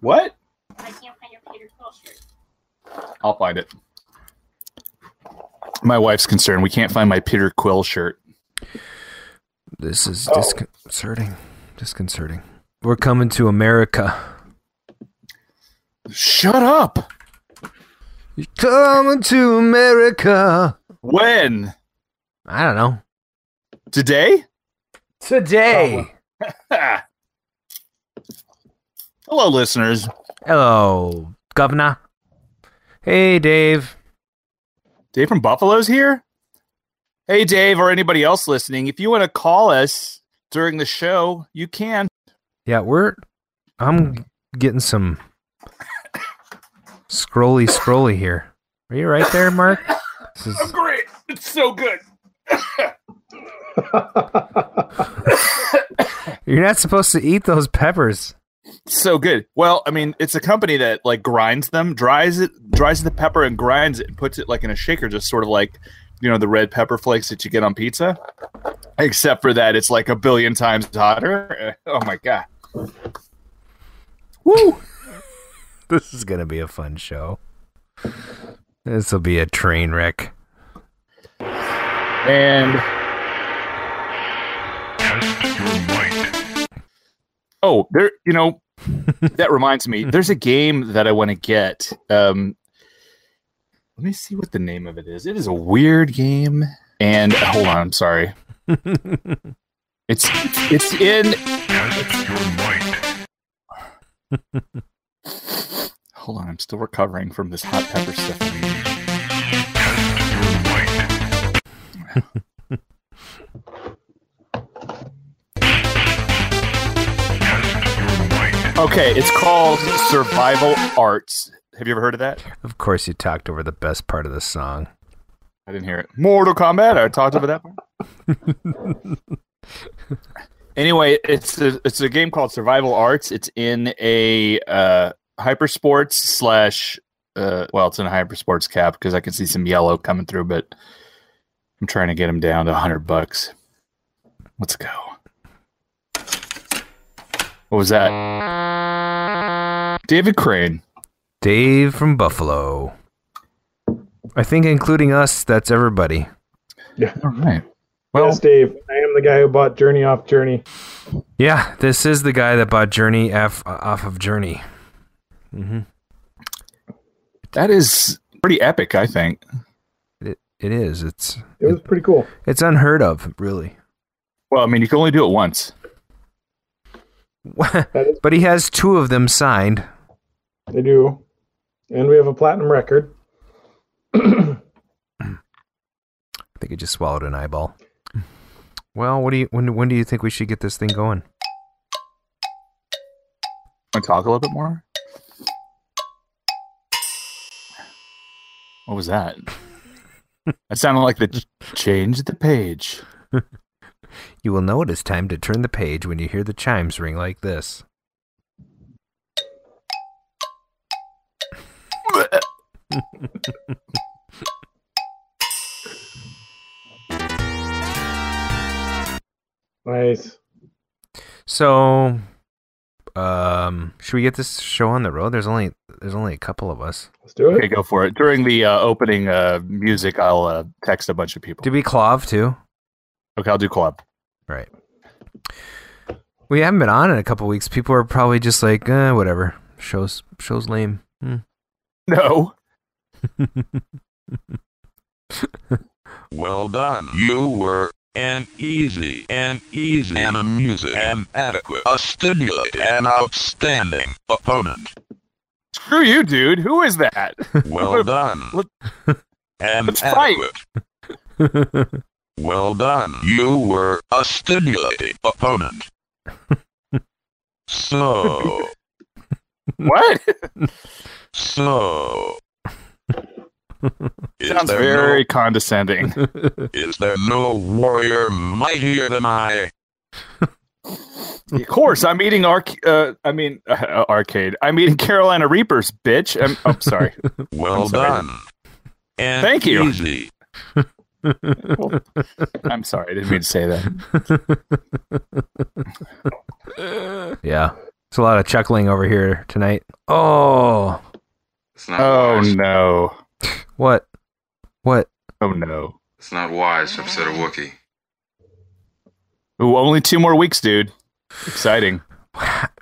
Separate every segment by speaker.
Speaker 1: What?
Speaker 2: I can't find your Peter Quill shirt.
Speaker 1: I'll find it. My wife's concerned. We can't find my Peter Quill shirt.
Speaker 3: This is
Speaker 4: Oh.
Speaker 3: disconcerting. Disconcerting. We're coming to America.
Speaker 1: Shut up.
Speaker 3: You're coming to America.
Speaker 1: When?
Speaker 3: I don't know.
Speaker 1: Today?
Speaker 3: Today.
Speaker 1: Ha. Hello, listeners.
Speaker 3: Hello, Governor. Hey, Dave.
Speaker 1: Dave from Buffalo's here. Hey, Dave, or anybody else listening, if you want to call us during the show, you can.
Speaker 3: Yeah, we're. I'm getting some scrolly, scrolly here. Are you right there, Mark? This is
Speaker 1: Great. It's so good.
Speaker 3: You're not supposed to eat those peppers.
Speaker 1: So good. Well, I mean, it's a company that like grinds them, dries it, dries the pepper and grinds it and puts it like in a shaker, just sort of like, you know, the red pepper flakes that you get on pizza. Except for that, it's like a billion times hotter. Oh my god. Woo!
Speaker 3: This is gonna be a fun show. This will be a train wreck.
Speaker 1: And Oh, there you know, that reminds me. There's a game that I want to get. Um Let me see what the name of it is. It is a weird game and hold on, I'm sorry. it's it's in Hold on, I'm still recovering from this hot pepper stuff. Okay, it's called Survival Arts. Have you ever heard of that?
Speaker 3: Of course, you talked over the best part of the song.
Speaker 1: I didn't hear it. Mortal Kombat. I talked about that part. anyway, it's a, it's a game called Survival Arts. It's in a uh, hypersports slash. Uh, well, it's in a hypersports cap because I can see some yellow coming through, but I'm trying to get him down to 100 bucks. Let's go. What was that? David Crane.
Speaker 3: Dave from Buffalo. I think, including us, that's everybody.
Speaker 1: All right. Well,
Speaker 4: yes, Dave. I am the guy who bought Journey off Journey.
Speaker 3: Yeah, this is the guy that bought Journey F uh, off of Journey. Mm-hmm.
Speaker 1: that is pretty epic, I think.
Speaker 3: It, it is. It's
Speaker 4: It was pretty cool.
Speaker 3: it's unheard of, really.
Speaker 1: Well, I mean, you can only do it once.
Speaker 4: That is,
Speaker 3: but he has two of them signed.
Speaker 4: they do, and we have a platinum record.
Speaker 3: I think I just swallowed an eyeball. Well, what do you when when do you think we should get this thing going?
Speaker 1: Want to talk a little bit more? What was that? that sounded like the ch- change the page.
Speaker 3: You will know it is time to turn the page when you hear the chimes ring like this.
Speaker 4: Nice.
Speaker 3: So, um, should we get this show on the road? There's only there's only a couple of us.
Speaker 4: Let's do
Speaker 1: Okay,
Speaker 4: it.
Speaker 1: go for it. During the uh, opening uh, music, I'll uh, text a bunch of people.
Speaker 3: Did we clove too?
Speaker 1: Okay, I'll do collab.
Speaker 3: Right. We haven't been on in a couple weeks. People are probably just like, eh, whatever. Shows shows lame. Hmm.
Speaker 1: No.
Speaker 5: Well done. You were an easy, an easy, an amusing, an adequate, a stimulating, an outstanding opponent.
Speaker 1: Screw you, dude. Who is that?
Speaker 5: Well done.
Speaker 1: Let-
Speaker 5: An
Speaker 1: let's fight.
Speaker 5: adequate. Well done. You were a stimulating opponent. so,
Speaker 1: what?
Speaker 5: so. Is
Speaker 1: Sounds
Speaker 5: there
Speaker 1: very condescending.
Speaker 5: no, is there no warrior mightier than I?
Speaker 1: of course, I'm eating arc. Uh, I mean, uh, arcade. I'm eating Carolina Reapers, bitch. I'm. Oh, sorry.
Speaker 5: Well
Speaker 1: I'm sorry.
Speaker 5: done. And
Speaker 1: Thank you.
Speaker 5: Easy.
Speaker 1: I'm sorry. I didn't mean to say that.
Speaker 3: yeah. It's a lot of chuckling over here tonight. Oh,
Speaker 6: It's not
Speaker 1: Oh
Speaker 6: wise.
Speaker 1: no!
Speaker 3: what? What?
Speaker 1: Oh no!
Speaker 6: It's not wise to upset a Wookiee.
Speaker 1: Ooh, only two more weeks, dude. Exciting.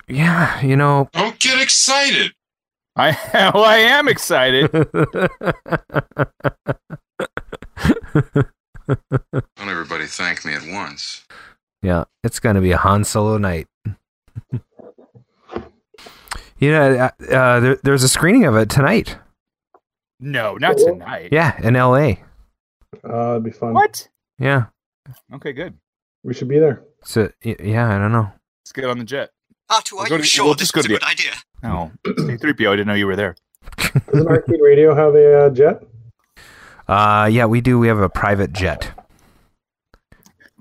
Speaker 3: Yeah, you know.
Speaker 7: Don't get excited.
Speaker 1: I well, I am excited.
Speaker 6: Don't everybody thank me at once.
Speaker 3: yeah, it's gonna be a Han Solo night. you know, uh, uh, there, there's a screening of it tonight.
Speaker 1: No, not tonight.
Speaker 3: Yeah, in L.A.
Speaker 4: Uh, it'd be fun.
Speaker 1: What?
Speaker 3: Yeah,
Speaker 1: Okay, good.
Speaker 4: We should be there.
Speaker 3: so y- yeah, I don't know.
Speaker 1: Let's get on the jet.
Speaker 8: Artu,
Speaker 1: We'll
Speaker 8: are
Speaker 1: go
Speaker 8: you
Speaker 1: to-
Speaker 8: sure
Speaker 1: we'll
Speaker 8: this
Speaker 1: just
Speaker 8: is a
Speaker 1: go to
Speaker 8: good idea?
Speaker 1: Oh, three PO. I didn't know you were there.
Speaker 4: Doesn't Arcade Radio have a uh, jet?
Speaker 3: Uh, yeah, we do. We have a private jet.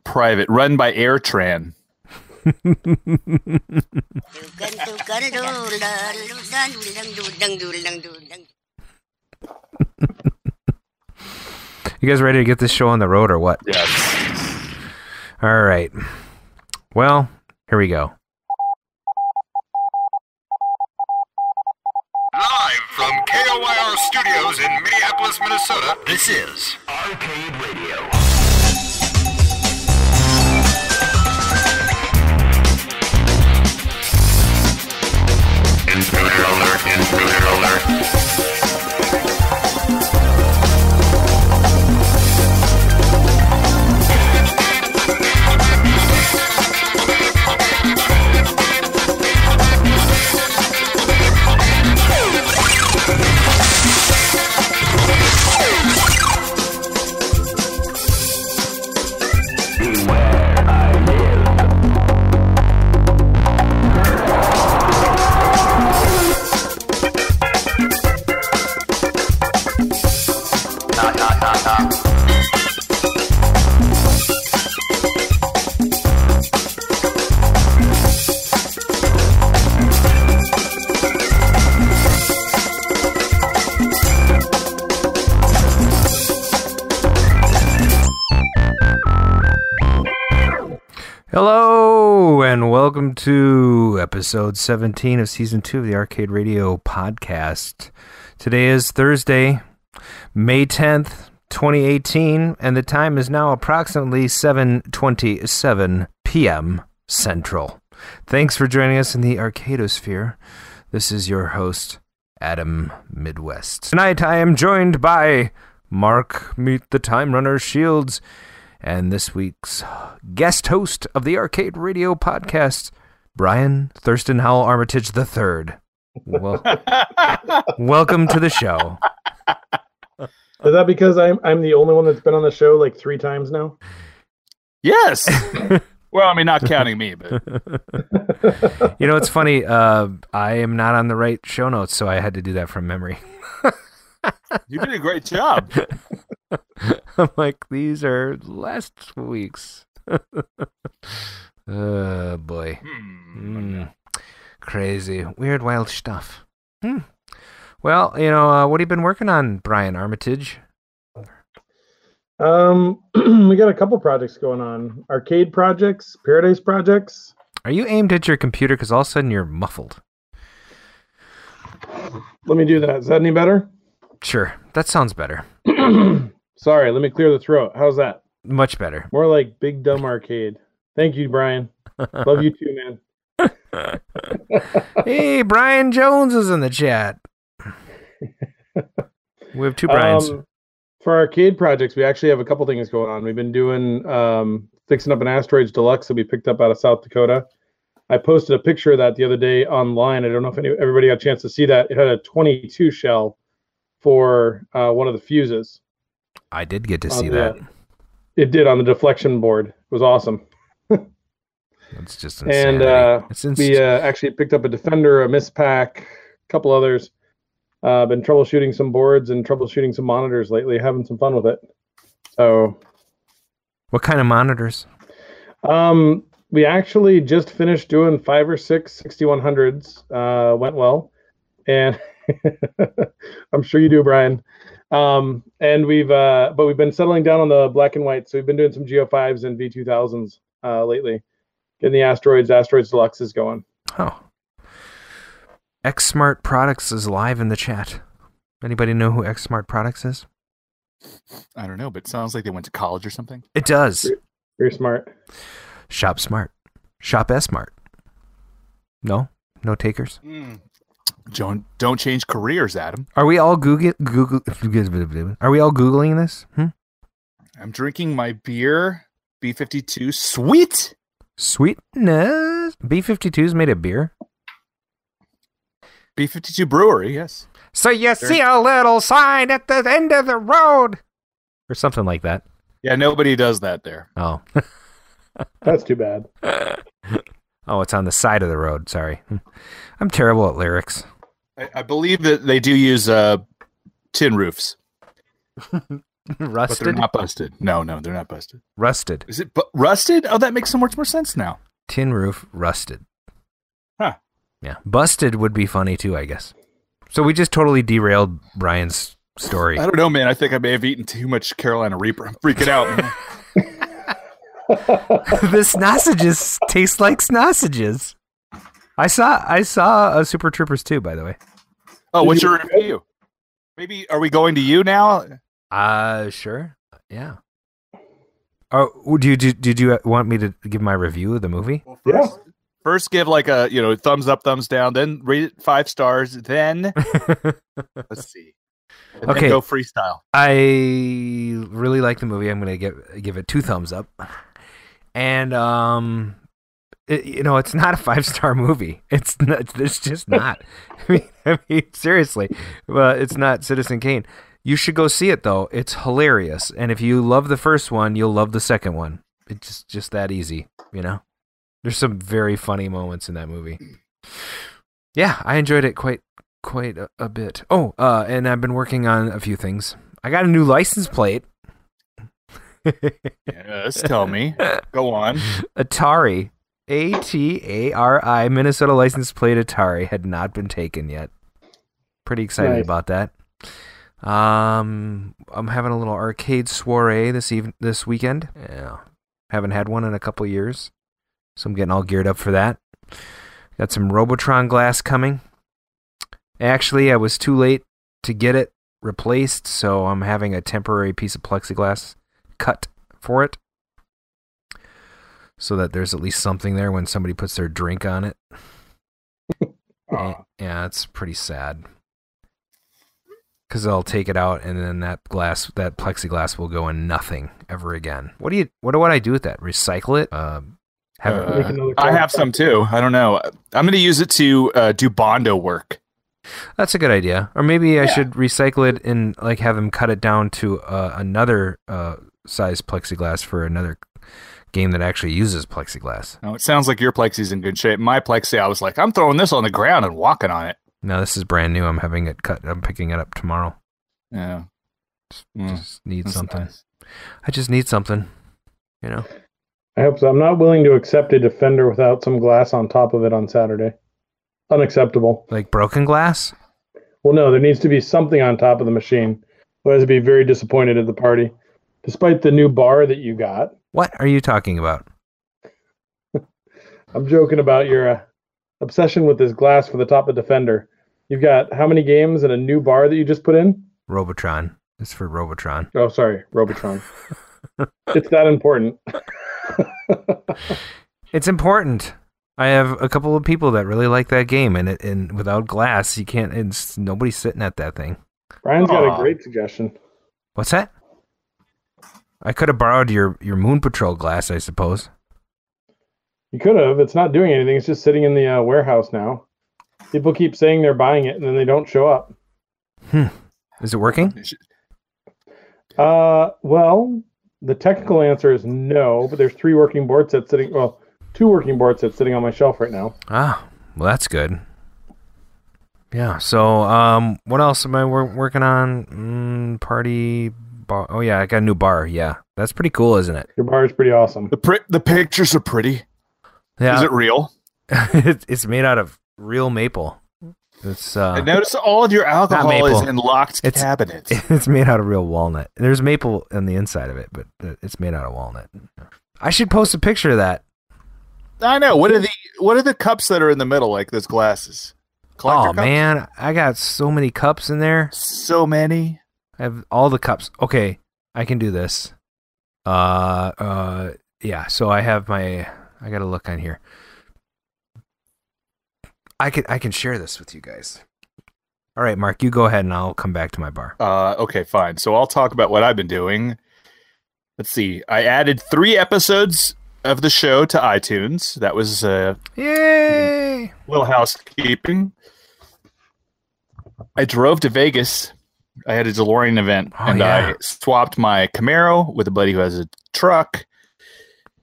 Speaker 1: Private, run by Airtran.
Speaker 3: You guys ready to get this show on the road or what?
Speaker 1: Yes.
Speaker 3: All right. Well, here we go.
Speaker 5: Live from KOYR Studios in Minneapolis, Minnesota, this is Arcade Radio. Intruder alert, intruder alert.
Speaker 3: Hello and welcome to episode 17 of season 2 of the Arcade Radio podcast. Today is Thursday, May 10th, 2018, and the time is now approximately 7:27 p.m. Central. Thanks for joining us in the Arcadosphere. This is your host Adam Midwest. Tonight I am joined by Mark Meet the Time Runner Shields and this week's guest host of the Arcade Radio podcast, Brian Thurston Howell Armitage III. Well, welcome to the show.
Speaker 4: Is that because I'm I'm the only one that's been on the show like three times now?
Speaker 1: Yes. well, I mean, not counting me, but
Speaker 3: You know, it's funny. Uh, I am not on the right show notes, so I had to do that from memory.
Speaker 1: you did a great job.
Speaker 3: I'm like, these are last week's. oh boy,
Speaker 1: Hmm.
Speaker 3: Mm. crazy, weird, wild stuff. Hmm. Well, you know, uh, what have you been working on, Brian Armitage?
Speaker 4: Um, we got a couple projects going on: arcade projects, paradise projects.
Speaker 3: Are you aimed at your computer? Because all of a sudden you're muffled.
Speaker 4: Let me do that. Is that any better?
Speaker 3: Sure, that sounds better.
Speaker 4: Sorry, let me clear the throat. How's that?
Speaker 3: Much better.
Speaker 4: More like big dumb arcade. Thank you, Brian. Love you too, man.
Speaker 3: hey, Brian Jones is in the chat. We have two Brian's.
Speaker 4: Um, for arcade projects, we actually have a couple things going on. We've been doing um, fixing up an asteroids deluxe that we picked up out of South Dakota. I posted a picture of that the other day online. I don't know if any, everybody got a chance to see that. It had a 22 shell for uh, one of the fuses.
Speaker 3: I did get to
Speaker 4: on
Speaker 3: see
Speaker 4: the-
Speaker 3: that.
Speaker 4: It did on the deflection board. It was awesome.
Speaker 3: That's just insane.
Speaker 4: And uh,
Speaker 3: it's ins-
Speaker 4: we uh, actually picked up a defender, a mispack, a couple others. Uh, been troubleshooting some boards and troubleshooting some monitors lately. Having some fun with it. So
Speaker 3: what kind of monitors?
Speaker 4: Um, we actually just finished doing five or six 6100s. Uh, went well, and I'm sure you do, Brian. Um, and we've uh, but we've been settling down on the black and white. So we've been doing some Geo fives and V2000s uh, lately. Getting the asteroids, asteroids deluxe is going.
Speaker 3: Oh, XSmart Products is live in the chat. Anybody know who XSmart Products is?
Speaker 1: I don't know, but it sounds like they went to college or something.
Speaker 3: It does.
Speaker 4: You're smart.
Speaker 3: Shop smart. Shop S smart. No, no takers.
Speaker 1: Don't don't change careers, Adam.
Speaker 3: Are we all Google, Google Are we all googling this? Hmm?
Speaker 1: I'm drinking my beer B52 Sweet.
Speaker 3: Sweetness. B52's made a beer.
Speaker 1: B52 Brewery, yes.
Speaker 3: So you see a little sign at the end of the road, or something like that.
Speaker 1: Yeah, nobody does that there.
Speaker 3: Oh,
Speaker 4: That's too bad.
Speaker 3: oh, it's on the side of the road. Sorry, I'm terrible at lyrics.
Speaker 1: I, I believe that they do use uh, tin roofs, but they're
Speaker 3: Rusted.
Speaker 1: not busted. No, no, they're not busted.
Speaker 3: Rusted.
Speaker 1: Is it bu- rusted? Oh, that makes so much more sense now.
Speaker 3: Tin roof. Rusted.
Speaker 1: Huh.
Speaker 3: Yeah. Busted would be funny too, I guess. So we just totally derailed Brian's story.
Speaker 1: I don't know, man. I think I may have eaten too much Carolina Reaper. I'm freaking out. man.
Speaker 3: the snossages taste like snossages. I saw I saw a Super Troopers too, by the way.
Speaker 1: oh, what's your review? Maybe are we going to you now?
Speaker 3: Uh sure. Yeah. Oh, do you do, did you want me to give my review of the movie?
Speaker 4: Yeah.
Speaker 1: First, give like a you know thumbs up, thumbs down. Then rate it five stars. Then let's see. And then
Speaker 3: Okay.
Speaker 1: go freestyle.
Speaker 3: I really like the movie. I'm gonna give give it two thumbs up, and um, it, you know, it's not a five star movie. It's not, it's just not. I mean, I mean, seriously, well, it's not Citizen Kane. You should go see it though. It's hilarious, and if you love the first one, you'll love the second one. It's just just that easy, you know. There's some very funny moments in that movie. Yeah, I enjoyed it quite quite a, a bit. Oh, uh, and I've been working on a few things. I got a new license plate.
Speaker 1: Yes, tell me. Go on.
Speaker 3: Atari. A T A R I Minnesota license plate Atari had not been taken yet. Pretty excited
Speaker 4: Nice.
Speaker 3: about that. Um I'm having a little arcade soiree this even this weekend. Yeah. Haven't had one in a couple years. So I'm getting all geared up for that. Got some Robotron glass coming. Actually, I was too late to get it replaced, so I'm having a temporary piece of plexiglass cut for it so that there's at least something there when somebody puts their drink on it.
Speaker 1: Uh,
Speaker 3: Eh, Yeah, it's pretty sad. Cause they'll take it out and then that glass, that plexiglass will go in nothing ever again. What do you? What do I do with that? Recycle it? Uh, have it-
Speaker 1: Uh,
Speaker 4: Make another
Speaker 1: I
Speaker 4: call.
Speaker 1: have some too. I don't know. I'm going to use it to uh, do bondo work.
Speaker 3: That's a good idea. Or maybe I should recycle it and like have them cut it down to uh, another uh, size plexiglass for another game that actually uses plexiglass.
Speaker 1: Now, it sounds like your plexi's in good shape. My plexi, I was like, I'm throwing this on the ground and walking on it.
Speaker 3: Now this is brand new. I'm having it cut. I'm picking it up tomorrow.
Speaker 1: Yeah. Mm,
Speaker 3: Just need
Speaker 1: that's
Speaker 3: something.
Speaker 1: nice.
Speaker 3: I just need something. You know.
Speaker 4: I hope so. I'm not willing to accept a defender without some glass on top of it on Saturday. Unacceptable.
Speaker 3: Like broken glass?
Speaker 4: Well, no, there needs to be something on top of the machine. Otherwise, I'd be very disappointed at the party. Despite the new bar that you got,
Speaker 3: What are you talking about?
Speaker 4: I'm joking about your uh, obsession with this glass for the top of defender. You've got how many games and a new bar that you just put in?
Speaker 3: Robotron. It's for Robotron.
Speaker 4: Oh, sorry, Robotron. it's that important.
Speaker 3: It's important. I have a couple of people that really like that game, and it, and without glass, you can't. It's nobody's sitting at that thing.
Speaker 4: Brian's got
Speaker 1: Aw.
Speaker 4: a great suggestion.
Speaker 3: What's that? I could have borrowed your your Moon Patrol glass, I suppose.
Speaker 4: You could have. It's not doing anything. It's just sitting in the uh, warehouse now. People keep saying they're buying it and then they don't show up.
Speaker 3: Is it working?
Speaker 4: Uh, well, the technical answer is no, but there's three working board sets sitting. Well, two working board sets sitting on my shelf right now.
Speaker 3: Ah, well, that's good. Yeah. So, um, what else am I wor- working on? Mm, party bar. Oh yeah, I got a new bar. Yeah, that's pretty cool, isn't it?
Speaker 4: Your bar is pretty awesome.
Speaker 1: The, pri- the pictures are pretty.
Speaker 3: Yeah.
Speaker 1: Is it real?
Speaker 3: It's- it's made out of real maple. It's
Speaker 1: I
Speaker 3: uh,
Speaker 1: notice all of your alcohol
Speaker 3: maple.
Speaker 1: is in locked
Speaker 3: It's-
Speaker 1: cabinets.
Speaker 3: it's made out of real walnut. There's maple on the inside of it, but uh, it's made out of walnut. I should post a picture of that.
Speaker 1: I know. What are the what are the cups that are in the middle like those glasses? Collector
Speaker 3: oh
Speaker 1: cups?
Speaker 3: man, I got so many cups in there.
Speaker 1: so many.
Speaker 3: I have all the cups. Okay, I can do this. Uh, uh, yeah. So I have my. I gotta look on here. I can I can share this with you guys. All right, Mark, you go ahead, and I'll come back to my bar.
Speaker 1: Uh, okay, fine. So I'll talk about what I've been doing. Let's see. I added three episodes of the show to iTunes. That was uh,
Speaker 3: Yay!
Speaker 1: little housekeeping. I drove to Vegas. I had a DeLorean event,
Speaker 3: Oh,
Speaker 1: and
Speaker 3: yeah.
Speaker 1: I swapped my Camaro with a buddy who has a truck.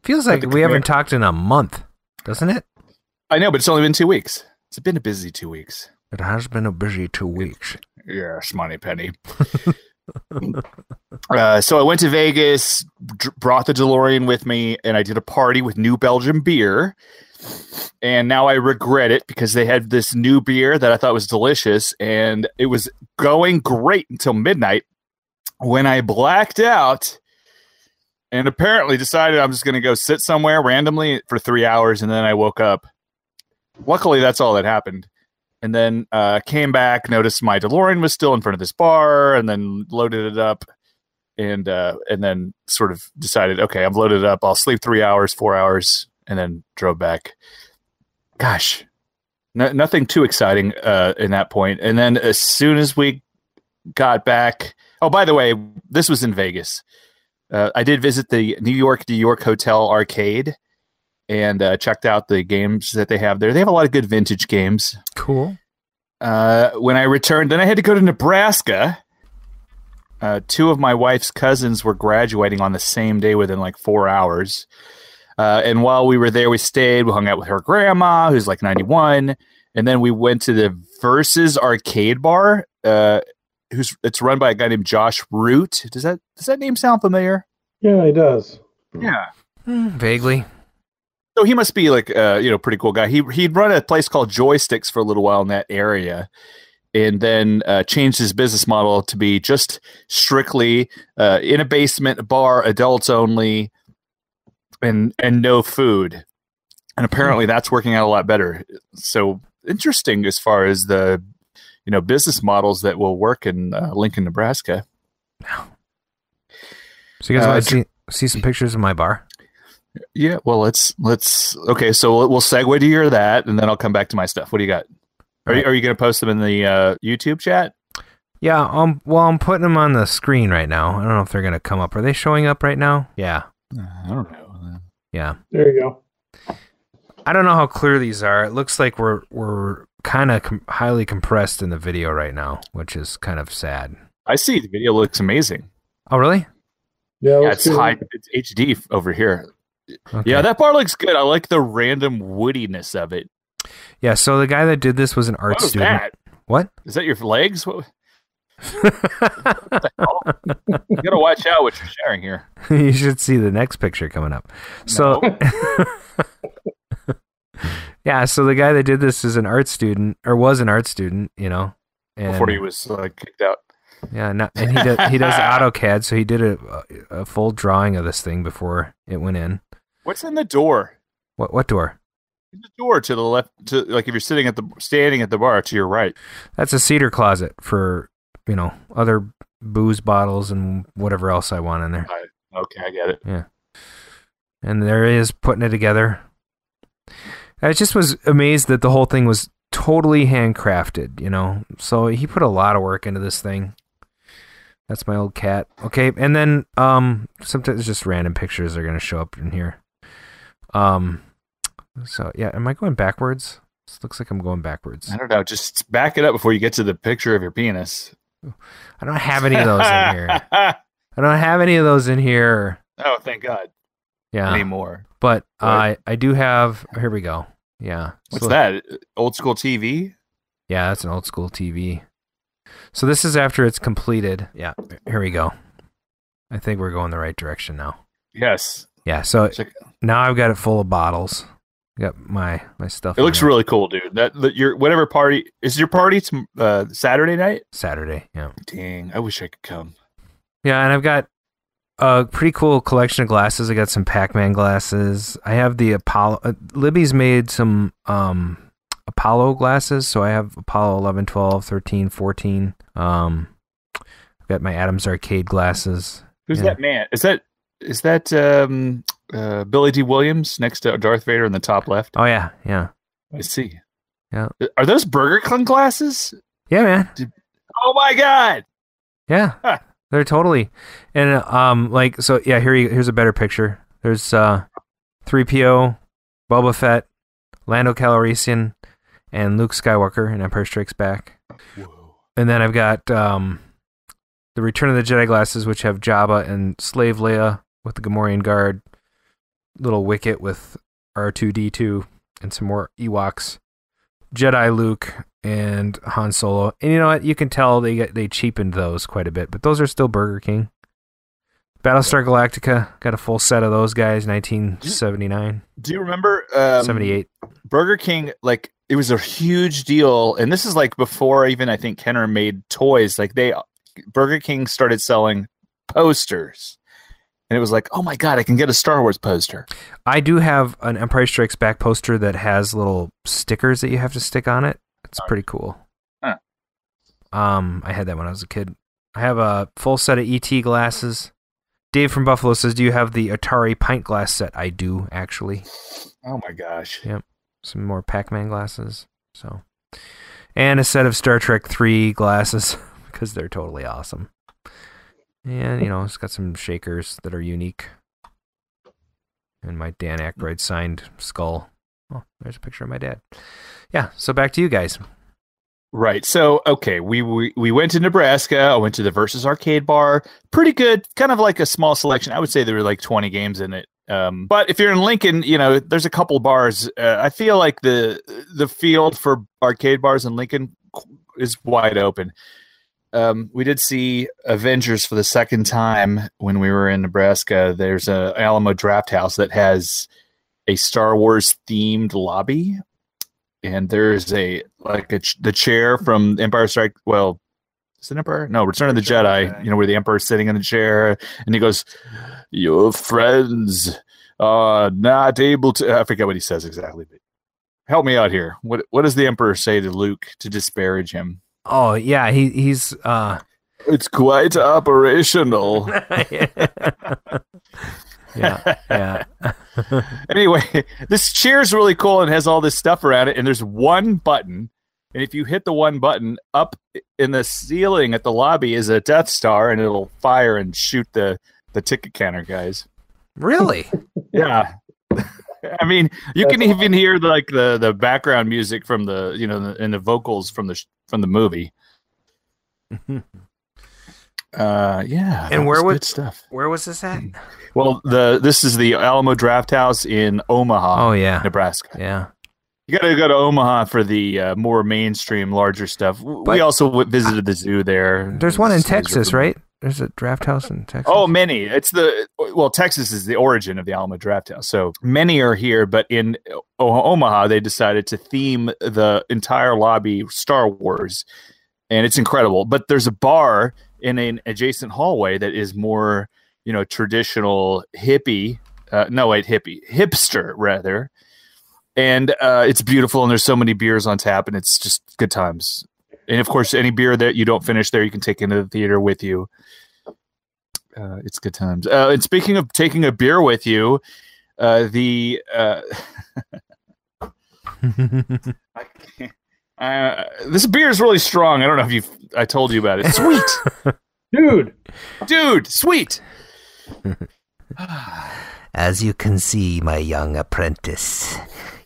Speaker 3: Feels
Speaker 1: Had
Speaker 3: like
Speaker 1: to
Speaker 3: we haven't
Speaker 1: commit.
Speaker 3: talked in a month, doesn't it?
Speaker 1: I know, but it's only been two weeks. It's been a busy two weeks.
Speaker 3: It has been a busy two weeks.
Speaker 1: Yes, money penny. uh, so I went to Vegas, dr- brought the DeLorean with me, and I did a party with New Belgium beer. And now I regret it because they had this new beer that I thought was delicious, and it was going great until midnight when I blacked out and apparently decided I'm just going to go sit somewhere randomly for three hours, and then I woke up. Luckily, that's all that happened and then uh, came back, noticed my DeLorean was still in front of this bar, and then loaded it up, and uh, and then sort of decided, okay, I'm loaded up. I'll sleep three hours, four hours, and then drove back. Gosh, no, nothing too exciting uh, in that point. And then as soon as we got back, oh, by the way, this was in Vegas. Uh, I did visit the New York New York Hotel Arcade and uh, checked out the games that they have there. They have a lot of good vintage games.
Speaker 3: Cool.
Speaker 1: Uh, when I returned, then I had to go to Nebraska. Uh, two of my wife's cousins were graduating on the same day within like four hours. Uh, and while we were there, we stayed. We hung out with her grandma, who's like 91. And then we went to the Versus Arcade Bar, uh, who's it's run by a guy named Josh Root. Does that does that name sound familiar?
Speaker 4: Yeah, he does.
Speaker 1: Yeah.
Speaker 3: Hmm, vaguely.
Speaker 1: So he must be like uh, you know pretty cool guy. He he'd run a place called Joysticks for a little while in that area, and then uh, changed his business model to be just strictly uh, in a basement bar, adults only, and and no food. And apparently that's working out a lot better. So interesting as far as the you know business models that will work in uh, Lincoln, Nebraska.
Speaker 3: So you guys
Speaker 1: Uh,
Speaker 3: want to see, see some pictures of my bar?
Speaker 1: Yeah, well let's let's okay. So we'll, we'll segue to your that, and then I'll come back to my stuff. What do you got? Are you, are you going to post them in the uh, YouTube chat?
Speaker 3: Yeah, um, well, I'm putting them on the screen right now. I don't know if they're going to come up. Are they showing up right now? Yeah,
Speaker 1: I don't know.
Speaker 3: yeah.
Speaker 4: There you go.
Speaker 3: I don't know how clear these are. It looks like we're we're kind of com- highly compressed in the video right now, which is kind of sad.
Speaker 1: I see the video looks amazing.
Speaker 3: Oh, really?
Speaker 4: Yeah,
Speaker 1: Yeah,
Speaker 4: let's
Speaker 1: it's
Speaker 4: do
Speaker 1: high.
Speaker 4: it.
Speaker 1: It's HD f- over here.
Speaker 3: Okay.
Speaker 1: Yeah, that bar looks good. I like the random woodiness of it.
Speaker 3: Yeah. So the guy that did this was an art
Speaker 1: What was
Speaker 3: student.
Speaker 1: that?
Speaker 3: What?
Speaker 1: Is that your legs? What, you gotta watch out what you're sharing here.
Speaker 3: you should see the next picture coming up. So, yeah. So the guy that did this is an art student, or was an art student, you know. And
Speaker 1: Before he was uh, kicked out.
Speaker 3: Yeah, not, and he does, he does AutoCAD, so he did a a full drawing of this thing before it went in.
Speaker 1: What's in the door?
Speaker 3: What what door?
Speaker 1: In The door to the left. To like if you're sitting at the standing at the bar to your right.
Speaker 3: That's a cedar closet for you know other booze bottles and whatever else I want in there.
Speaker 1: Okay, I get it.
Speaker 3: And there he is putting it together. I just was amazed that the whole thing was totally handcrafted, you know. So he put a lot of work into this thing. That's my old cat. Okay, and then um sometimes just random pictures are gonna show up in here. Um so yeah, am I going backwards? This looks like I'm going backwards.
Speaker 1: I don't know. Just back it up before you get to the picture of your penis.
Speaker 3: I don't have any of those in here. I don't have any of those in here.
Speaker 1: oh, thank God.
Speaker 3: Yeah.
Speaker 1: Anymore.
Speaker 3: But I I do have here we go. Yeah.
Speaker 1: What's
Speaker 3: So-
Speaker 1: that? Old school TV?
Speaker 3: Yeah, that's an old school TV. So this is after it's completed. Yeah, here we go. I think we're going the right direction now.
Speaker 1: Yes.
Speaker 3: Yeah, so
Speaker 1: Check-
Speaker 3: now I've got it full of bottles. Got my my stuff.
Speaker 1: It
Speaker 3: in
Speaker 1: looks
Speaker 3: there.
Speaker 1: really cool, dude. That, that your whatever party is your party tom- uh, Saturday night.
Speaker 3: Saturday. Yeah,
Speaker 1: Dang, I wish I could come.
Speaker 3: yeah, and I've got a pretty cool collection of glasses. I got some Pac Man glasses. I have the Apollo. Uh, Libby's made some um Apollo glasses, so I have Apollo 11, 12, 13, 14. Um, I've got my Adams Arcade glasses.
Speaker 1: Who's
Speaker 3: Yeah.
Speaker 1: that man? Is that is that um, uh, Billy D. Williams next to Darth Vader in the top left?
Speaker 3: Oh yeah, yeah,
Speaker 1: I see.
Speaker 3: Yeah.
Speaker 1: Are those Burger King glasses?
Speaker 3: yeah, man,
Speaker 1: Oh my god!
Speaker 3: yeah.
Speaker 1: Huh.
Speaker 3: They're totally, and uh, um, like so. Yeah, here you, here's a better picture. There's uh, three PO, Boba Fett, Lando Calrissian, and Luke Skywalker in Empire Strikes Back. And then I've got um, the Return of the Jedi glasses, which have Jabba and Slave Leia with the Gamorrean guard, little Wicket with R two D two, and some more Ewoks, Jedi Luke and Han Solo. And you know what? You can tell they get, they cheapened those quite a bit, but those are still Burger King. Battlestar Galactica got a full set of those guys, 1979,
Speaker 1: Do you remember um,
Speaker 3: 78.
Speaker 1: Burger King, like it was a huge deal, and this is like before even I think Kenner made toys. Like they, Burger King started selling posters, and it was like, oh my god, I can get a Star Wars poster.
Speaker 3: I do have an Empire Strikes Back poster that has little stickers that you have to stick on it. It's pretty cool.
Speaker 1: Huh.
Speaker 3: Um, I had that when I was a kid. I have a full set of ET glasses. Dave from Buffalo says, "Do you have the Atari pint glass set?" I do actually.
Speaker 1: Oh my gosh!
Speaker 3: Some more Pac-Man glasses. So, and a set of Star Trek three glasses because they're totally awesome. And you know, it's got some shakers that are unique. And my Dan Aykroyd signed skull. Oh, there's a picture of my dad. Yeah. So back to you guys.
Speaker 1: Right. So okay, we, we we went to Nebraska. I went to the Versus Arcade Bar. Pretty good, kind of like a small selection. I would say there were like twenty games in it. Um, but if you're in Lincoln, you know there's a couple bars. Uh, I feel like the the field for arcade bars in Lincoln is wide open. Um, we did see Avengers for the second time when we were in Nebraska. There's a Alamo Draft House that has a Star Wars themed lobby and there's a like a ch- the chair from Empire Strike. Well, is it Empire? No, Return of the
Speaker 4: Return of the
Speaker 1: Jedi.
Speaker 4: Jedi.
Speaker 1: You know where the Emperor's sitting in the chair, and he goes, "Your friends are not able to." I forget what he says exactly. But help me out here. What what does the Emperor say to Luke to disparage him?
Speaker 3: Oh yeah, he he's uh
Speaker 1: It's quite operational.
Speaker 3: yeah yeah
Speaker 1: anyway, this chair is really cool and has all this stuff around it. And there's one button. And if you hit the one button, up in the ceiling at the lobby is a Death Star and it'll fire and shoot the, the ticket counter guys.
Speaker 3: really
Speaker 1: Yeah. I mean, you can even hear like the, the background music from the you know the, and the vocals from the sh- from the movie. Uh, yeah. that
Speaker 3: And where
Speaker 1: was
Speaker 3: would-
Speaker 1: good stuff?
Speaker 3: where was this at
Speaker 1: Well, the this is the Alamo Draft House in Omaha,
Speaker 3: oh yeah
Speaker 1: Nebraska.
Speaker 3: yeah
Speaker 1: You got to go to Omaha for the uh, more mainstream, larger stuff. W-
Speaker 3: But-
Speaker 1: we also w- visited the zoo there.
Speaker 3: there's one in
Speaker 1: It's- it's-
Speaker 3: texas right there's a draft house in texas
Speaker 1: Oh, many. It's the well, Texas is the origin of the Alamo Draft House, so many are here. But in o- Omaha, they decided to theme the entire lobby Star Wars, and it's incredible. But there's a bar in an adjacent hallway that is more, you know, traditional hippie. Uh, no, wait, hippie, hipster rather. And uh, it's beautiful, and there's so many beers on tap, and it's just good times. And of course, any beer that you don't finish there, you can take into the theater with you uh, it's good times. Uh, and speaking of taking a beer with you, uh, the uh, I can't- uh, this beer is really strong. I don't know if you I told you about it. Sweet,
Speaker 4: Dude,
Speaker 1: dude, sweet.
Speaker 7: As you can see, my young apprentice,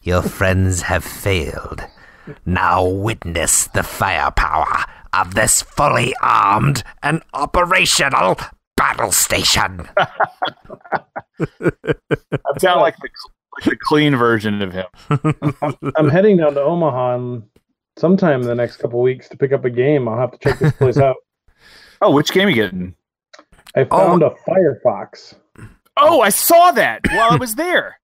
Speaker 7: your friends have failed. Now witness the firepower of this fully armed and operational battle station.
Speaker 1: I sound like the, like the clean version of him.
Speaker 4: I'm heading down to Omaha in- sometime in the next couple weeks to pick up a game. I'll have to check this place out.
Speaker 1: Oh, which game are you getting?
Speaker 4: I found a Firefox.
Speaker 1: Oh, I saw that while I was there.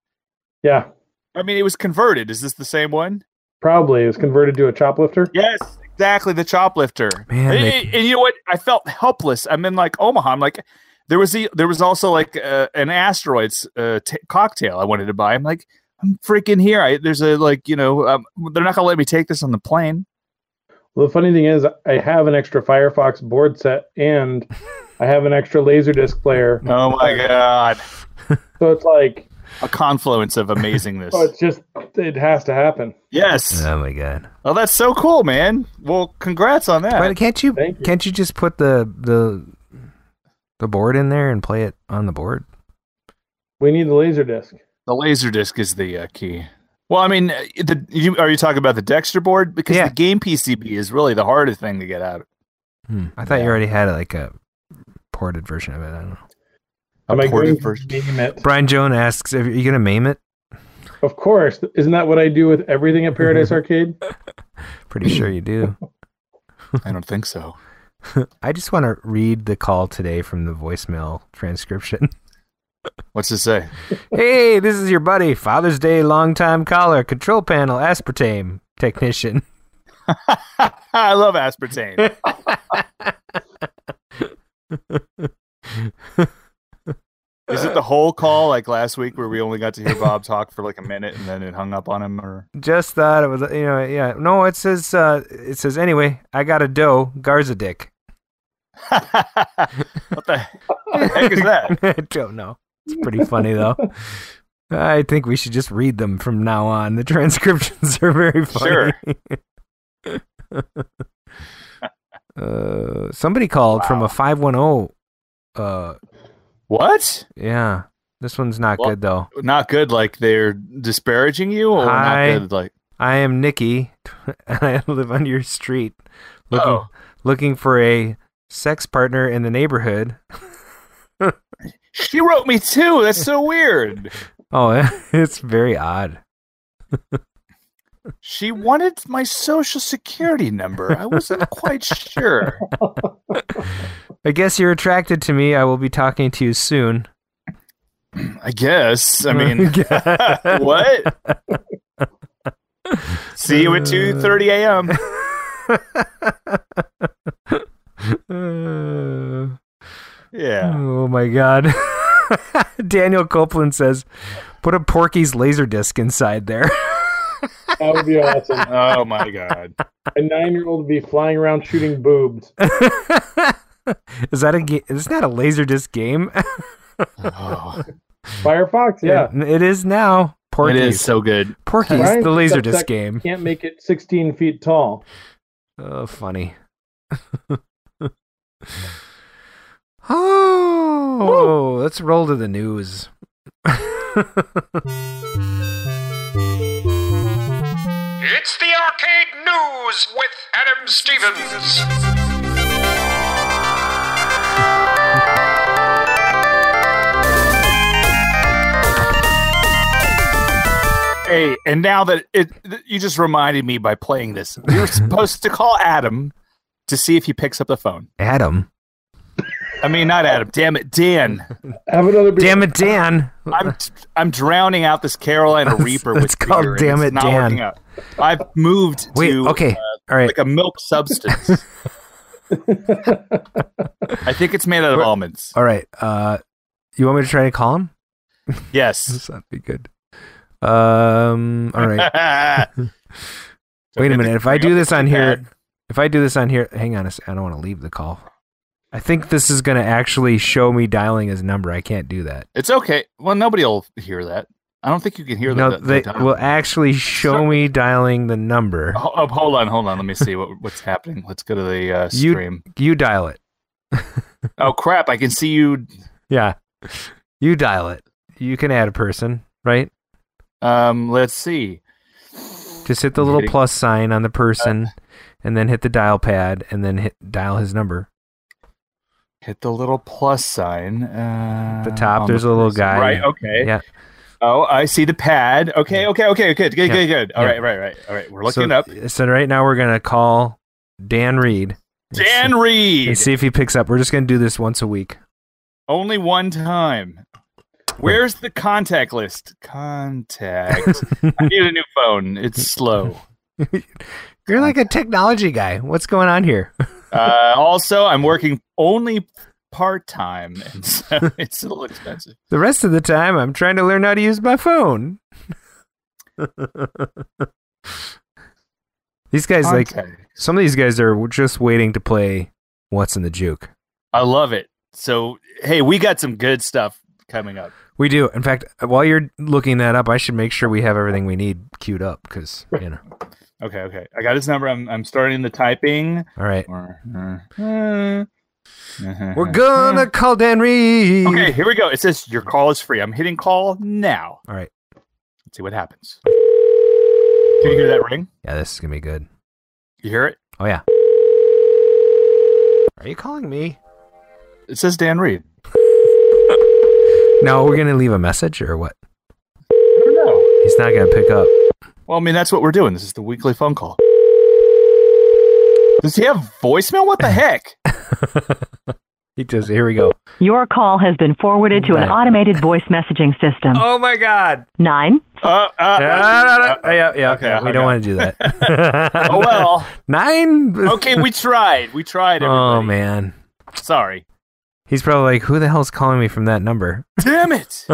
Speaker 4: Yeah,
Speaker 1: I mean, it was converted. Is this the same one?
Speaker 4: probably. It was converted to a choplifter.
Speaker 1: Yes, exactly. The choplifter.
Speaker 3: Man,
Speaker 1: and,
Speaker 3: they-
Speaker 1: and you know what? I felt helpless. I'm in like Omaha. I'm like, there was the, there was also like uh, an asteroids uh, t- cocktail I wanted to buy. I'm like, I'm freaking here. I there's a like you know um, they're not gonna let me take this on the plane.
Speaker 4: Well, the funny thing is, I have an extra Firefox board set and I have an extra Laserdisc player.
Speaker 1: Oh my god,
Speaker 4: So it's like,
Speaker 1: a confluence of amazingness.
Speaker 4: oh, it's just, it has to happen.
Speaker 1: yes.
Speaker 3: Oh my god.
Speaker 1: Oh, that's so cool, man. Well, congrats on that.
Speaker 3: But can't you,
Speaker 4: Thank you.
Speaker 3: can't you just put the the the board in there and play it on the board?
Speaker 4: We need the Laserdisc.
Speaker 1: The laser disc is the uh, key. Well, I mean, uh, the you, are you talking about the Dexter board? Because
Speaker 3: Yeah.
Speaker 1: the game PCB is really the hardest thing to get out.
Speaker 3: Hmm. I thought you
Speaker 1: Yeah.
Speaker 3: already had like a ported version of it. I don't know.
Speaker 4: Am I
Speaker 1: ported
Speaker 4: going to
Speaker 1: version.
Speaker 4: name it?
Speaker 3: Brian Joan asks, "Are you gonna maim it?"
Speaker 4: Of course. Isn't that what I do with everything at Paradise Arcade?
Speaker 3: Pretty sure you do.
Speaker 1: I don't think so.
Speaker 3: I just want to read the call today from the voicemail transcription.
Speaker 1: What's it say?
Speaker 3: hey, this is your buddy, Father's Day longtime caller, control panel aspartame technician.
Speaker 1: I love aspartame. Is it the whole call like last week where we only got to hear Bob talk for like a minute and then it hung up on him? Or
Speaker 3: Just thought it was, you know, yeah. No, it says, uh, it says anyway. I got a dough, Garza dick.
Speaker 1: what the heck is that?
Speaker 3: I don't know. It's pretty funny though. I think we should just read them from now on. The transcriptions are very funny.
Speaker 1: Sure.
Speaker 3: uh, somebody called from
Speaker 1: Wow.
Speaker 3: a five one zero. Uh,
Speaker 1: What?
Speaker 3: yeah, this one's not
Speaker 1: Well-
Speaker 3: good though.
Speaker 1: Not good. Like they're disparaging you, or
Speaker 3: Hi.
Speaker 1: not good? Like
Speaker 3: I am Nikki, and I live on your street, looking
Speaker 1: oh,
Speaker 3: looking for a sex partner in the neighborhood.
Speaker 1: she wrote me too. That's so weird.
Speaker 3: Oh, it's very odd.
Speaker 1: She wanted my social security number. I wasn't quite sure.
Speaker 3: I guess you're attracted to me. I will be talking to you soon.
Speaker 1: I guess.
Speaker 3: Uh,
Speaker 1: I mean, what? See you at two thirty a.m.
Speaker 3: Uh,
Speaker 1: Yeah.
Speaker 3: Oh my god. Daniel Copeland says, "Put a Porky's laser disc inside there."
Speaker 4: That would be awesome.
Speaker 1: Oh my god.
Speaker 4: A nine year old would be flying around shooting boobs.
Speaker 3: Is that a game? It's not a laser disc game.
Speaker 1: Oh,
Speaker 4: Firefox? Yeah.
Speaker 3: it is now.
Speaker 1: it
Speaker 3: Porky's.
Speaker 1: is so good.
Speaker 3: Porky's
Speaker 4: Right?
Speaker 3: the laser
Speaker 4: That-
Speaker 3: disc
Speaker 4: that-
Speaker 3: game.
Speaker 4: Can't make it 16 feet tall.
Speaker 3: Oh, funny. oh, let's roll to the news.
Speaker 8: It's the Arcade News with Adam Stevens.
Speaker 1: Hey, and now that it, th- you just reminded me by playing this, we were supposed to call Adam to see if he picks up the phone.
Speaker 3: Adam.
Speaker 1: I mean, not Adam. Damn it, Dan.
Speaker 4: Have another beer.
Speaker 3: Damn it, Dan.
Speaker 1: I'm I'm drowning out this Carolina Reaper.
Speaker 3: It's
Speaker 1: with
Speaker 3: called
Speaker 1: beer, and
Speaker 3: Damn
Speaker 1: it's
Speaker 3: It,
Speaker 1: not
Speaker 3: Dan.
Speaker 1: working out. I've moved
Speaker 3: Wait,
Speaker 1: to
Speaker 3: okay. All right.
Speaker 1: like a milk substance. I think it's made out of almonds.
Speaker 3: All right. Uh you want me to try to call him?
Speaker 1: Yes.
Speaker 3: That'd be good. Um all right. Wait a minute. If I do this on here, if I do this on here, hang on a sec. I don't want to leave the call. I think this is going to actually show me dialing his number. I can't do that.
Speaker 1: It's okay. Well, nobody will hear that. I don't think you can hear
Speaker 3: no,
Speaker 1: that.
Speaker 3: they will actually show me dialing the number.
Speaker 1: Ho- oh, hold on, hold on. Let me see what, what's happening. Let's go to the uh,
Speaker 3: You-
Speaker 1: stream.
Speaker 3: You dial it.
Speaker 1: Oh crap! I can see you.
Speaker 3: Yeah. You dial it. You can add a person, right?
Speaker 1: Um, let's see.
Speaker 3: Just hit the
Speaker 1: I'm
Speaker 3: little
Speaker 1: hitting-
Speaker 3: plus sign on the person
Speaker 1: Uh,
Speaker 3: and then hit the dial pad and then hit dial his number.
Speaker 1: Hit the little plus sign. Uh,
Speaker 3: the top,
Speaker 1: on
Speaker 3: there's a little
Speaker 1: person.
Speaker 3: guy.
Speaker 1: Right. Okay.
Speaker 3: Yeah.
Speaker 1: Oh, I see the pad. Okay. Okay. Okay. Good. Good.
Speaker 3: Yeah.
Speaker 1: Good. Good. All
Speaker 3: Yeah.
Speaker 1: right. Right. Right. All right. We're looking
Speaker 3: so,
Speaker 1: up.
Speaker 3: So right now we're gonna call Dan Reed. and see-
Speaker 1: Dan Reed.
Speaker 3: and see if he picks up. We're just gonna do this once a week.
Speaker 1: Only one time. Where's the contact list? Contact. I need a new phone. It's slow.
Speaker 3: You're like a technology guy. What's going on here?
Speaker 1: Uh, also, I'm working only part time, and so it's a little expensive.
Speaker 3: The rest of the time, I'm trying to learn how to use my phone. these guys, like
Speaker 1: Context.
Speaker 3: some of these guys, are just waiting to play what's in the juke.
Speaker 1: I love it. So, hey, we got some good stuff coming up.
Speaker 3: We do. In fact, while you're looking that up, I should make sure we have everything we need queued up because you know.
Speaker 1: Okay, okay. I got his number. I'm, I'm starting the typing.
Speaker 3: All right,
Speaker 1: We're
Speaker 3: we're gonna call Dan Reed.
Speaker 1: Okay, here we go. It says your call is free. I'm hitting call now.
Speaker 3: All right.
Speaker 1: Let's see what happens. Can you hear that ring?
Speaker 3: Yeah, this is gonna be good.
Speaker 1: You hear it?
Speaker 3: Oh yeah. Are you calling me?
Speaker 1: It says Dan Reed.
Speaker 3: No, we're gonna leave a message or what?
Speaker 1: I don't know.
Speaker 3: He's not gonna pick up.
Speaker 1: Well, I mean, that's what we're doing. This is the weekly phone call. Does he have voicemail? What the heck? Uh,
Speaker 3: He does. Here we go.
Speaker 9: Your call has been forwarded to an automated voice messaging system.
Speaker 3: Oh my God.
Speaker 9: Nine.
Speaker 1: Uh, uh,
Speaker 3: Yeah, no, no, no. yeah, yeah.
Speaker 1: okay,
Speaker 3: yeah, we
Speaker 1: hung
Speaker 3: don't
Speaker 1: up.
Speaker 3: want to do that.
Speaker 1: oh well.
Speaker 3: Nine.
Speaker 1: Okay, we tried. We tried. Everybody.
Speaker 3: Oh man.
Speaker 1: Sorry.
Speaker 3: He's probably like, who the hell's calling me from that number?
Speaker 1: Damn it.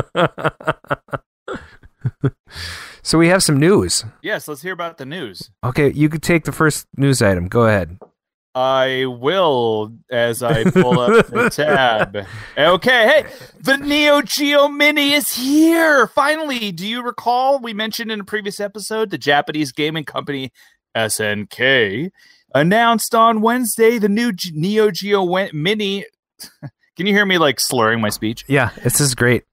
Speaker 3: so we have some news.
Speaker 1: yes, let's hear about the news.
Speaker 3: Okay, you could take the first news item. Go ahead.
Speaker 1: I will as I pull up the tab. Okay, hey, the Neo Geo Mini is here. Finally, do you recall we mentioned in a previous episode the Japanese gaming company SNK announced on Wednesday the new G- Neo Geo Wen- Mini. Can you hear me like slurring my speech?
Speaker 3: Yeah, this is great.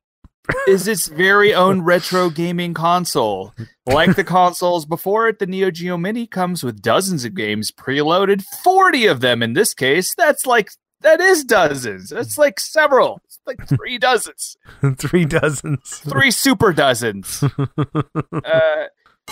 Speaker 1: is its very own retro gaming console. Like the consoles before it, the Neo Geo Mini comes with dozens of games preloaded, 40 of them in this case. That's like that is dozens. That's like several. It's like three dozens.
Speaker 3: Three dozens.
Speaker 1: Three super dozens. Uh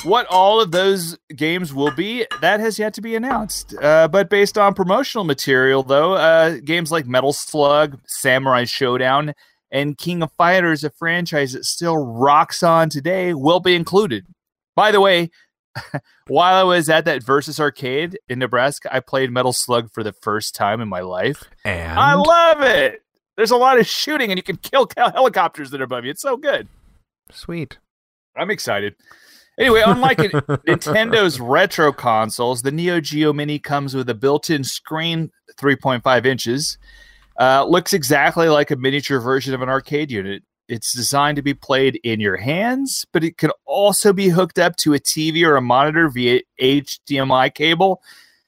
Speaker 1: what all of those games will be, that has yet to be announced. Uh, but based on promotional material, though, uh, games like Metal Slug, Samurai Showdown, and King of Fighters, a franchise that still rocks on today, will be included. By the way, while I was at that Versus Arcade in Nebraska, I played Metal Slug for the first time in my life.
Speaker 3: And
Speaker 1: I love it. There's a lot of shooting, and you can kill hel- helicopters that are above you. It's so good.
Speaker 3: sweet.
Speaker 1: I'm excited. Anyway, unlike an- Nintendo's retro consoles, the Neo Geo Mini comes with a built-in screen, 3.5 inches. Uh, looks exactly like a miniature version of an arcade unit. It's designed to be played in your hands, but it can also be hooked up to a TV or a monitor via HDMI cable.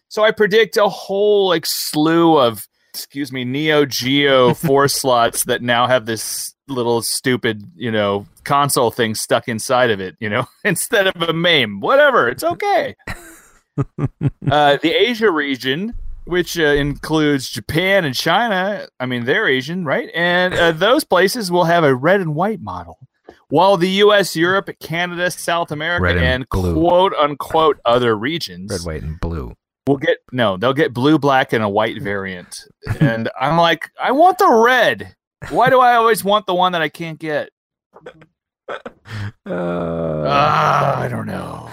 Speaker 1: So I predict a whole like slew of excuse me Neo Geo four slots that now have this little stupid you know console thing stuck inside of it. You know, instead of a MAME, whatever. It's okay. uh, the Asia region which uh, includes Japan and China. I mean, they're Asian, right? And uh, those places will have a red and white model, while the U.S., Europe, Canada, South America,
Speaker 3: Red and
Speaker 1: and,
Speaker 3: blue.
Speaker 1: quote unquote other regions
Speaker 3: Red, white, and blue.
Speaker 1: will get no. They'll get blue, black, and a white variant. and I'm like, I want the red. Why do I always want the one that I can't get?
Speaker 3: Uh,
Speaker 1: Ah, I don't know.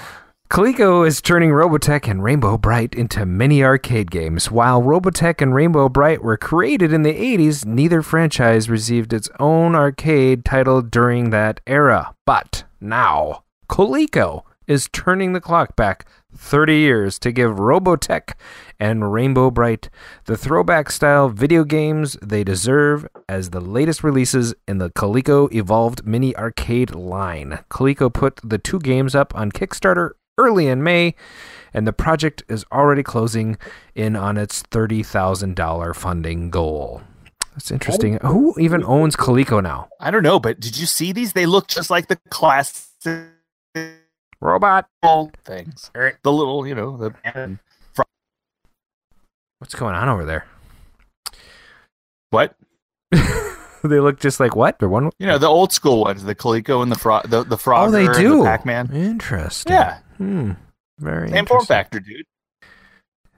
Speaker 3: Coleco is turning Robotech and Rainbow Bright into mini arcade games. While Robotech and Rainbow Bright were created in the 80s, neither franchise received its own arcade title during that era. But now, Coleco is turning the clock back 30 years to give Robotech and Rainbow Bright the throwback style video games they deserve as the latest releases in the Coleco Evolved Mini Arcade line. Coleco put the two games up on Kickstarter early in May, and the project is already closing in on its $30,000 funding goal. That's interesting. Who even owns Coleco now?
Speaker 1: I don't know. But did you see these? They look just like the classic
Speaker 3: Robot.
Speaker 1: all things. The little, you know, the
Speaker 3: What's going on over there?
Speaker 1: what?
Speaker 3: they look just like what? They're one.
Speaker 1: You know, the old school ones, the Coleco and the Frog, the the Frogger,
Speaker 3: oh, they
Speaker 1: and
Speaker 3: do.
Speaker 1: the Pac-Man.
Speaker 3: Interesting.
Speaker 1: Yeah,
Speaker 3: Hmm. Very
Speaker 1: same form
Speaker 3: interesting.
Speaker 1: factor, dude.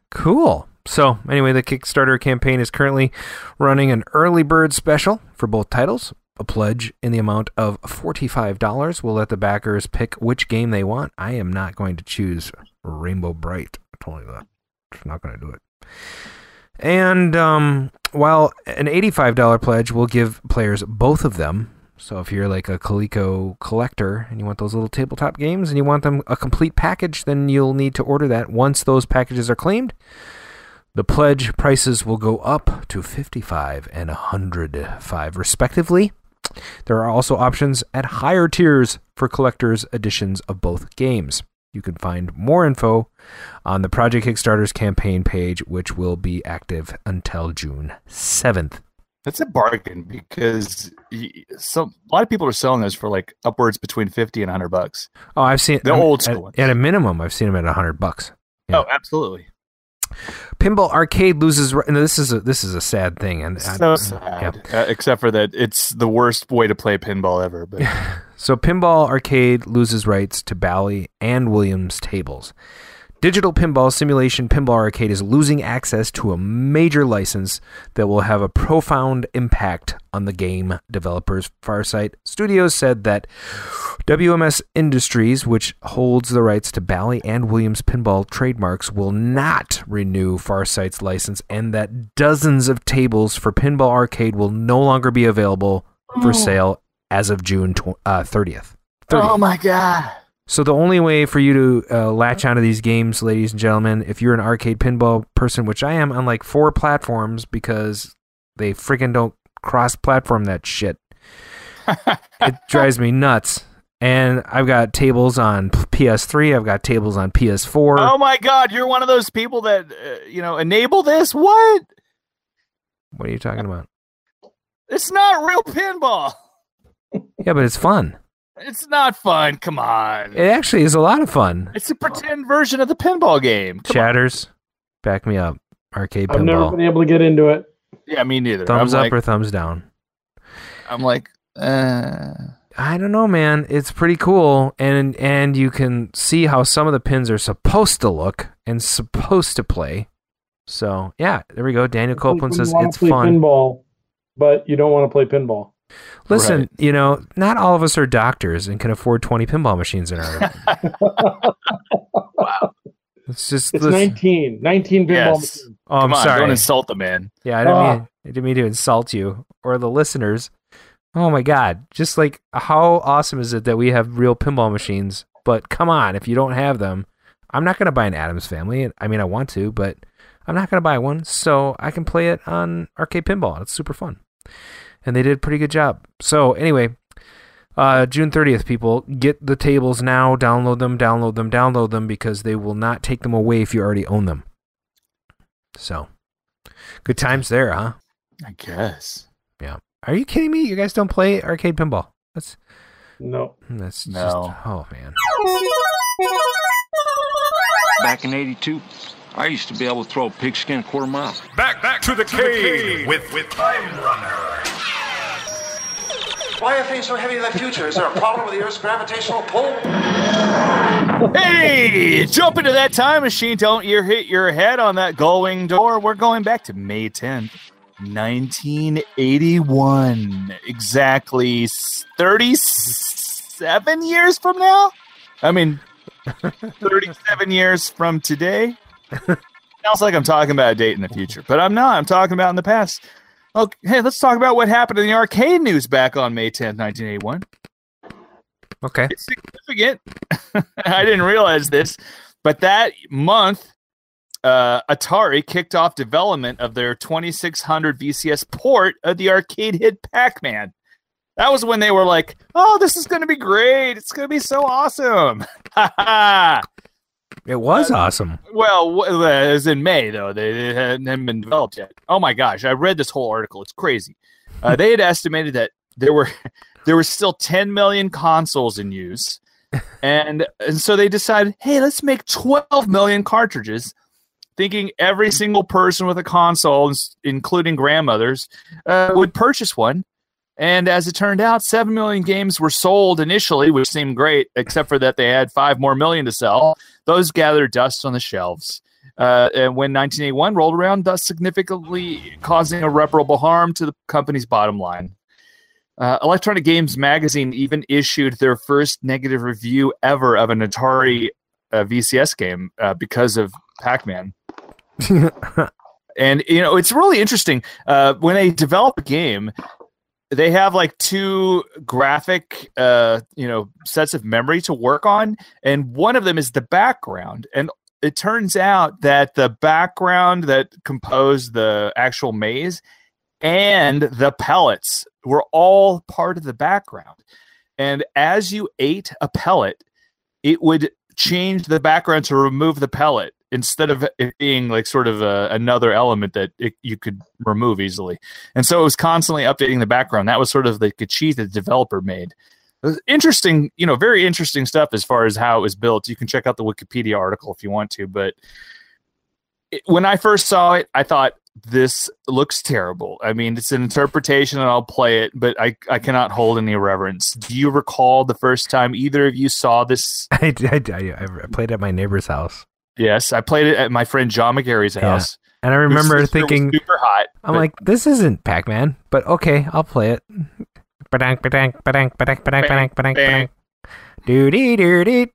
Speaker 3: Cool. So, anyway, the Kickstarter campaign is currently running an early bird special for both titles. A pledge in the amount of $45 will let the backers pick which game they want. I am not going to choose Rainbow Bright. I told you that. Just not going to do it. And um, while an $85 pledge will give players both of them, So if you're like a Coleco collector and you want those little tabletop games and you want them a complete package, then you'll need to order that. Once those packages are claimed, the pledge prices will go up to 55 and 105 respectively. There are also options at higher tiers for collectors editions of both games. You can find more info on the Project Kickstarter's campaign page, which will be active until June 7th.
Speaker 1: That's a bargain because y- some a lot of people are selling those for like upwards between fifty and hundred bucks.
Speaker 3: Oh, I've seen
Speaker 1: The
Speaker 3: I mean,
Speaker 1: old
Speaker 3: at,
Speaker 1: school ones.
Speaker 3: at a minimum, I've seen them at 100 bucks. Yeah.
Speaker 1: Oh, absolutely.
Speaker 3: Pinball Arcade loses. re- And this is a, this is a sad thing, and I-
Speaker 1: So sad. Uh, except for that, it's the worst way to play pinball ever. But
Speaker 3: So Pinball Arcade loses rights to Bally and Williams tables. Digital Pinball Simulation Pinball Arcade is losing access to a major license that will have a profound impact on the game developers. Farsight Studios said that WMS Industries, which holds the rights to Bally and Williams pinball trademarks, will not renew Farsight's license and that dozens of tables for Pinball Arcade will no longer be available for sale as of June tw- uh, 30th. 30th.
Speaker 1: my god!
Speaker 3: So the only way for you to uh, latch onto these games, ladies and gentlemen, if you're an arcade pinball person, which I am on like four platforms because they freaking don't cross-platform that shit. it drives me nuts. And I've got tables on PS3. I've got tables on PS4.
Speaker 1: Oh my god! You're one of those people that uh, you know enable this. What?
Speaker 3: What are you talking about?
Speaker 1: It's not real pinball.
Speaker 3: Yeah, but it's fun.
Speaker 1: It's not fun. Come on.
Speaker 3: It actually is a lot of fun.
Speaker 1: It's a pretend version of the pinball game. Come on.
Speaker 3: Chatters, back me up. Arcade
Speaker 4: I've never
Speaker 3: pinball.
Speaker 4: been able to get into it.
Speaker 1: Yeah, me neither.
Speaker 3: Thumbs
Speaker 1: I'm
Speaker 3: up
Speaker 1: like,
Speaker 3: or thumbs down.
Speaker 1: I'm like, uh,
Speaker 3: I don't know, man. It's pretty cool, and and you can see how some of the pins are supposed to look and supposed to play. So yeah, there we go. Daniel
Speaker 4: It's like
Speaker 3: Copeland
Speaker 4: when
Speaker 3: says
Speaker 4: you wanna
Speaker 3: it's
Speaker 4: play
Speaker 3: fun.
Speaker 4: Pinball, but you don't want to play pinball.
Speaker 3: Listen,
Speaker 1: Right.
Speaker 3: you know, not all of us are doctors and can afford twenty pinball machines in our. wow, it's just.
Speaker 4: It's
Speaker 3: let's-
Speaker 4: 19. 19 pinball.
Speaker 1: Yes.
Speaker 4: machines.
Speaker 3: oh, I'm
Speaker 1: come on,
Speaker 3: sorry.
Speaker 1: don't insult the man.
Speaker 3: yeah, I didn't,
Speaker 4: Ah.
Speaker 3: mean, I didn't mean to insult you or the listeners. Oh my god! Just like how awesome is it that we have real pinball machines? But come on, if you don't have them, I'm not going to buy an Adams Family. I mean, I want to, but I'm not going to buy one. So I can play it on arcade pinball. It's super fun, and they did a pretty good job. So anyway, uh, June 30th, people get the tables now. Download them, download them, download them because they will not take them away if you already own them. So good times there, huh?
Speaker 1: I guess.
Speaker 3: Are you kidding me? You guys don't play arcade pinball? That's hmm,
Speaker 4: No.
Speaker 3: that's
Speaker 1: No.
Speaker 3: just oh man.
Speaker 10: Back in 82, I used to be able to throw a pigskin a quarter mile.
Speaker 8: Back, back to the cave with, with Time Runner.
Speaker 11: Why are things so heavy in the future? Is there a problem with the Earth's gravitational pull?
Speaker 1: Hey, jump into that time machine. Don't you hit your head on that gullwing door. We're going back to May 10th, 1981. Exactly s- 37 years from now? I mean, 37 years from today? Sounds like I'm talking about a date in the future, but I'm not. I'm talking about in the past. Okay, hey, let's talk about what happened in the arcade news back on May 10th, 1981
Speaker 3: Okay.
Speaker 1: it's significant. I didn't realize this, but that month, uh, Atari kicked off development of their 2600 VCS port of the arcade hit Pac Man. That was when they were like, "Oh, this is going to be great! It's going to be so awesome!"
Speaker 3: It was awesome.
Speaker 1: Well, w- uh, as in May though, they they hadn't hadn't been developed yet. Oh my gosh, I read this whole article. It's crazy. Uh, they had estimated that there were there were still 10 million consoles in use, and and so they decided, hey, let's make 12 million cartridges, thinking every single person with a console, ins- including grandmothers, uh, would purchase one. And as it turned out, 7 million games were sold initially, which seemed great, except for that they had 5 more million to sell. Those gathered dust on the shelves. Uh, and when 1981 rolled around, thus significantly causing irreparable harm to the company's bottom line. Uh, Electronic Games Magazine even issued their first negative review ever of an Atari uh, VCS game uh, because of Pac Man. And you know, it's really interesting uh, when they develop a game. they have like two graphic uh you know sets of memory to work on and one of them is the background and it turns out that the background that composed the actual maze and the pellets were all part of the background and as you ate a pellet it would change the background to remove the pellet instead of it being like sort of a, another element that it, you could remove easily. And so it was constantly updating the background. That was sort of the cheat that the developer made. It was interesting, you know, very interesting stuff as far as how it was built. You can check out the Wikipedia article if you want to, but it, when I first saw it, I thought this looks terrible. I mean, it's an interpretation and I'll play it, but I, I cannot hold any reverence. Do you recall the first time either of you saw this?
Speaker 3: I, I, I, I played at my neighbor's house.
Speaker 1: Yes, I played it at my friend John McGarry's
Speaker 3: Yeah.
Speaker 1: house.
Speaker 3: And I
Speaker 1: His
Speaker 3: remember
Speaker 1: sister was
Speaker 3: thinking,
Speaker 1: super hot.
Speaker 3: I'm
Speaker 1: but-
Speaker 3: like, this isn't Pac Man, but okay, I'll play it. Ba-dank, ba-dank, ba-dank, ba-dank, ba-dank, ba-dank, ba-dank, ba-dank. Doo-dee, doo-dee.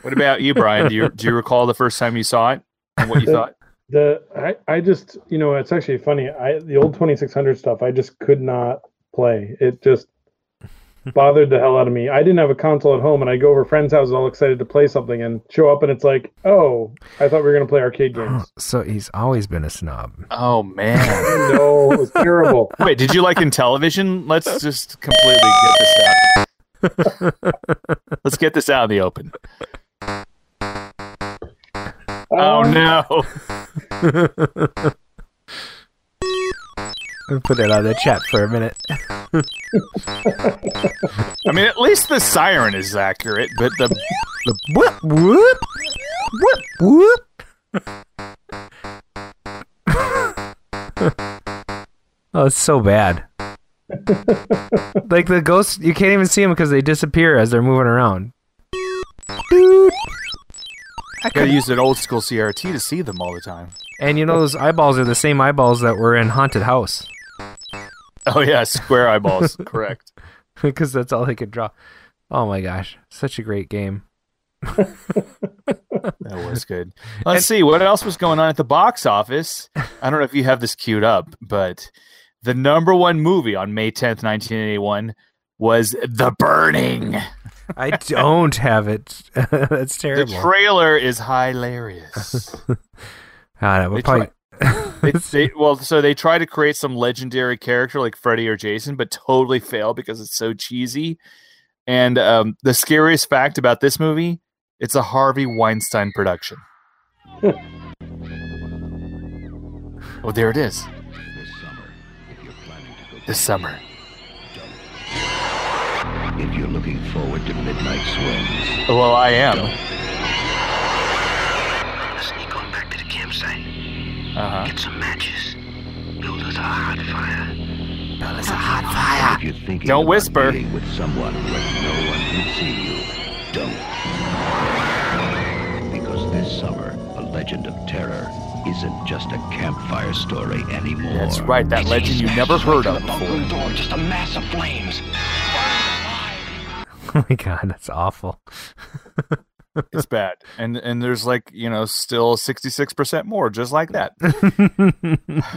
Speaker 1: What about you, Brian? Do you do you recall the first time you saw it and what you thought?
Speaker 4: The I, I just you know it's actually funny. I the old 2600 stuff I just could not play. It just bothered the hell out of me. I didn't have a console at home, and I go over friends' houses all excited to play something, and show up, and it's like, oh, I thought we were gonna play arcade games.
Speaker 3: So he's always been a snob.
Speaker 1: Oh man.
Speaker 4: no, it was terrible.
Speaker 1: Wait, did you like in television? Let's just completely get this out. Let's get this out in the open. Oh no.
Speaker 3: I'll Put it on the chat for a minute.
Speaker 1: I mean, at least the siren is accurate, but the the
Speaker 3: whoop whoop whoop whoop. Oh, it's so bad. like the ghosts, you can't even see them because they disappear as they're moving around.
Speaker 1: I gotta use an old school CRT to see them all the time.
Speaker 3: And you know those eyeballs are the same eyeballs that were in Haunted House
Speaker 1: Oh yeah, square eyeballs. Correct.
Speaker 3: because that's all they could draw. Oh my gosh, such a great game.
Speaker 1: That was good. Let's see what else was going on at the box office. I don't know if you have this queued up, but the number one movie on May 10th, 1981 was The Burning.
Speaker 3: I don't have it. that's
Speaker 1: The
Speaker 3: terrible.
Speaker 1: trailer is hilarious.
Speaker 3: God, I would
Speaker 1: They
Speaker 3: probably-
Speaker 1: It's they, well, so they try to create some legendary character like Freddy or Jason, but totally fail because it's so cheesy. And um, the scariest fact about this movie, it's a Harvey Weinstein production. Oh, there it is. This summer.
Speaker 12: If you're looking forward to midnight swims,
Speaker 1: Well, I am.
Speaker 12: sneak on back to the campsite.
Speaker 1: Uh huh.
Speaker 12: Get some matches. Build us a hot fire. Build us a hot
Speaker 7: fire.
Speaker 12: If you're thinking
Speaker 1: Don't
Speaker 12: about
Speaker 1: whisper.
Speaker 12: being with someone where no one can see you, don't. Because this summer, a legend of terror isn't just a campfire story anymore.
Speaker 1: That's right. That legend you never heard of before.
Speaker 12: Door, just a mass of flames.
Speaker 3: Oh my god, that's awful.
Speaker 1: It's bad. And and there's like, you know, still 66% more just like that.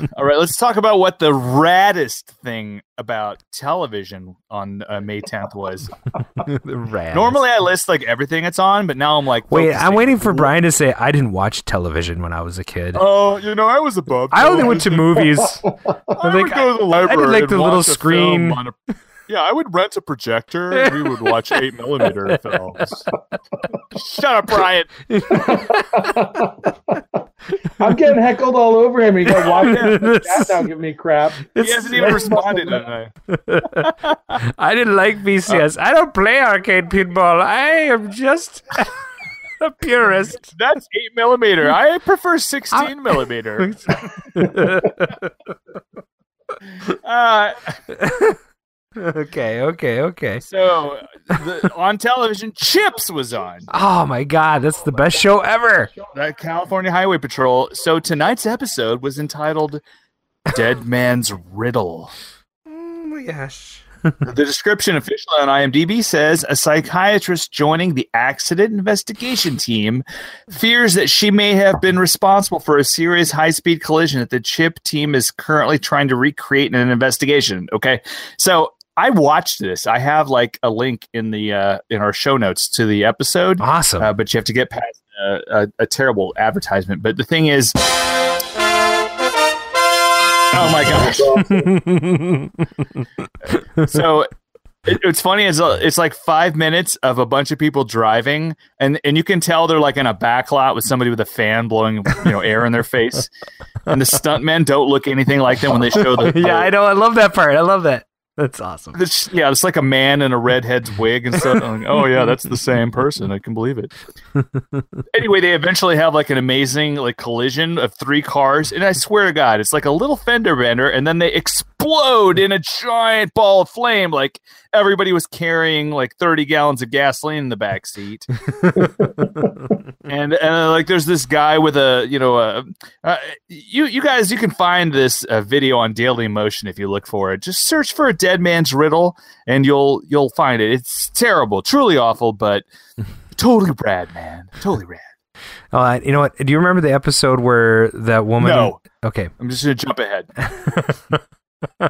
Speaker 1: All right, let's talk about what the raddest thing about television on uh, May 10th was.
Speaker 3: the rad.
Speaker 1: Normally, I list like everything it's on, but now I'm like,
Speaker 3: Wait,
Speaker 1: focusing.
Speaker 3: I'm waiting for Brian to say I didn't watch television when I was a kid.
Speaker 1: Oh, you know, I was above.
Speaker 3: I only went to movies.
Speaker 1: I would go to the
Speaker 3: I
Speaker 1: library.
Speaker 3: did like
Speaker 1: and
Speaker 3: the little
Speaker 1: watch a film
Speaker 3: screen.
Speaker 1: on a- yeah, I would rent a projector. and We would watch eight millimeter films. Shut up, Brian.
Speaker 4: I'm getting heckled all over him. He got walking in the
Speaker 3: This-
Speaker 4: chat now, giving me crap.
Speaker 1: He hasn't even responded. I-
Speaker 3: I didn't like
Speaker 1: Uh,
Speaker 3: VCS. I don't play arcade pinball. I am just a purist.
Speaker 1: That's eight millimeter. I prefer sixteen millimeter. Uh,
Speaker 3: okay, okay, okay.
Speaker 1: so the, on television, Chips was on.
Speaker 3: Oh my god, that's the best show ever.
Speaker 1: That California Highway Patrol. So tonight's episode was entitled "Dead Man's Riddle."
Speaker 3: Oh yes.
Speaker 1: The description officially on IMDb says a psychiatrist joining the accident investigation team fears that she may have been responsible for a serious high speed collision that the CHIP team is currently trying to recreate in an investigation. Okay. So I watched this. I have like a link in the uh, in our show notes to the episode.
Speaker 3: Awesome.
Speaker 1: Uh, but you have to get past uh, a, a terrible advertisement. But the thing is, oh my gosh. so it, it's funny is uh, it's like five minutes of a bunch of people driving and and you can tell they're like in a back lot with somebody with a fan blowing you know air in their face and the stuntmen don't look anything like them when they show the
Speaker 3: yeah, I know. I love that part. I love that. That's awesome.
Speaker 1: It's, yeah, it's like a man in a redhead's wig and stuff. I'm like, oh yeah, that's the same person. I can believe it. anyway, they eventually have like an amazing like collision of three cars, and I swear to God, it's like a little fender bender, and then they explode in a giant ball of flame. Like everybody was carrying like thirty gallons of gasoline in the back seat, and and uh, like there's this guy with a you know a, uh, you you guys you can find this uh, video on Daily Motion if you look for it. Just search for a dead man's riddle and you'll you'll find it it's terrible truly awful but totally rad man totally rad
Speaker 3: uh, you know what do you remember the episode where that woman
Speaker 1: No.
Speaker 3: okay
Speaker 1: i'm just gonna jump ahead
Speaker 3: all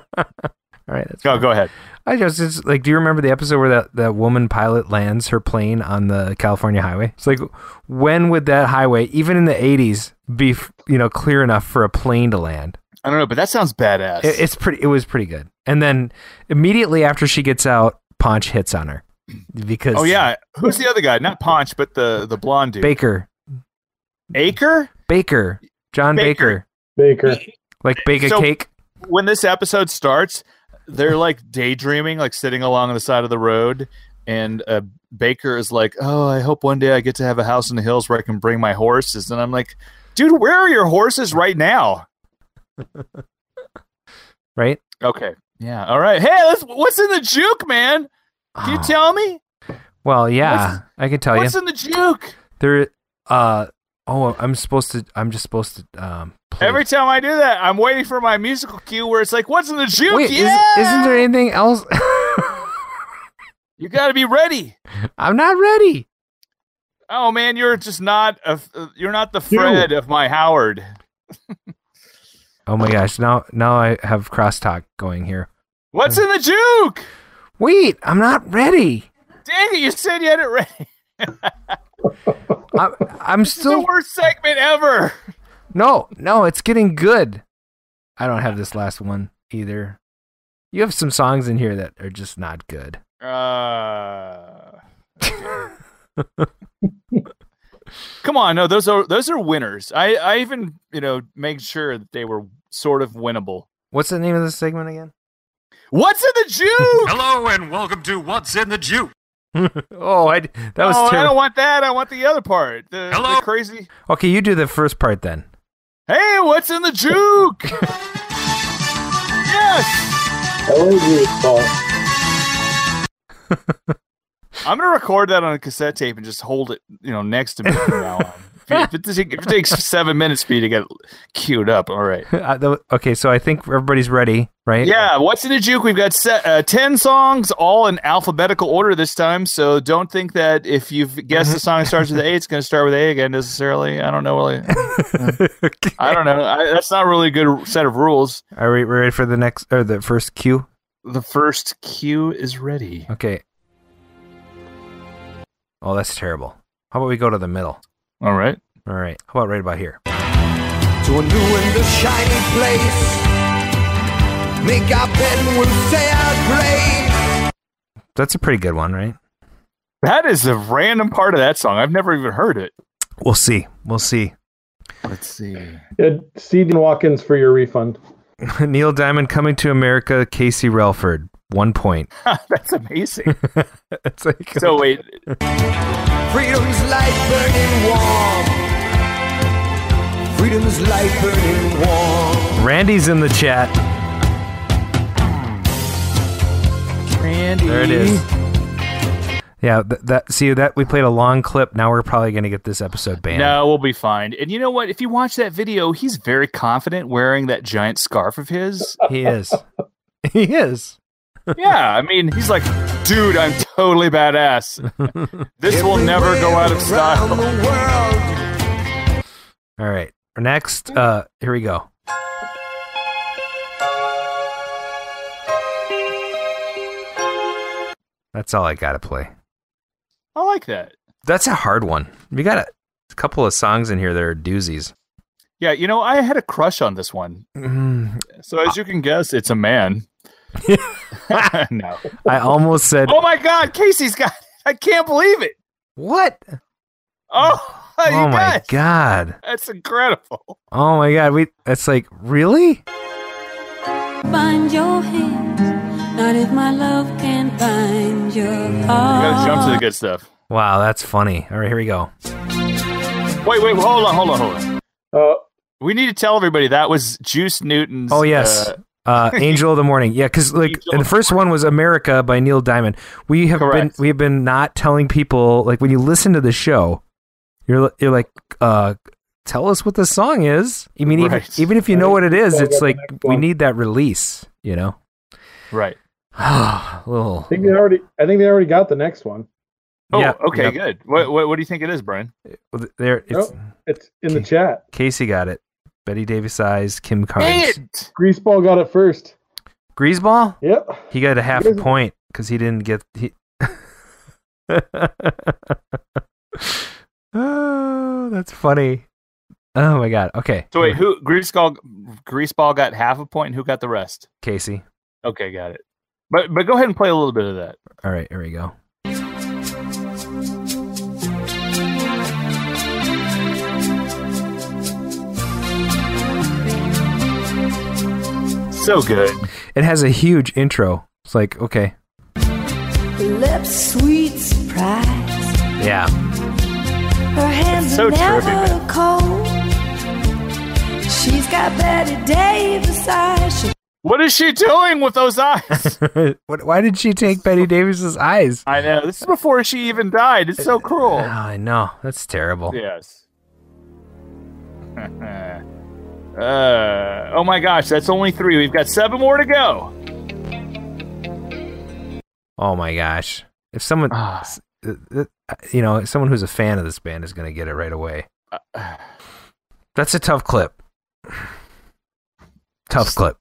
Speaker 3: right that's
Speaker 1: go go ahead
Speaker 3: i just it's like do you remember the episode where that, that woman pilot lands her plane on the california highway it's like when would that highway even in the 80s be f- you know clear enough for a plane to land
Speaker 1: i don't know but that sounds badass
Speaker 3: It- it's pretty. It was pretty good. And then immediately after she gets out, Ponch hits on her because
Speaker 1: oh yeah who's the other guy not ponch but the the blonde dude
Speaker 3: Baker,
Speaker 1: acre
Speaker 3: Baker, John Baker,
Speaker 4: Baker,
Speaker 3: like bake a
Speaker 1: So-
Speaker 3: cake.
Speaker 1: when this episode starts they're like daydreaming like sitting along the side of the road and uh, baker is like oh i hope one day i get to have a house in the hills where i can bring my horses and i'm like dude where are your horses right now
Speaker 3: Right?
Speaker 1: Okay. Yeah. All right. Hey, let's, what's in the juke, man? Can you tell me
Speaker 3: Ah, Well, yeah, I can tell you
Speaker 1: what's in the juke?
Speaker 3: there. Uh oh, I'm supposed to. I'm just supposed to. Um, play.
Speaker 1: Every time I do that, I'm waiting for my musical cue where it's like, "What's in the juke?"
Speaker 3: Wait, is,
Speaker 1: yeah,
Speaker 3: isn't there anything else?
Speaker 1: you got to be ready.
Speaker 3: I'm not ready.
Speaker 1: Oh man, you're just not a you're not the Fred of my Howard.
Speaker 3: Oh my gosh! Now, now I have crosstalk going here.
Speaker 1: What's in the juke?
Speaker 3: Wait, I'm not ready.
Speaker 1: Dang it! You said you had it ready.
Speaker 3: I'm, I'm
Speaker 1: the
Speaker 3: still
Speaker 1: worst segment ever.
Speaker 3: No, no, it's getting good. I don't have this last one either. You have some songs in here that are just not good.
Speaker 1: Uh, come on, no, those are those are winners. I I even you know made sure that they were sort of winnable.
Speaker 3: What's the name of this segment again?
Speaker 1: What's in the juke?
Speaker 8: Hello and welcome to What's in the Jew.
Speaker 3: oh, I, that was
Speaker 1: oh, I
Speaker 3: terrible.
Speaker 1: don't want that. I want the other part. The,
Speaker 8: Hello?
Speaker 1: the crazy.
Speaker 3: Okay, you do the first part then.
Speaker 1: Hey, what's in the juke? yes, I'm gonna record that on a cassette tape and just hold it, you know, next to me from now on. If it, if it takes- if it takes seven minutes for you to get it queued up, all right.
Speaker 3: Uh, the- okay, so I think everybody's ready, right?
Speaker 1: Yeah, what's in the juke? We've got set, uh, ten songs, all in alphabetical order this time. So don't think that if you've guessed the song starts with A, it's going to start with A again necessarily. I don't know. Really,
Speaker 3: Okay.
Speaker 1: I don't know. I, that's not really a good set of rules.
Speaker 3: Are we ready for the next or the first cue?
Speaker 1: The first cue is ready.
Speaker 3: Okay. Oh, that's terrible. How about we go to the middle?
Speaker 1: All right.
Speaker 3: All right. How about right about here?
Speaker 13: to a new and a shiny place. Make our bed and we'll say our grace.
Speaker 3: That's a pretty good one, right?
Speaker 1: That is a random part of that song. I've never even heard it.
Speaker 3: We'll see. We'll see.
Speaker 1: Let's see.
Speaker 4: Yeah, see Dean Watkins for your refund.
Speaker 3: Neil Diamond coming to America, Casey Relford, one point.
Speaker 1: that's amazing.
Speaker 3: it's like
Speaker 1: so wait,
Speaker 13: Freedom's light burning warm. Freedom's light burning warm.
Speaker 3: Randy's in the chat.
Speaker 1: Randy.
Speaker 3: There it is. Yeah, th- that see that we played a long clip. Now we're probably gonna get this episode banned.
Speaker 1: No, we'll be fine. And you know what? If you watch that video, he's very confident wearing that giant scarf of his.
Speaker 3: He is. he is.
Speaker 1: yeah, I mean, he's like, dude, I'm totally badass. this will never go out of
Speaker 13: Around
Speaker 1: style.
Speaker 13: the world.
Speaker 3: All right. Next, uh, here we go. That's all I gotta play.
Speaker 1: I like that.
Speaker 3: That's a hard one. We got a, a couple of songs in here that are doozies.
Speaker 1: Yeah, you know, I had a crush on this one.
Speaker 3: Mm,
Speaker 1: So as you can guess, it's a man. no.
Speaker 3: I almost said
Speaker 1: Oh my god, Casey's got it. I can't believe it.
Speaker 3: What?
Speaker 1: Oh, you
Speaker 3: Oh my
Speaker 1: guys.
Speaker 3: god.
Speaker 1: That's incredible.
Speaker 3: Oh my god. We that's like really?
Speaker 14: Bind your hands, not if my love can bind your
Speaker 1: We gotta jump to the
Speaker 14: heart.
Speaker 1: good stuff.
Speaker 3: Wow, that's funny. All right, here we go.
Speaker 1: Wait, wait, hold on, hold on, hold
Speaker 4: Uh,
Speaker 1: on. we need to tell everybody that was Juice Newton's
Speaker 3: Oh yes.
Speaker 1: uh,
Speaker 3: Uh, Angel of the Morning, yeah, because like and the first one was America by Neil Diamond. We have been we have been not telling people like when you listen to the show, you're you're like, uh, tell us what the song is. I mean,
Speaker 1: Right.
Speaker 3: even, even if you know what it is,
Speaker 1: Yeah, that's
Speaker 3: it's
Speaker 1: the
Speaker 3: like
Speaker 1: next
Speaker 3: we
Speaker 1: one.
Speaker 3: need that release, you know.
Speaker 1: Right.
Speaker 3: Little
Speaker 4: I think they already. I think they already got the next one.
Speaker 1: Oh,
Speaker 3: Yeah,
Speaker 1: okay,
Speaker 3: yeah.
Speaker 1: good. What, what what do you think it is, Brian?
Speaker 3: there, it's,
Speaker 4: Oh, it's in the chat.
Speaker 3: Casey got it. Betty Davis eyes, Kim
Speaker 1: Dang
Speaker 3: Carnes.
Speaker 1: it!
Speaker 4: Greaseball got it first.
Speaker 3: Greaseball?
Speaker 4: Yep.
Speaker 3: He got a half
Speaker 4: He
Speaker 3: a
Speaker 4: doesn't-
Speaker 3: point because he didn't get. He... oh, that's funny. Oh my god. Okay.
Speaker 1: So wait, who Greaseball Greaseball got half a point and who got the rest?
Speaker 3: Casey.
Speaker 1: Okay, got it. But but go ahead and play a little bit of that.
Speaker 3: All right, here we go.
Speaker 1: So good.
Speaker 3: It has a huge intro. It's like okay,
Speaker 15: Lips, sweet surprise.
Speaker 3: yeah.
Speaker 15: Her hands
Speaker 3: so
Speaker 15: are never
Speaker 3: trippy,
Speaker 15: cold. She's got Betty Davis eyes. She
Speaker 1: What is she doing with those eyes?
Speaker 3: what, why did she take Betty Davis's eyes?
Speaker 1: I know. This is before she even died. It's so
Speaker 3: Oh,
Speaker 1: cruel.
Speaker 3: I know. That's terrible.
Speaker 1: Uh, Yes. uh, oh my gosh, that's only three. We've got seven more to go.
Speaker 3: Oh my gosh. If someone,
Speaker 1: Ah.
Speaker 3: s- uh, uh, you know, someone who's a fan of this band is going to get it right away.
Speaker 1: Uh,
Speaker 3: That's a tough clip. Tough clip.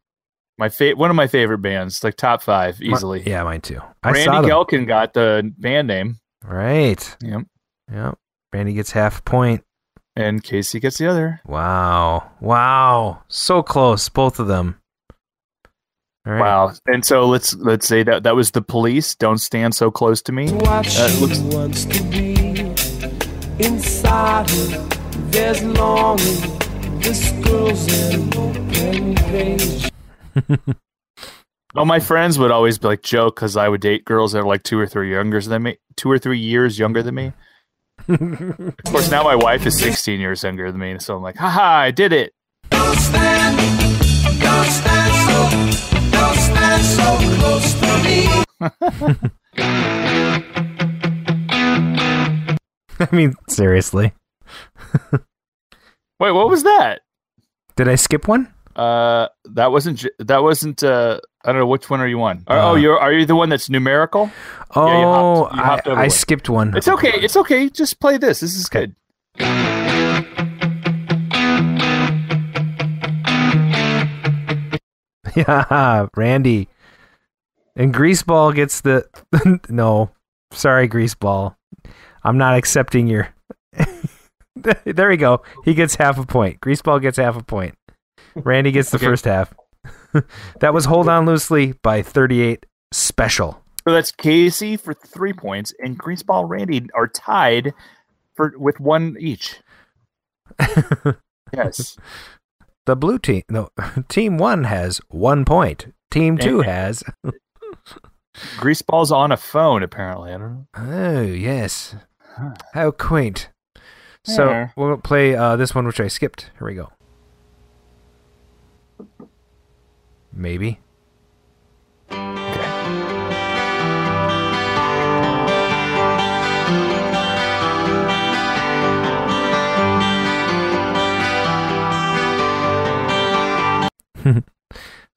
Speaker 1: My fa- one of my favorite bands, like top five
Speaker 3: My-
Speaker 1: easily.
Speaker 3: yeah, mine too. I
Speaker 1: Randy
Speaker 3: saw them.
Speaker 1: Gelkin got the band name,
Speaker 3: Right.
Speaker 1: Yep.
Speaker 3: Yep. Brandy gets half a point.
Speaker 1: and Casey gets the other.
Speaker 3: Wow. Wow. So close, both of them. All right.
Speaker 1: Wow. And so let's let's say that that was the police. Don't stand so close to me.
Speaker 13: What
Speaker 1: Uh,
Speaker 13: she
Speaker 1: looks-
Speaker 13: wants to be inside her, there's longing. This girl's an open page.
Speaker 1: Well, my friends would always be like joke because I would date girls that are like two or three younger than me, two or three years younger than me. Of course, now my wife is 16 years younger than me, so I'm like, haha, I did it.
Speaker 13: Don't stand, don't stand so, don't stand so close to me.
Speaker 3: I mean, seriously.
Speaker 1: Wait, what was that?
Speaker 3: Did I skip one?
Speaker 1: Uh, that wasn't j- that wasn't. Uh, I don't know which one are you on. Are-
Speaker 3: Uh.
Speaker 1: oh, you're are you the one that's numerical?
Speaker 3: Oh,
Speaker 1: you hopped- you hopped
Speaker 3: I,
Speaker 1: over
Speaker 3: I
Speaker 1: one.
Speaker 3: skipped one.
Speaker 1: It's okay. It's okay. Just play this. This is good.
Speaker 3: Yeah, Randy. And Greaseball gets the no. Sorry, Greaseball. I'm not accepting your. there we go. He gets half a point. Greaseball gets half a point. Randy gets the first half. that was Hold On Loosely by 38 Special.
Speaker 1: So that's Casey for three points, and Greaseball Randy are tied for with one each. yes.
Speaker 3: The blue team, no, team one has one point. Team two has.
Speaker 1: Greaseball's on a phone, apparently. I don't know.
Speaker 3: Oh yes, how quaint. So
Speaker 1: Yeah.
Speaker 3: we'll play uh, this one, which I skipped. Here we go. Maybe.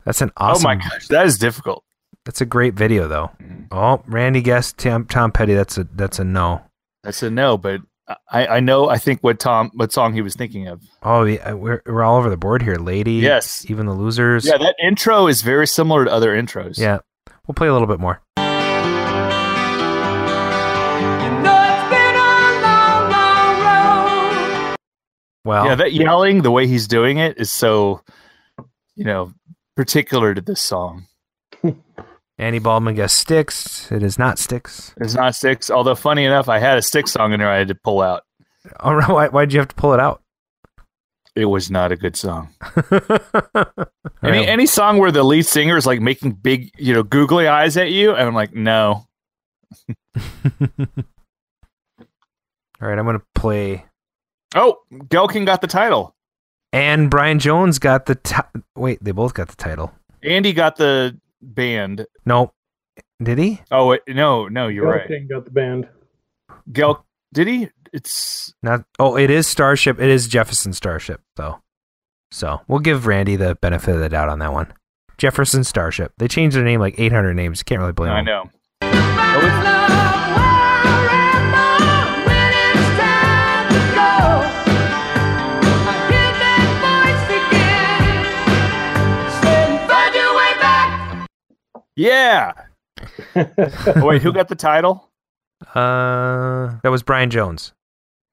Speaker 3: That's an awesome.
Speaker 1: Oh my gosh, that is difficult.
Speaker 3: That's a great video, though.
Speaker 1: Mm.
Speaker 3: Oh, Randy guessed Tom, Tom Petty. That's a that's a no.
Speaker 1: That's a no, but I, I know I think what Tom what song he was thinking of.
Speaker 3: Oh, yeah, we're we're all over the board here, lady.
Speaker 1: Yes.
Speaker 3: even the losers.
Speaker 1: Yeah, that intro is very similar to other intros.
Speaker 3: Yeah. We'll play a little bit more. Well,
Speaker 1: yeah, that yelling, the way he's doing it, is so, you know, particular to this song.
Speaker 3: Annie Baldwin guessed sticks. It is not sticks.
Speaker 1: It's not six. Although, funny enough, I had a six song in there I had to pull out.
Speaker 3: Oh, no, why, why'd you have to pull it out?
Speaker 1: It was not a good song. any any song where the lead singer is like making big, you know, googly eyes at you, and I'm like, no.
Speaker 3: All right, I'm going to play.
Speaker 1: Oh, Gelkin got the title.
Speaker 3: And Brian Jones got the. Ti- Wait, they both got the title.
Speaker 1: Andy got the band.
Speaker 3: No. Did he?
Speaker 1: Oh wait, no, no, you're right.
Speaker 4: King got the band.
Speaker 1: Gel, did he? It's
Speaker 3: Not. Oh, it is Starship. It is Jefferson Starship, though. So we'll give Randy the benefit of the doubt on that one. Jefferson Starship. They changed their name like 800 names. Can't really blame
Speaker 1: I
Speaker 3: them.
Speaker 1: know. Yeah. Oh, wait, who got the title?
Speaker 3: Uh, that was Brian Jones.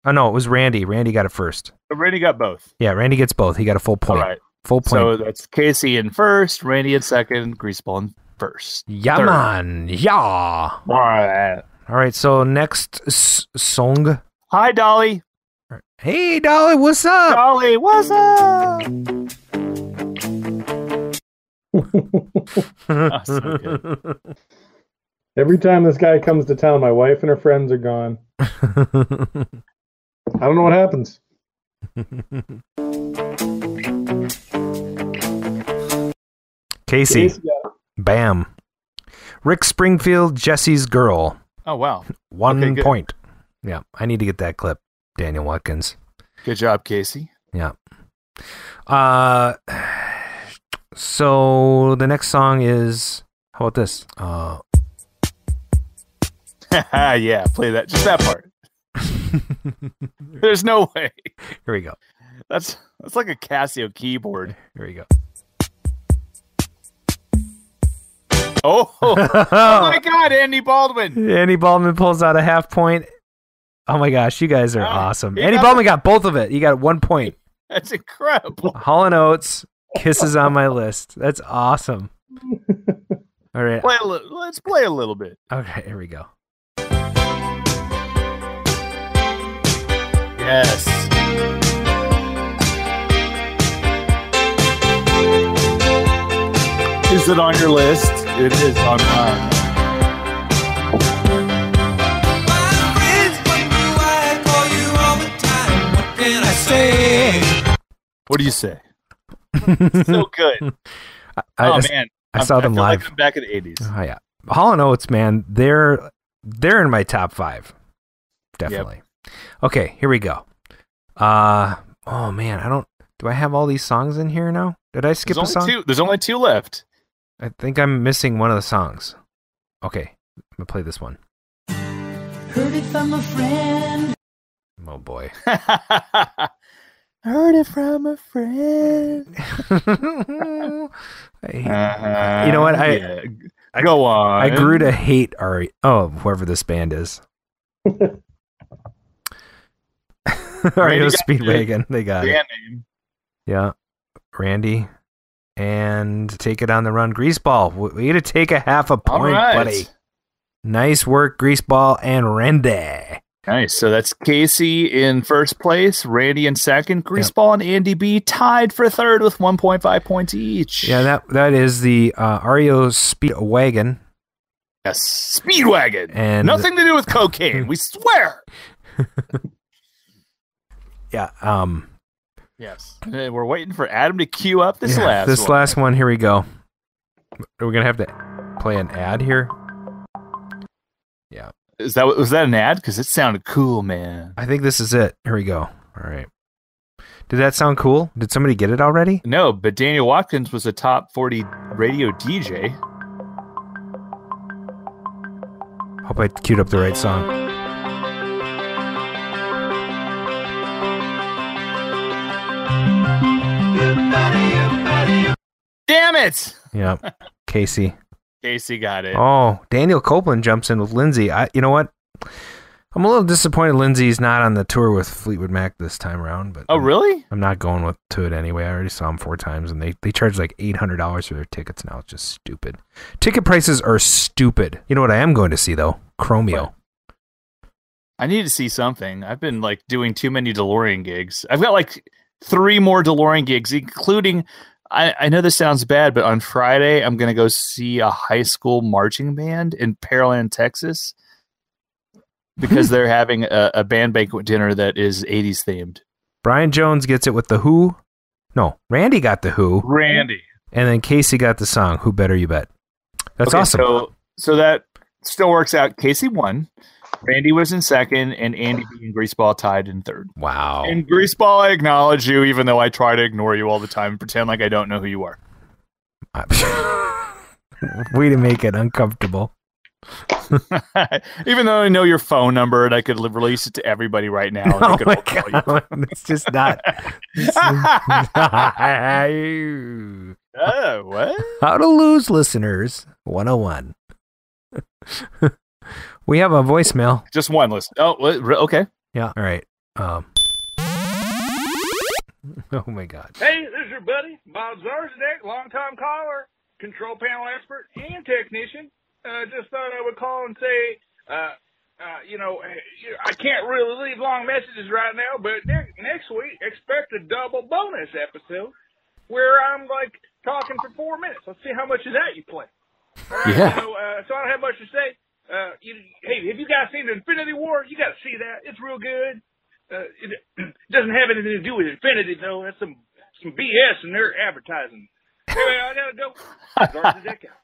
Speaker 3: Oh no, it was Randy. Randy got it first.
Speaker 1: Randy got both.
Speaker 3: Yeah, Randy gets both. He got a full point.
Speaker 1: All right.
Speaker 3: Full point.
Speaker 1: So that's Casey in first, Randy in second, Greaseball in first.
Speaker 3: yeah,
Speaker 1: Third.
Speaker 3: man. Yeah.
Speaker 1: All right.
Speaker 3: All right. So next s- song.
Speaker 1: Hi, Dolly.
Speaker 3: Hey, Dolly. What's up?
Speaker 1: Dolly, what's up? Oh, so good.
Speaker 4: Every time this guy comes to town, my wife and her friends are gone. I don't know what happens.
Speaker 3: Casey. Bam. Rick Springfield, Jesse's girl.
Speaker 1: Oh, wow.
Speaker 3: One
Speaker 1: Okay, good.
Speaker 3: point. Yeah, I need to get that clip, Daniel Watkins.
Speaker 1: Good job, Casey.
Speaker 3: Yeah. Uh, so the next song is how about this? Uh,
Speaker 1: yeah, play that. Just that part. There's no way.
Speaker 3: here we go.
Speaker 1: That's that's like a Casio keyboard.
Speaker 3: Here we go.
Speaker 1: Oh, oh my God, Andy Baldwin.
Speaker 3: Andy Baldwin pulls out a half point. Oh my gosh, you guys are awesome.
Speaker 1: he
Speaker 3: Andy
Speaker 1: got
Speaker 3: Baldwin got both of it. You got one point.
Speaker 1: That's incredible.
Speaker 3: Hall and Oates, kisses on my list. That's awesome. All right.
Speaker 1: Play a li- let's play a little bit.
Speaker 3: Okay, here we go.
Speaker 1: Yes. Is it on your list? It is on mine. What do you say? So good.
Speaker 3: I- I
Speaker 1: oh
Speaker 3: s-
Speaker 1: man,
Speaker 3: I
Speaker 1: I'm-
Speaker 3: saw them
Speaker 1: feel
Speaker 3: live.
Speaker 1: Like I'm back in the '80s.
Speaker 3: Oh yeah, Hall and Oates, man, they're they're in my top five, definitely. Okay, here we go. Uh oh man, I don't. Do I have all these songs in here now? Did I skip
Speaker 1: There's only
Speaker 3: a song?
Speaker 1: two. There's only two left.
Speaker 3: I think I'm missing one of the songs. Okay, I'm gonna play this one.
Speaker 15: Heard it from a friend.
Speaker 3: Oh boy.
Speaker 1: Heard it from a friend.
Speaker 3: I hate- you know what? I
Speaker 1: Yeah. Go on.
Speaker 3: I grew to hate Ari. Oh, whoever this band is. REO
Speaker 1: got
Speaker 3: Speedwagon. They got it.
Speaker 1: band name.
Speaker 3: Yeah. Randy. And take it on the run. Greaseball. W- Way to take a half a
Speaker 1: All
Speaker 3: point,
Speaker 1: right.
Speaker 3: buddy. Nice work, Greaseball and Randy.
Speaker 1: Nice. So that's Casey in first place, Randy in second, Greaseball and Andy B tied for third with 1.5 points each.
Speaker 3: Yeah, that that is the uh, REO Speedwagon.
Speaker 1: Yes. Speedwagon.
Speaker 3: And-
Speaker 1: Nothing to do with cocaine. we swear.
Speaker 3: Yeah. Um.
Speaker 1: Yes. Hey, We're waiting for Adam to queue up this
Speaker 3: yeah,
Speaker 1: last
Speaker 3: this
Speaker 1: one.
Speaker 3: last one. Here we go. We're gonna have to play an ad here. Yeah.
Speaker 1: Is that was that an ad? Because it sounded cool, man.
Speaker 3: I think this is it. Here we go. All right. Did that sound cool? Did somebody get it already?
Speaker 1: No, but Daniel Watkins was a top 40 radio DJ.
Speaker 3: Hope I queued up the right song.
Speaker 1: Damn it!
Speaker 3: Yeah. Casey.
Speaker 1: Casey got it.
Speaker 3: Oh, Daniel Copeland jumps in with Lindsay. I, you know what? I'm a little disappointed Lindsay's not on the tour with Fleetwood Mac this time around, but
Speaker 1: Oh, really?
Speaker 3: I'm not going with to it anyway. I already saw them four times, and they, they charge like eight hundred dollars for their tickets now. It's just stupid. Ticket prices are stupid. You know what I am going to see though? Chromeo.
Speaker 1: I need to see something. I've been like doing too many DeLorean gigs. I've got like three more DeLorean gigs, including. I, I know this sounds bad, but on Friday I'm going to go see a high school marching band in Pearland, Texas, because they're having a, a band banquet dinner that is 80s themed.
Speaker 3: Brian Jones gets it with the Who. No, Randy got the Who.
Speaker 1: Randy.
Speaker 3: And then Casey got the song Who Better You Bet. That's
Speaker 1: Okay,
Speaker 3: awesome.
Speaker 1: So, so that still works out. Casey won. Randy was in second, and Andy B and Greaseball tied in third.
Speaker 3: Wow.
Speaker 1: And Greaseball, I acknowledge you, even though I try to ignore you all the time and pretend like I don't know who you are.
Speaker 3: Way to make it uncomfortable.
Speaker 1: even though I know your phone number and I could li- release it to everybody right now. and
Speaker 3: Oh
Speaker 1: they could
Speaker 3: my
Speaker 1: all call you.
Speaker 3: God. It's just not. it's not-
Speaker 1: Oh, what?
Speaker 3: How to lose listeners 101. we have a voicemail.
Speaker 1: Just one list. Oh, what- re- okay.
Speaker 3: Yeah. All right. Um, oh my God.
Speaker 16: Hey, this is your buddy, Bob Zarzadek, longtime caller, control panel expert, and technician. Uh, just thought I would call and say, uh, uh, you know, eh, you- I can't really leave long messages right now, but ne- next week, expect a double bonus episode where I'm, like, talking for four minutes. Let's see how much of that you play. All right,
Speaker 1: Yeah.
Speaker 16: So, uh, so I don't have much to say. Uh, you, hey, have you guys seen Infinity War? You got to see that. It's real good. Uh, it doesn't have anything to do with Infinity, though. That's some some BS in their advertising. Anyway, I gotta go. Zarzadek out.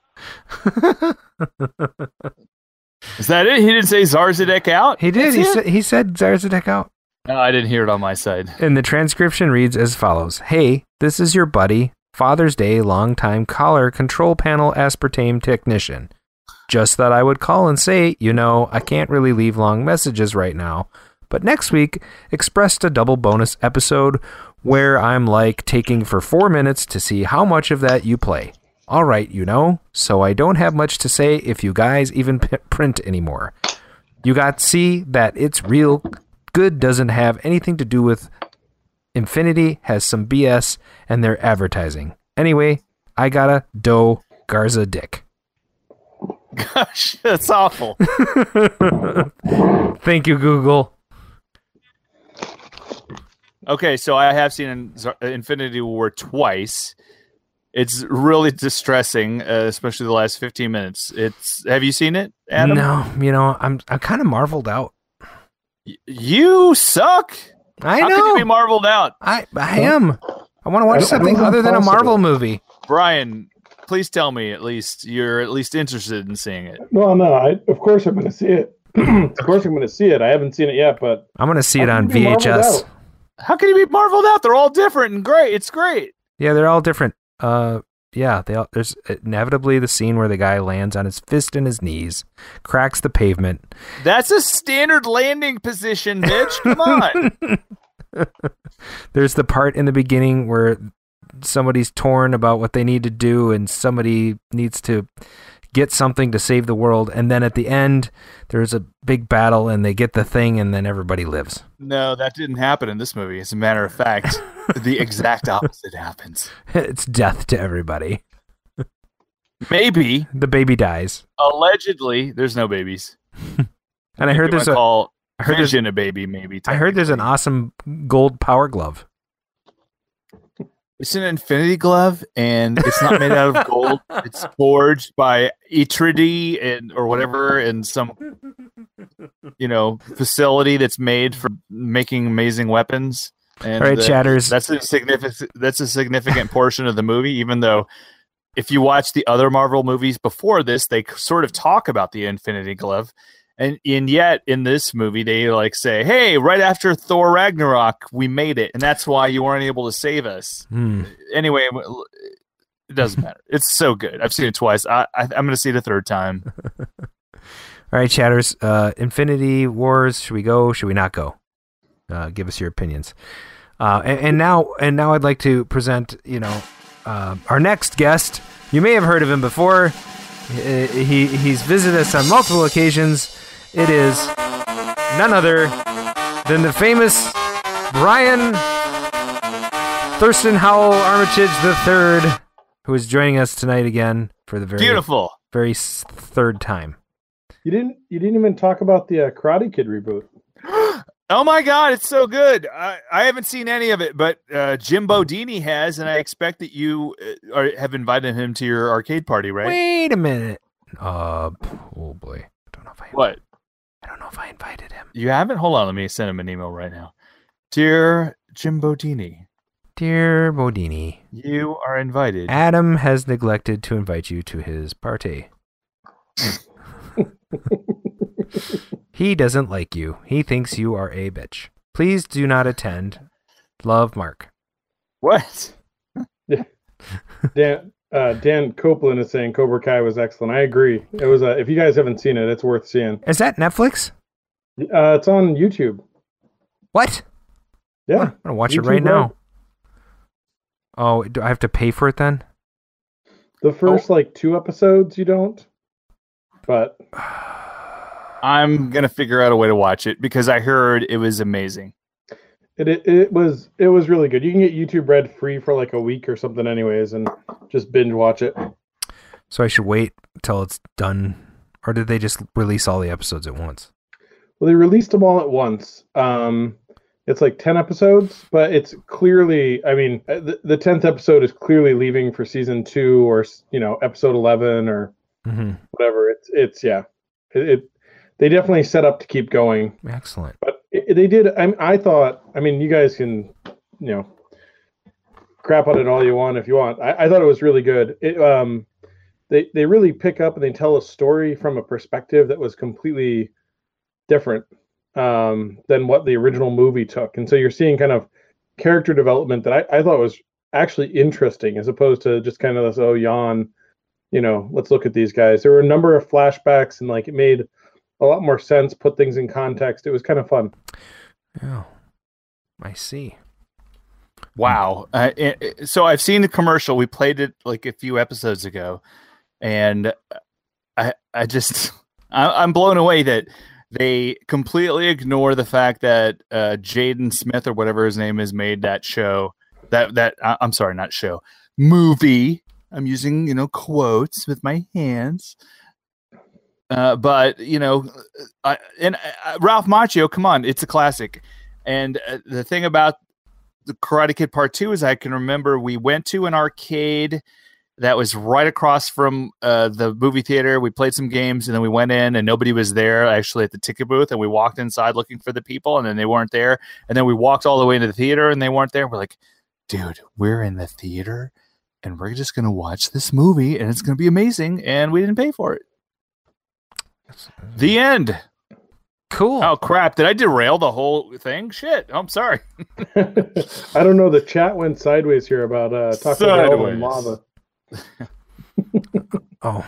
Speaker 1: Is that it? He didn't say Zarzadek out?
Speaker 3: He did.
Speaker 1: That's
Speaker 3: He
Speaker 1: it?
Speaker 3: said, he said Zarzadek out.
Speaker 1: No, I didn't hear it on my side.
Speaker 3: And the transcription reads as follows Hey, this is your buddy, Father's Day longtime caller, control panel aspartame technician. Just thought I would call and say, you know, I can't really leave long messages right now, but next week expressed a double bonus episode where I'm like taking for four minutes to see how much of that you play. All right, you know, so I don't have much to say if you guys even p- print anymore. You got to see that it's real good doesn't have anything to do with Infinity has some BS and their advertising. Anyway, I gotta dough Garza dick.
Speaker 1: Gosh, that's awful.
Speaker 3: Thank you, Google.
Speaker 1: Okay, so I have seen In- Zar- uh, Infinity War twice. It's really distressing, uh, especially the last fifteen minutes. It's have you seen it, Adam?
Speaker 3: No, you know, I'm I'm kind of marveled out.
Speaker 1: You suck.
Speaker 3: I
Speaker 1: How Can
Speaker 3: know.
Speaker 1: you be marveled out.
Speaker 3: I I am. I want to watch
Speaker 1: I- I
Speaker 3: something
Speaker 1: wasn't
Speaker 3: other than a
Speaker 1: possible.
Speaker 3: Marvel movie.
Speaker 1: Brian, please tell me at least you're at least interested in seeing it.
Speaker 4: Well, no, I, of course I'm going to see it. of course I'm going to see it. I haven't seen it yet, but
Speaker 3: I'm gonna see
Speaker 4: How
Speaker 3: it
Speaker 4: can
Speaker 3: on
Speaker 4: you be marveled
Speaker 3: VHS.
Speaker 4: out?
Speaker 1: How can you be marveled out? They're all different and great. It's great.
Speaker 3: Yeah, they're all different. Uh, yeah, they all, there's inevitably the scene where the guy lands on his fist and his knees, cracks the pavement,
Speaker 1: That's a standard landing position, bitch. Come on.
Speaker 3: There's the part in the beginning where somebody's torn about what they need to do and somebody needs to get something to save the world and then at the end there's a big battle and they get the thing and then everybody lives.
Speaker 1: no, that didn't happen in this movie. As a matter of fact, the exact opposite happens.
Speaker 3: it's death to everybody.
Speaker 1: Maybe
Speaker 3: the baby dies.
Speaker 1: Allegedly, there's no babies.
Speaker 3: And I heard
Speaker 1: They're
Speaker 3: there's
Speaker 1: gonna
Speaker 3: a
Speaker 1: call
Speaker 3: I heard there's-
Speaker 1: Vision a baby. Maybe
Speaker 3: I heard there's an awesome gold power glove.
Speaker 1: It's an infinity glove, and it's not made out of gold. It's forged by Etriddy and or whatever, and some you know facility that's made for making amazing weapons. And
Speaker 3: All right,
Speaker 1: uh,
Speaker 3: chatters.
Speaker 1: That's a significant. That's a significant portion of the movie, even though. If you watch the other Marvel movies before this, they c- sort of talk about the Infinity Glove, and and yet in this movie they like say, "Hey, right after Thor Ragnarok, we made it, and that's why you weren't able to save us."
Speaker 3: Hmm.
Speaker 1: anyway, w- it doesn't matter. It's so good. I've seen it twice. I, I I'm going to see it a third time.
Speaker 3: All right, chatters. Uh, Infinity Wars. Should we go? Should we not go? Uh, give us your opinions. Uh, and, and now, and now, I'd like to present. You know, uh, our next guest. You may have heard of him before. Uh, He he's visited us on multiple occasions. It is none other than the famous Brian Thurston Howell Armitage III, who is joining us tonight again for the very
Speaker 1: Beautiful.
Speaker 3: very s- third time.
Speaker 4: You didn't. You didn't even talk about the uh, Karate Kid reboot.
Speaker 1: Oh my God, it's so good. I, I haven't seen any of it, but uh, Jim Bodini has, and I expect that you uh, are, have invited him to your arcade party, right?
Speaker 3: Wait a minute. Uh, oh boy.
Speaker 1: What?
Speaker 3: I don't know if I invited him.
Speaker 1: You haven't? Hold on, let me send him an email right now. Dear Jim Bodini,
Speaker 3: Dear Bodini,
Speaker 1: you are invited.
Speaker 3: Adam has neglected to invite you to his party. he doesn't like you. He thinks you are a bitch. Please do not attend. Love, Mark.
Speaker 1: What?
Speaker 4: Dan uh, Dan Copeland is saying Cobra Kai was excellent. I agree. It was. Uh, if you guys haven't seen it, it's worth seeing.
Speaker 3: Is that Netflix?
Speaker 4: Uh, it's on YouTube.
Speaker 3: What?
Speaker 4: Yeah,
Speaker 3: I'm gonna watch it
Speaker 4: YouTube
Speaker 3: right
Speaker 4: Red.
Speaker 3: now. Oh, do I have to pay for it then?
Speaker 4: The first
Speaker 3: Oh.
Speaker 4: like two episodes, you don't. But
Speaker 1: I'm going to figure out a way to watch it because I heard it was amazing.
Speaker 4: it, it it was it was really good. You can get YouTube Red free for like a week or something, anyways, and just binge watch it.
Speaker 3: So I should wait till it's done, or did they just release all the episodes at once?
Speaker 4: Well, they released them all at once. Um, it's like ten episodes, but it's clearly. I mean, uh, the, the tenth episode is clearly leaving for season two, or s- you know, episode eleven, or
Speaker 3: Mm-hmm.
Speaker 4: whatever. It's it's yeah. It, it they definitely set up to keep going.
Speaker 3: Excellent.
Speaker 4: But it, they did. I, I thought. I mean, you guys can, you know, crap on it all you want if you want. I, I thought it was really good. It, um, they they really pick up and they tell a story from a perspective that was completely different um, than what the original movie took, and so you're seeing kind of character development that I, I thought was actually interesting, as opposed to just kind of this oh yawn, you know, let's look at these guys. There were a number of flashbacks, and like it made a lot more sense, put things in context. It was kind of fun.
Speaker 3: Oh, I see.
Speaker 1: Wow. Uh, it- it- so I've seen the commercial. We played it like a few episodes ago, and I I just I, I'm blown away that they completely ignore the fact that uh, Jaden Smith or whatever his name is made that show that that I, I'm sorry, not show movie. I'm using you know quotes with my hands. Uh, but you know, I, and uh, Ralph Macchio, come on, it's a classic. And uh, the thing about the Karate Kid Part Two is I can remember we went to an arcade that was right across from uh, the movie theater. We played some games and then we went in and nobody was there actually at the ticket booth. And we walked inside looking for the people and then they weren't there. And then we walked all the way into the theater and they weren't there. We're like, dude, we're in the theater and we're just going to watch this movie and it's going to be amazing. And we didn't pay for it. The end.
Speaker 3: Cool.
Speaker 1: Oh, crap. Did I derail the whole thing? Shit. I'm sorry.
Speaker 4: I don't know. The chat went sideways here about uh, Taco Bell
Speaker 1: Sideways.
Speaker 4: and lava.
Speaker 3: Oh,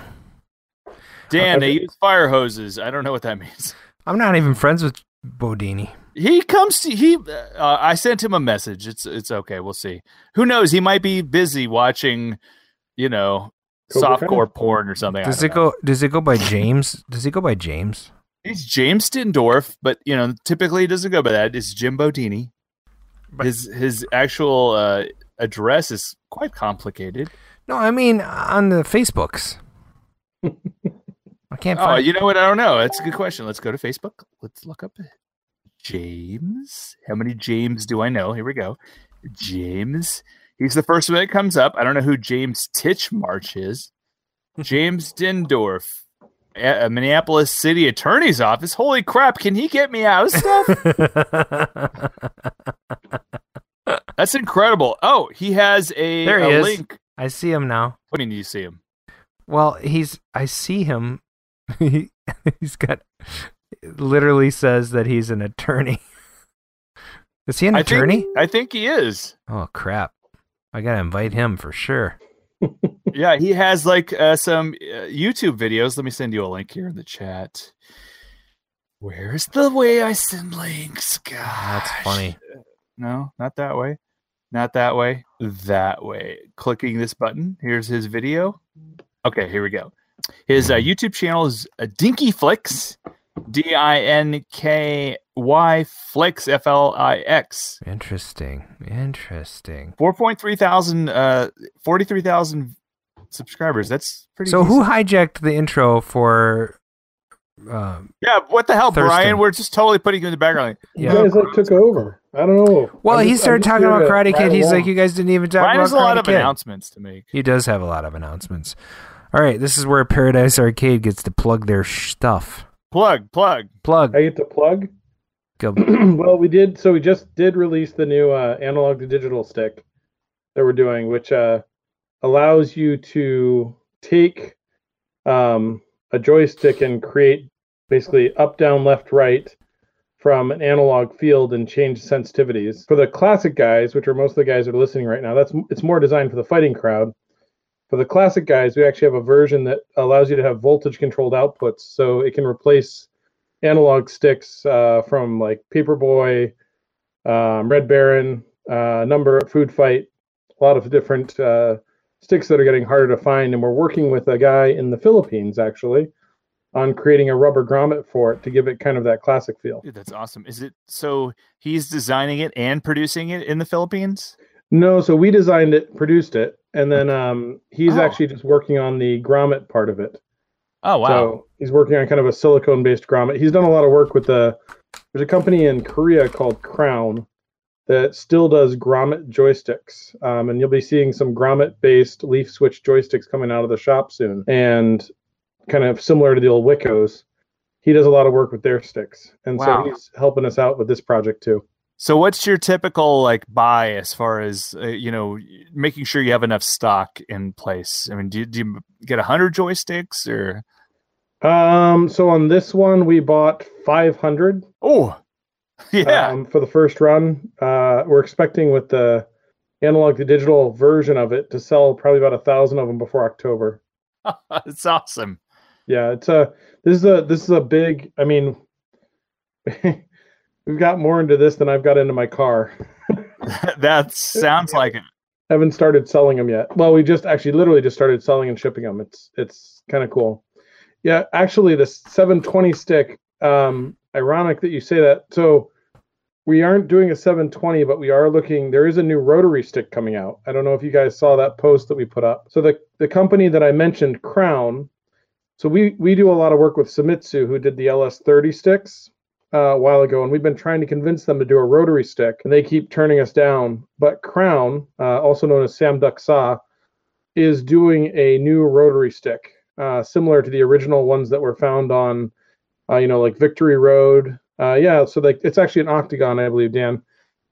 Speaker 1: Dan, they use fire hoses. I don't know what that means.
Speaker 3: I'm not even friends with Bodini.
Speaker 1: He comes to he. Uh, I sent him a message. It's it's okay. We'll see. Who knows? He might be busy watching, you know,
Speaker 3: Cobra
Speaker 1: softcore
Speaker 3: Kai?
Speaker 1: porn or something. I
Speaker 3: Does
Speaker 1: don't
Speaker 3: it go? Does it go by James? does it go by James?
Speaker 1: know. He's James Stindorf, but you know, typically he doesn't go by that. It's Jim Bodini. His his actual uh, address is quite complicated.
Speaker 3: No, I mean on the Facebooks. I can't
Speaker 1: Oh,
Speaker 3: find.
Speaker 1: you know what? I don't know. That's a good question. Let's go to Facebook. Let's look up James. How many James do I know? Here we go. James. He's the first one that comes up. I don't know who James Titchmarsh is. James Dindorf, a, a Minneapolis City Attorney's Office. Holy crap! Can he get me out of stuff? That's incredible. Oh, he has a,
Speaker 3: there he
Speaker 1: a
Speaker 3: is.
Speaker 1: link.
Speaker 3: I see him now.
Speaker 1: What do you mean you see him?
Speaker 3: Well, he's. I see him. He, he's got. it Literally says that he's an attorney. Is he an
Speaker 1: I think-
Speaker 3: attorney?
Speaker 1: I think he is.
Speaker 3: Oh crap! I gotta invite him for sure.
Speaker 1: yeah, he has like uh, some uh, YouTube videos. Let me send you a link here in the chat. Where's the way I send links? That's
Speaker 3: funny.
Speaker 1: No, not that way. Not that way. That way. Clicking this button. Here's his video. Okay, here we go. His uh, YouTube channel is uh, Dinky Flicks. D I N K Y Flix F L I X.
Speaker 3: Interesting. Interesting.
Speaker 1: Four point three thousand, uh, forty three thousand subscribers. That's pretty.
Speaker 3: so who
Speaker 1: decent.
Speaker 3: hijacked the intro for? Um,
Speaker 1: Yeah, what the hell,
Speaker 3: Thurston.
Speaker 1: Brian? We're just totally putting you in the background.
Speaker 4: You guys like took over. I don't know.
Speaker 3: well,
Speaker 4: I'm
Speaker 3: he
Speaker 4: just- I'm
Speaker 3: started
Speaker 4: just
Speaker 3: talking
Speaker 4: here
Speaker 3: about
Speaker 4: to
Speaker 3: Karate Kid.
Speaker 4: ride
Speaker 3: He's
Speaker 4: along.
Speaker 3: like, you guys didn't even talk
Speaker 1: Brian
Speaker 3: about
Speaker 1: has a lot
Speaker 3: Karate
Speaker 1: of
Speaker 3: Kid."
Speaker 1: announcements to make.
Speaker 3: He does have a lot of announcements. All right, this is where Paradise Arcade gets to plug their stuff.
Speaker 1: Plug, plug,
Speaker 3: plug.
Speaker 4: I get to plug.
Speaker 3: Go.
Speaker 4: well, we did. So we just did release the new uh, analog to digital stick that we're doing, which uh, allows you to take um, a joystick and create basically up, down, left, right from an analog field and change sensitivities. For the classic guys, which are most of the guys that are listening right now, that's it's more designed for the fighting crowd. For the classic guys, we actually have a version that allows you to have voltage controlled outputs, so it can replace analog sticks uh, from like Paperboy, um, Red Baron, uh, number Food Fight, a lot of different uh, sticks that are getting harder to find. And we're working with a guy in the Philippines actually on creating a rubber grommet for it to give it kind of that classic feel.
Speaker 1: Dude, that's awesome. Is it so? He's designing it and producing it in the Philippines.
Speaker 4: No, so we designed it, produced it, and then um, he's
Speaker 1: Oh.
Speaker 4: actually just working on the grommet part of it.
Speaker 1: Oh wow!
Speaker 4: So he's working on kind of a silicone based grommet. He's done a lot of work with the there's a company in Korea called Crown that still does grommet joysticks. Um, and you'll be seeing some grommet based leaf switch joysticks coming out of the shop soon. And kind of similar to the old Wiccos, he does a lot of work with their sticks. And
Speaker 1: Wow.
Speaker 4: so he's helping us out with this project too.
Speaker 1: So what's your typical like buy as far as uh, you know making sure you have enough stock in place? I mean, do you, do you get hundred joysticks or
Speaker 4: Um, so on this one, we bought 500.
Speaker 1: Oh, yeah.
Speaker 4: Um, for the first run, uh, we're expecting with the analog to digital version of it to sell probably about a thousand of them before October.
Speaker 1: it's awesome.
Speaker 4: Yeah, it's a this is a this is a big. I mean, we've got more into this than I've got into my car.
Speaker 1: that sounds like it.
Speaker 4: Haven't started selling them yet. Well, we just actually literally just started selling and shipping them. It's it's kind of cool. Yeah, actually, the 720 stick. Um, ironic that you say that. So we aren't doing a 720, but we are looking. There is a new rotary stick coming out. I don't know if you guys saw that post that we put up. So the the company that I mentioned, Crown. So we we do a lot of work with Sumitsu, who did the LS30 sticks uh, a while ago, and we've been trying to convince them to do a rotary stick, and they keep turning us down. But Crown, uh, also known as Sam Duck Sa, is doing a new rotary stick, uh, similar to the original ones that were found on, uh, you know, like Victory Road. Uh, yeah, so like it's actually an octagon, I believe, Dan.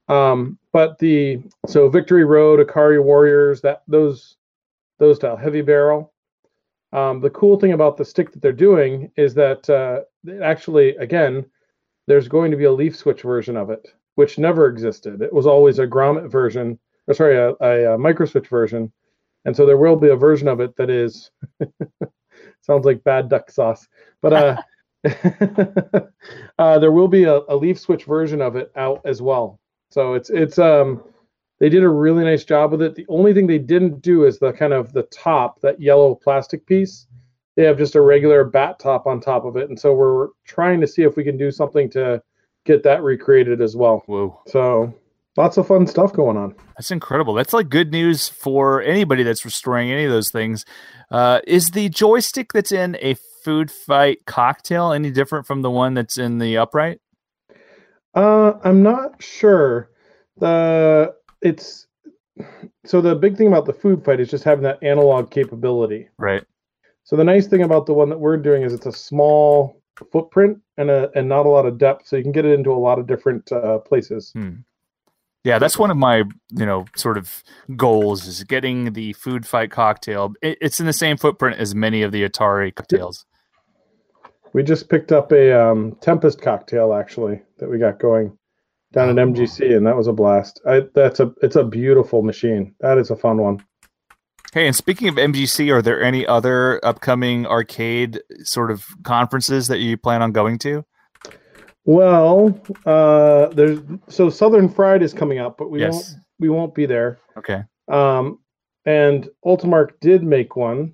Speaker 4: Um, but the so Victory Road, Akari Warriors, that those those style heavy barrel. Um, the cool thing about the stick that they're doing is that uh, it actually, again, there's going to be a leaf switch version of it, which never existed. It was always a grommet version, or sorry, a, a, uh micro switch version. And so there will be a version of it that is sounds like bad duck sauce, but uh, uh, there will be a, a leaf switch version of it out as well. So it's it's um they did a really nice job with it. The only thing they didn't do is the kind of the top, that yellow plastic piece. They have just a regular bat top on top of it, and so we're trying to see if we can do something to get that recreated as well.
Speaker 1: Whoa!
Speaker 4: So lots of fun stuff going on.
Speaker 1: That's incredible. That's like good news for anybody that's restoring any of those things. Uh, is the joystick that's in a food fight cocktail any different from the one that's in the upright?
Speaker 4: Uh, I'm not sure. The it's so the big thing about the food fight is just having that analog capability.
Speaker 1: Right.
Speaker 4: So the nice thing about the one that we're doing is it's a small footprint and a and not a lot of depth, so you can get it into a lot of different uh, places.
Speaker 1: Yeah, that's one of my you know sort of goals is getting the food fight cocktail. It, it's in the same footprint as many of the Atari cocktails.
Speaker 4: We just picked up a um, Tempest cocktail actually that we got going down at MGC, and that was a blast. I, that's a it's a beautiful machine. That is a fun one.
Speaker 1: Hey, and speaking of MGC, are there any other upcoming arcade sort of conferences that you plan on going to?
Speaker 4: Well, uh, there's so Southern Fried is coming up, but we
Speaker 1: Yes.
Speaker 4: won't we won't be there.
Speaker 1: Okay.
Speaker 4: Um, and Ultimark did make one,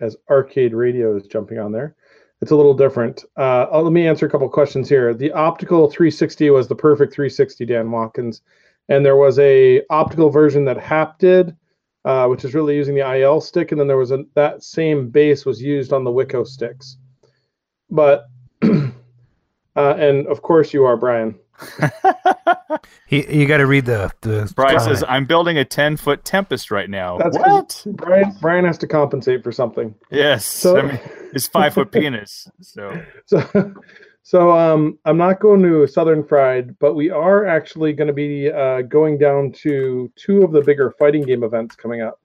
Speaker 4: as Arcade Radio is jumping on there. it's a little different. Uh, oh, let me answer a couple questions here. The optical 360 was the perfect 360, Dan Watkins, and there was a optical version that Hap did, uh, which is really using the IL stick, and then there was a, that same base was used on the Wico sticks. But uh, and of course you are Brian.
Speaker 3: He, you got to read the the.
Speaker 1: Brian
Speaker 3: comment.
Speaker 1: says, "I'm building a ten foot tempest right now."
Speaker 4: That's
Speaker 1: what?
Speaker 4: 'cause Brian. Brian has to compensate for something.
Speaker 1: Yes,
Speaker 4: So-
Speaker 1: I mean, his five foot penis. So
Speaker 4: So, so um, I'm not going to Southern Fried, but we are actually going to be uh, going down to two of the bigger fighting game events coming up.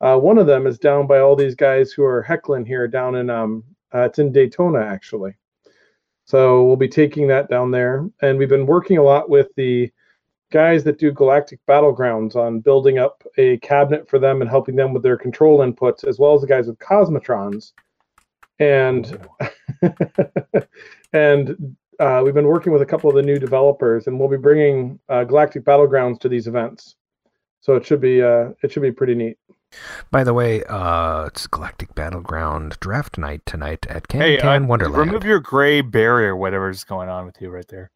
Speaker 4: Uh, one of them is down by all these guys who are heckling here down in um, uh, it's in Daytona actually. So we'll be taking that down there, and we've been working a lot with the guys that do Galactic Battlegrounds on building up a cabinet for them and helping them with their control inputs, as well as the guys with Cosmotrons. And and uh, we've been working with a couple of the new developers, and we'll be bringing uh, Galactic Battlegrounds to these events. So it should be uh, it should be pretty neat.
Speaker 3: By the way, uh, it's Galactic Battleground Draft Night tonight at
Speaker 1: hey,
Speaker 3: Candy Can
Speaker 1: uh,
Speaker 3: Wonderland.
Speaker 1: remove your gray barrier, whatever's going on with you right there.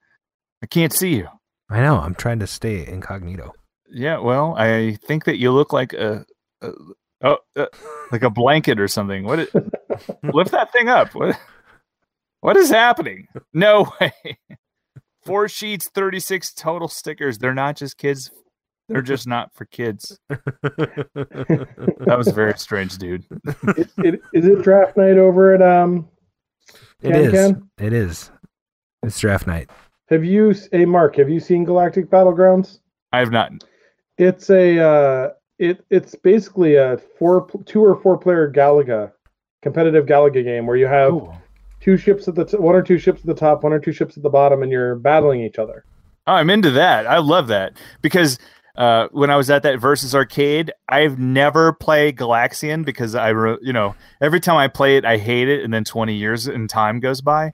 Speaker 1: I can't see you.
Speaker 3: I know. I'm trying to stay incognito.
Speaker 1: Yeah, well, I think that you look like a, a oh, uh, like a blanket or something. What? Is, lift that thing up. What? What is happening? No way. Four sheets, thirty-six total stickers. They're not just kids. They're just not for kids. that was very strange, dude.
Speaker 4: Is it, is it draft night over at um?
Speaker 3: It
Speaker 4: Can
Speaker 3: is.
Speaker 4: Can?
Speaker 3: It is. It's draft night.
Speaker 4: Have you hey Mark? Have you seen Galactic Battlegrounds?
Speaker 1: I have not.
Speaker 4: It's a uh, it it's basically a four two or four player Galaga competitive Galaga game where you have two ships at the t- one or two ships at the top, one or two ships at the bottom, and you're battling each other.
Speaker 1: I'm into that. I love that because uh, when I was at that versus arcade, I've never played Galaxian because I, re- you know, every time I play it, I hate it, and then 20 years and time goes by,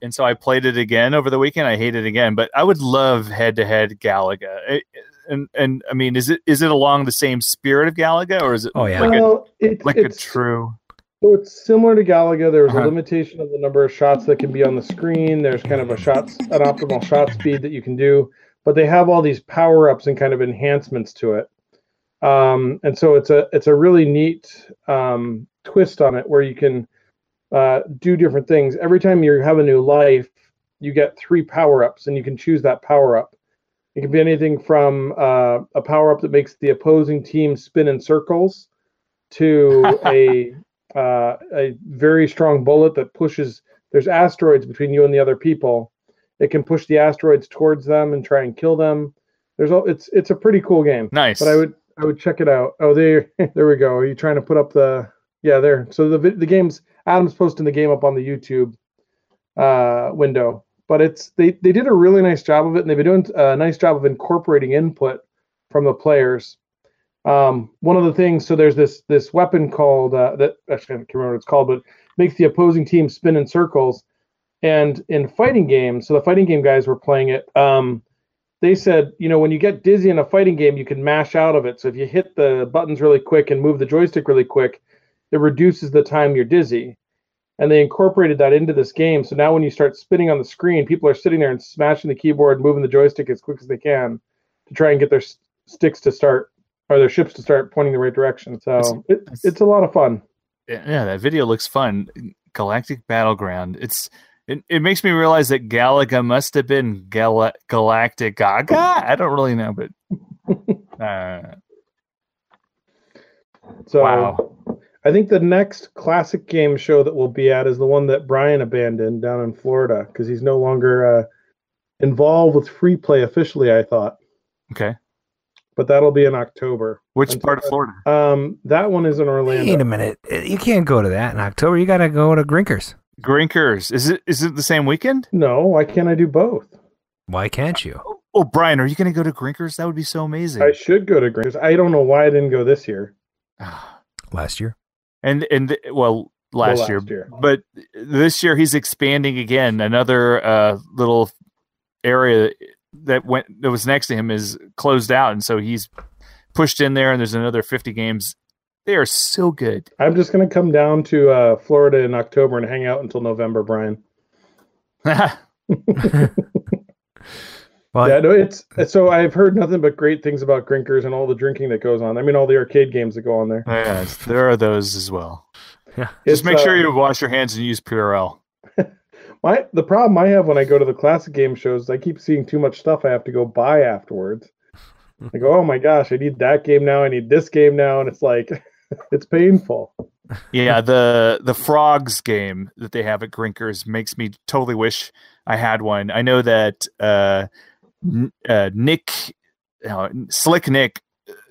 Speaker 1: and so I played it again over the weekend. I hate it again, but I would love head-to-head Galaga. I- and and I mean, is it is it along the same spirit of Galaga, or is it?
Speaker 3: Oh, yeah.
Speaker 1: like a,
Speaker 4: Well, it-
Speaker 1: like a
Speaker 4: it's-
Speaker 1: true.
Speaker 4: So it's similar to Galaga. There's
Speaker 1: Uh-huh.
Speaker 4: a limitation of the number of shots that can be on the screen. There's kind of a shots, an optimal shot speed that you can do, but they have all these power ups and kind of enhancements to it. Um, and so it's a it's a really neat um, twist on it where you can uh, do different things. Every time you have a new life, you get three power ups, and you can choose that power up. It can be anything from uh, a power up that makes the opposing team spin in circles to a uh, a very strong bullet that pushes. There's asteroids between you and the other people. It can push the asteroids towards them and try and kill them. There's all. It's it's a pretty cool game.
Speaker 1: Nice.
Speaker 4: But I would I would check it out. Oh, there there we go. Are you trying to put up the? Yeah, there. So the vi- the game's Adam's posting the game up on the YouTube uh, window. But it's they they did a really nice job of it, and they've been doing a nice job of incorporating input from the players um, one of the things so there's this this weapon called uh, that actually I can't remember what it's called but makes the opposing team spin in circles and in fighting games so the fighting game guys were playing it um, they said you know when you get dizzy in a fighting game you can mash out of it so if you hit the buttons really quick and move the joystick really quick it reduces the time you're dizzy and they incorporated that into this game so now when you start spinning on the screen people are sitting there and smashing the keyboard moving the joystick as quick as they can to try and get their s- sticks to start or their ships to start pointing the right direction. So it, it's a lot of fun.
Speaker 1: yeah, that video looks fun. Galactic Battleground. It's it, it makes me realize that Galaga must have been Gala, Galactic Gaga. I don't really know, but uh,
Speaker 4: So
Speaker 1: Wow.
Speaker 4: I think the next classic game show that we'll be at is the one that Brian abandoned down in Florida because he's no longer uh, involved with free play officially. I thought,
Speaker 1: okay.
Speaker 4: but that'll be in October.
Speaker 1: Which part of Florida?
Speaker 4: Um, that one is in Orlando.
Speaker 3: Wait a minute. Uh, You can't go to that in October. You got to go to Grinkers.
Speaker 1: Grinkers. Is it is it the same weekend?
Speaker 4: No. Why can't I do both?
Speaker 3: Why can't you?
Speaker 1: Oh, Brian, are you going to go to Grinkers? That would be so amazing.
Speaker 4: I should go to Grants. I don't know why I didn't go this year.
Speaker 1: Ah.
Speaker 3: Last year.
Speaker 1: and and well last,
Speaker 4: last
Speaker 1: year,
Speaker 4: year.
Speaker 1: but this year he's expanding again another uh little area that went that was next to him is closed out and so he's pushed in there and there's another 50 games They are so good.
Speaker 4: I'm just going to come down to uh, Florida in October and hang out until November, Brian. yeah, no, it's so I've heard nothing but great things about Grinkers and all the drinking that goes on. I mean, all the arcade games that go on there.
Speaker 1: Yes, there are those as well. Yeah. Just make
Speaker 4: uh,
Speaker 1: sure you wash your hands and use Purell.
Speaker 4: My the problem I have when I go to the classic game shows, is I keep seeing too much stuff I have to go buy afterwards. I go, oh my gosh, I need that game now. I need this game now, and it's like, it's painful.
Speaker 1: Yeah, the the frogs game that they have at Grinkers makes me totally wish I had one. I know that uh, N- uh, Nick uh, Slick Nick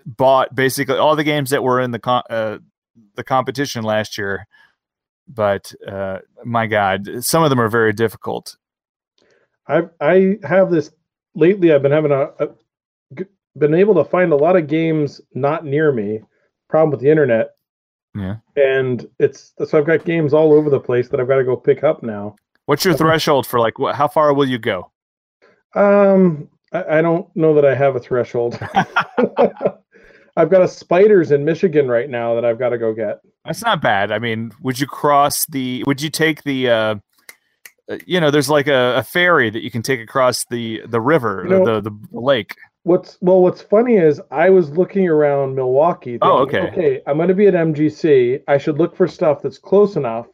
Speaker 1: bought basically all the games that were in the con- uh, the competition last year, but uh, my God, some of them are very difficult.
Speaker 4: I I have this lately. I've been having a, a g- been able to find a lot of games not near me. Problem with the internet,
Speaker 1: Yeah.
Speaker 4: and it's so I've got games all over the place that I've got to go pick up now.
Speaker 1: What's your threshold for like what, how far will you go?
Speaker 4: Um, I, I don't know that I have a threshold. I've got a spiders in Michigan right now that I've got to go get.
Speaker 1: That's not bad. I mean, would you cross the? Would you take the? Uh, uh, you know, there's like a, a ferry that you can take across the the river,
Speaker 4: You know-
Speaker 1: the, the the lake.
Speaker 4: What's well, what's funny is I was looking around Milwaukee.
Speaker 1: Oh, okay.
Speaker 4: Okay, I'm going to be at MGC. I should look for stuff that's close enough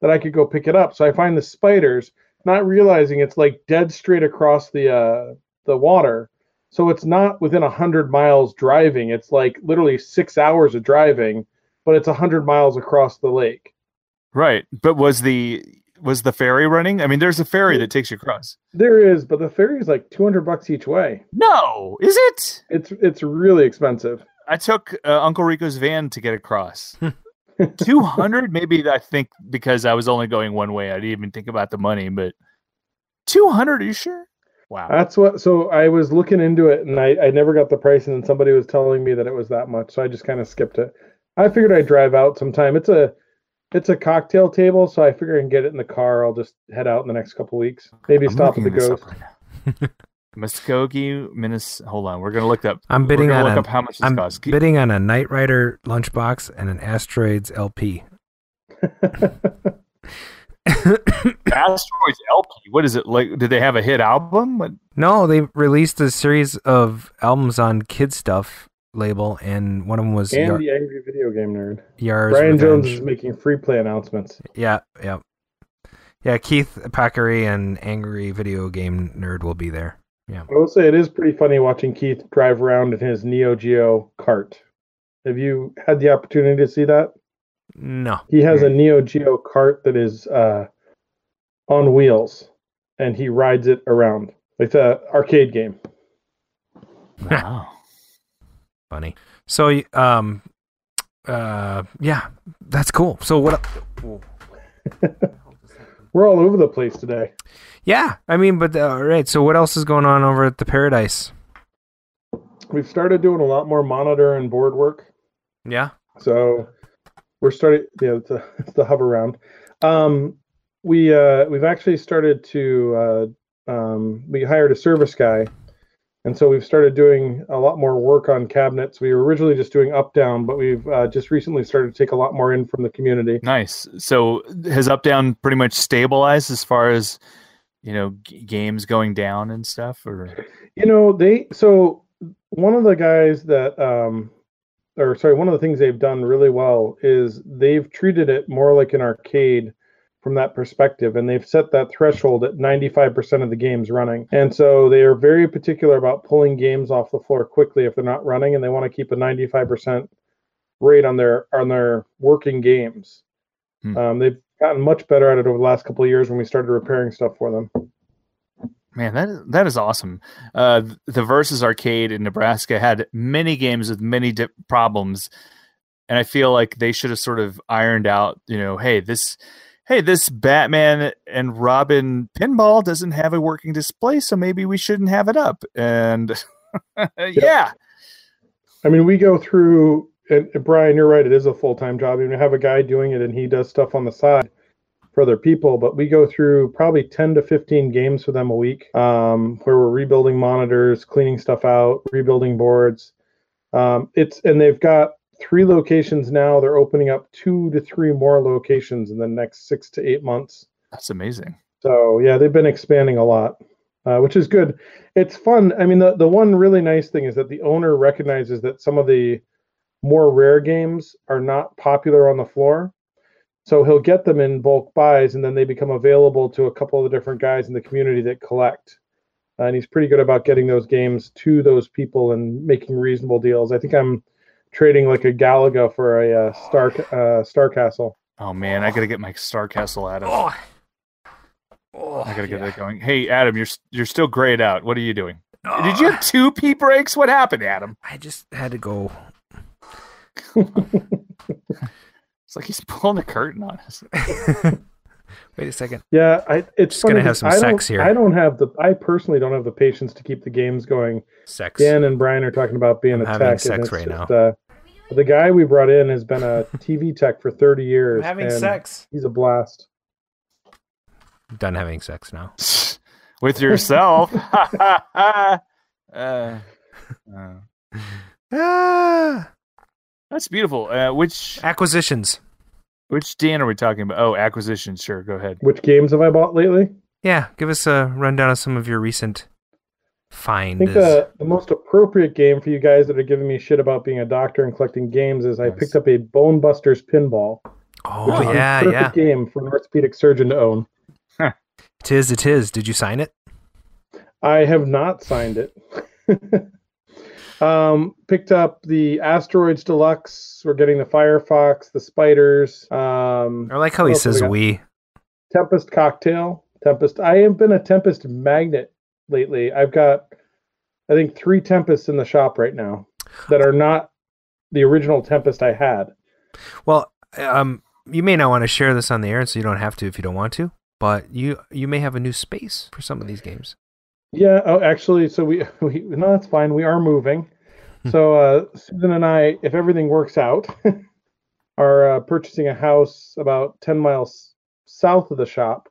Speaker 4: that I could go pick it up. So I find the spiders, not realizing it's like dead straight across the uh, the water. So it's not within a hundred miles driving. It's like literally six hours of driving, but it's a hundred miles across the lake.
Speaker 1: Right, but was the was the ferry running? I mean, there's a ferry that takes you across.
Speaker 4: There is, but the ferry is like two hundred bucks each way.
Speaker 1: No, is it?
Speaker 4: It's it's really expensive.
Speaker 1: I took uh, Uncle Rico's van to get across. Two hundred, maybe. I think because I was only going one way, I didn't even think about the money. But two hundred, are you sure? Wow.
Speaker 4: That's what. So I was looking into it, and I I never got the price, and then somebody was telling me that it was that much, so I just kind of skipped it. I figured I'd drive out sometime. It's a it's a cocktail table, so I figure I can get it in the car. I'll just head out in the next couple weeks. Maybe
Speaker 1: I'm
Speaker 4: stop at the
Speaker 1: looking this up
Speaker 4: ghost.
Speaker 1: Muskogee, Minnesota. Hold on, we're gonna look up.
Speaker 3: I'm
Speaker 1: we're
Speaker 3: bidding
Speaker 1: gonna
Speaker 3: on
Speaker 1: look
Speaker 3: a,
Speaker 1: up how much this
Speaker 3: I'm
Speaker 1: costs. G-
Speaker 3: bidding on a Knight Rider lunchbox and an Asteroids LP.
Speaker 1: Asteroids LP. What is it like? Did they have a hit album? What-
Speaker 3: No, they released a series of albums on Kid Stuff label, and one of them was
Speaker 4: and
Speaker 3: Yar-
Speaker 4: the angry video game nerd.
Speaker 3: Yar's
Speaker 4: Brian Jones
Speaker 3: Revenge.
Speaker 4: is making free play announcements.
Speaker 3: Yeah, yeah, yeah. Keith Packery and Angry Video Game Nerd will be there. Yeah.
Speaker 4: I will say it is pretty funny watching Keith drive around in his Neo Geo cart. Have you had the opportunity to see that?
Speaker 3: No.
Speaker 4: He has a Neo Geo cart that is uh, on wheels, and he rides it around. It's an arcade game.
Speaker 1: Wow.
Speaker 3: Funny. So, y- um, uh, yeah, that's cool. So what?
Speaker 4: We're all over the place today.
Speaker 3: Yeah, I mean, but uh, all right. So what else is going on over at the Paradise?
Speaker 4: We've started doing a lot more monitor and board work.
Speaker 3: Yeah.
Speaker 4: So we're starting. Yeah, it's, a, it's the hub around. Um, we uh, we've actually started to uh, um, we hired a service guy, and so we've started doing a lot more work on cabinets. We were originally just doing up down, but we've uh, just recently started to take a lot more in from the community.
Speaker 1: Nice. So has up down pretty much stabilized as far as you know g- games going down and stuff? Or
Speaker 4: You know, they so one of the guys that um or sorry, one of the things they've done really well is they've treated it more like an arcade from that perspective and they've set that threshold at 95% of the games running. And so they are very particular about pulling games off the floor quickly if they're not running and they want to keep a 95% rate on their on their working games.
Speaker 1: Hmm.
Speaker 4: Um, they've gotten much better at it over the last couple of years when we started repairing stuff for them.
Speaker 1: man, that is- that is awesome. Uh, th- the Versus Arcade in Nebraska had many games with many di- problems, and I feel like they should have sort of ironed out. You know, hey this. Hey, this Batman and Robin pinball doesn't have a working display, so maybe we shouldn't have it up. And yeah,
Speaker 4: I mean, we go through, and and Brian, you're right. It is a full time job. You have a guy doing it, and he does stuff on the side for other people. But we go through probably 10 to 15 games for them a week, um, where we're rebuilding monitors, cleaning stuff out, rebuilding boards. Um, it's and they've got three locations now. They're opening up two to three more locations in the next six to eight months.
Speaker 1: That's amazing.
Speaker 4: So yeah, they've been expanding a lot, uh, which is good. It's fun. I mean, the the one really nice thing is that the owner recognizes that some of the more rare games are not popular on the floor. So he'll get them in bulk buys, and then they become available to a couple of the different guys in the community that collect. Uh, And he's pretty good about getting those games to those people and making reasonable deals. I think I'm trading like a Galaga for a uh, Star uh, Star Castle.
Speaker 1: Oh man, I gotta get my Star Castle out of. Oh. Oh, I gotta get that going. Hey, Adam, you're you're still grayed out. What are you doing?
Speaker 3: Oh.
Speaker 1: Did you have two pee breaks? What happened, Adam?
Speaker 3: I just had to go.
Speaker 1: It's like he's pulling the curtain on us.
Speaker 3: Wait a second.
Speaker 4: Yeah, I, it's
Speaker 3: Just gonna
Speaker 4: funny
Speaker 3: have
Speaker 4: because
Speaker 3: some
Speaker 4: I don't-
Speaker 3: sex here.
Speaker 4: I don't have the. I personally don't have the patience to keep the games going.
Speaker 3: Sex.
Speaker 4: Dan and Brian are talking about being
Speaker 3: I'm
Speaker 4: a
Speaker 3: having
Speaker 4: tech.
Speaker 3: sex
Speaker 4: and it's
Speaker 3: right
Speaker 4: just,
Speaker 3: now.
Speaker 4: Uh, the guy we brought in has been a TV tech for thirty years.
Speaker 3: I'm having
Speaker 4: and
Speaker 3: sex.
Speaker 4: He's a blast.
Speaker 3: Done having sex now.
Speaker 1: With yourself. uh, uh,
Speaker 4: Ah.
Speaker 1: That's beautiful. Uh, which
Speaker 3: acquisitions?
Speaker 1: Which Dan are we talking about? Oh, acquisitions. Sure, go ahead.
Speaker 4: Which games have I bought lately?
Speaker 3: Yeah, give us a rundown of some of your recent
Speaker 4: I
Speaker 3: finds.
Speaker 4: think uh, the most appropriate game for you guys that are giving me shit about being a doctor and collecting games is I picked up a Bone Busters pinball.
Speaker 3: Oh,
Speaker 4: which is
Speaker 3: yeah,
Speaker 4: a perfect
Speaker 3: yeah.
Speaker 4: game for an orthopedic surgeon to own.
Speaker 3: It is, it is. Did you sign it?
Speaker 4: I have not signed it. um, picked up the Asteroids Deluxe. We're getting the Firefox, the Spiders. Um,
Speaker 3: I like how he says we.
Speaker 4: Tempest Cocktail. Tempest. I have been a Tempest magnet lately. I've got, I think, three Tempests in the shop right now that are not the original Tempest I had.
Speaker 3: Well, um, you may not want to share this on the air, so you don't have to if you don't want to. But you you may have a new space for some of these games.
Speaker 4: Yeah, oh, actually, so we, we no, that's fine. We are moving.
Speaker 3: Hmm.
Speaker 4: so uh, Susan and I, if everything works out, are uh, purchasing a house about ten miles south of the shop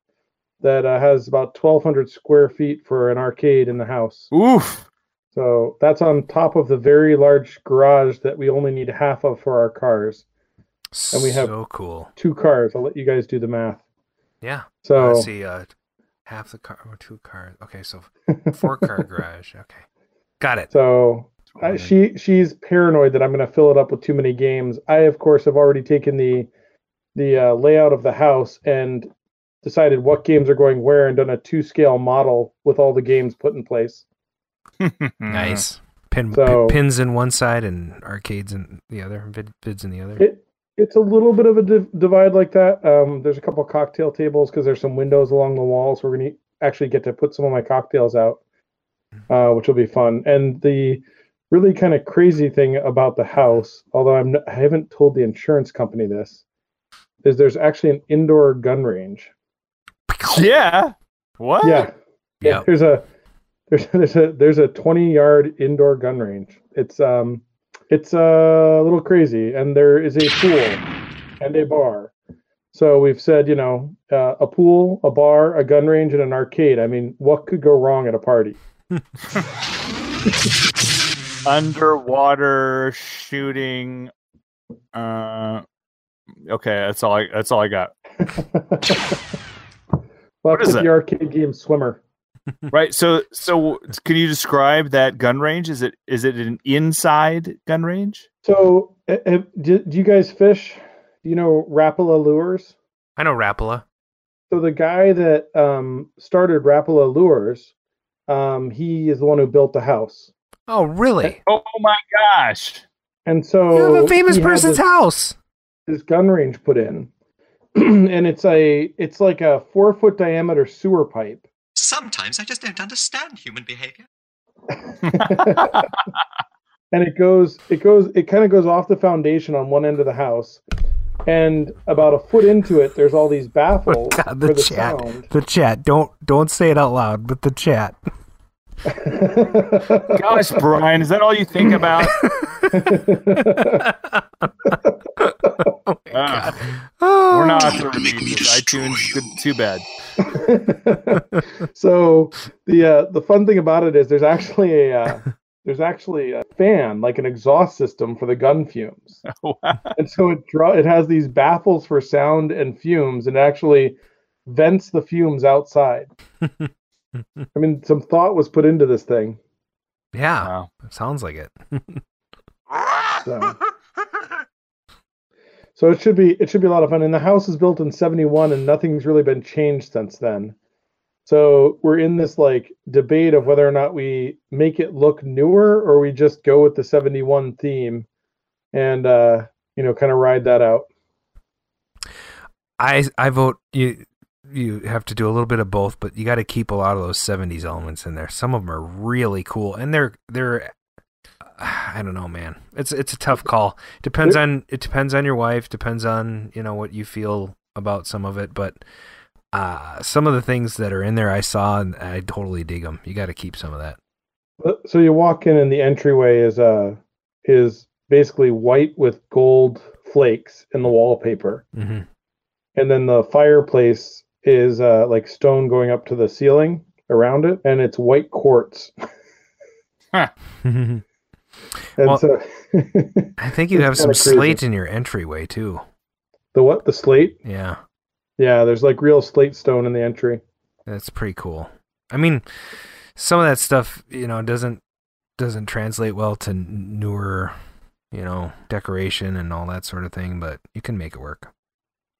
Speaker 4: that uh, has about twelve hundred square feet for an arcade in the house.
Speaker 1: Oof.
Speaker 4: So that's on top of the very large garage that we only need half of for our cars, and we have
Speaker 3: so cool.
Speaker 4: two cars. I'll let you guys do the math.
Speaker 3: Yeah.
Speaker 4: So-
Speaker 3: I see uh, half the car or two cars. Okay, so four car garage. Okay. Got it.
Speaker 4: So uh, she she's paranoid that I'm going to fill it up with too many games. I of course have already taken the the uh, layout of the house and decided what games are going where and done a two scale model with all the games put in place.
Speaker 1: Mm-hmm.
Speaker 3: Nice. Pin,
Speaker 4: So-
Speaker 3: pin- pins in one side and arcades in the other, vid, vids in the other.
Speaker 4: It it's a little bit of a div- divide like that. Um, there's a couple cocktail tables because there's some windows along the walls. We're going to actually get to put some of my cocktails out, uh, which will be fun. And the really kind of crazy thing about the house, although I'm n- I haven't told the insurance company this, is there's actually an indoor gun range.
Speaker 1: Yeah. What?
Speaker 4: Yeah.
Speaker 3: Yeah.
Speaker 4: There's a there's there's a there's a 20 yard indoor gun range. It's um it's uh, a little crazy, and there is a pool and a bar. So we've said, you know, uh, a pool, a bar, a gun range, and an arcade. I mean, what could go wrong at a party?
Speaker 1: Underwater shooting. Uh, okay, that's all. I, that's all I got.
Speaker 4: Well,
Speaker 1: What
Speaker 4: that's
Speaker 1: is
Speaker 4: like
Speaker 1: it?
Speaker 4: the arcade game Swimmer.
Speaker 1: right. So, so can you describe that gun range? Is it is it an inside gun range?
Speaker 4: So, eh, eh, do, do you guys fish? Do you know Rapala Lures?
Speaker 3: I know Rapala.
Speaker 4: So the guy that um, started Rapala Lures, um, he is the one who built the house.
Speaker 3: Oh, really?
Speaker 1: Oh my gosh!
Speaker 4: And so
Speaker 3: You have a famous
Speaker 4: he had
Speaker 3: person's
Speaker 4: this-
Speaker 3: house.
Speaker 4: This gun range put in, and it's a it's like a four foot diameter sewer pipe.
Speaker 17: Sometimes I just don't understand human behavior.
Speaker 4: and it goes it goes it kind of goes off the foundation on one end of the house and about a foot into it there's all these baffles
Speaker 3: Oh, God, the,
Speaker 4: for the
Speaker 3: chat.
Speaker 4: sound
Speaker 3: The chat. Don't don't say it out loud, but the chat.
Speaker 1: Gosh, Brian, is that all you think about? Ah. We're not the reviews. iTunes. Good, too bad.
Speaker 4: so the uh, the fun thing about it is there's actually a uh, there's actually a fan, like an exhaust system for the gun fumes. And so it draw it has these baffles for sound and fumes, and actually vents the fumes outside. I mean, some thought was put into this thing.
Speaker 3: Yeah, sounds like it.
Speaker 4: So. so it should be it should be a lot of fun. And the house is built in seventy one, and nothing's really been changed since then. So we're in this like debate of whether or not we make it look newer or we just go with the seventy one theme, and uh, you know, kind of ride that out.
Speaker 3: I I vote you. You have to do a little bit of both, but you got to keep a lot of those '70s elements in there. Some of them are really cool, and they're they're I don't know, man. It's it's a tough call. Depends on it depends on your wife. Depends on you know what you feel about some of it. But uh, some of the things that are in there, I saw and I totally dig them. You got to keep some of that.
Speaker 4: Uh, So you walk in, and the entryway is uh is basically white with gold flakes in the wallpaper,
Speaker 3: Mhm.
Speaker 4: and then the fireplace is uh like stone going up to the ceiling around it, and it's white quartz.
Speaker 3: well,
Speaker 4: And so
Speaker 3: I think you
Speaker 4: it's
Speaker 3: have some
Speaker 4: kinda crazy.
Speaker 3: slate in your entryway too.
Speaker 4: the what the slate?
Speaker 3: Yeah,
Speaker 4: Yeah, there's like real slate stone in the entry.
Speaker 3: that's pretty cool. I mean, some of that stuff you know doesn't doesn't translate well to n- newer you know decoration and all that sort of thing, but you can make it work.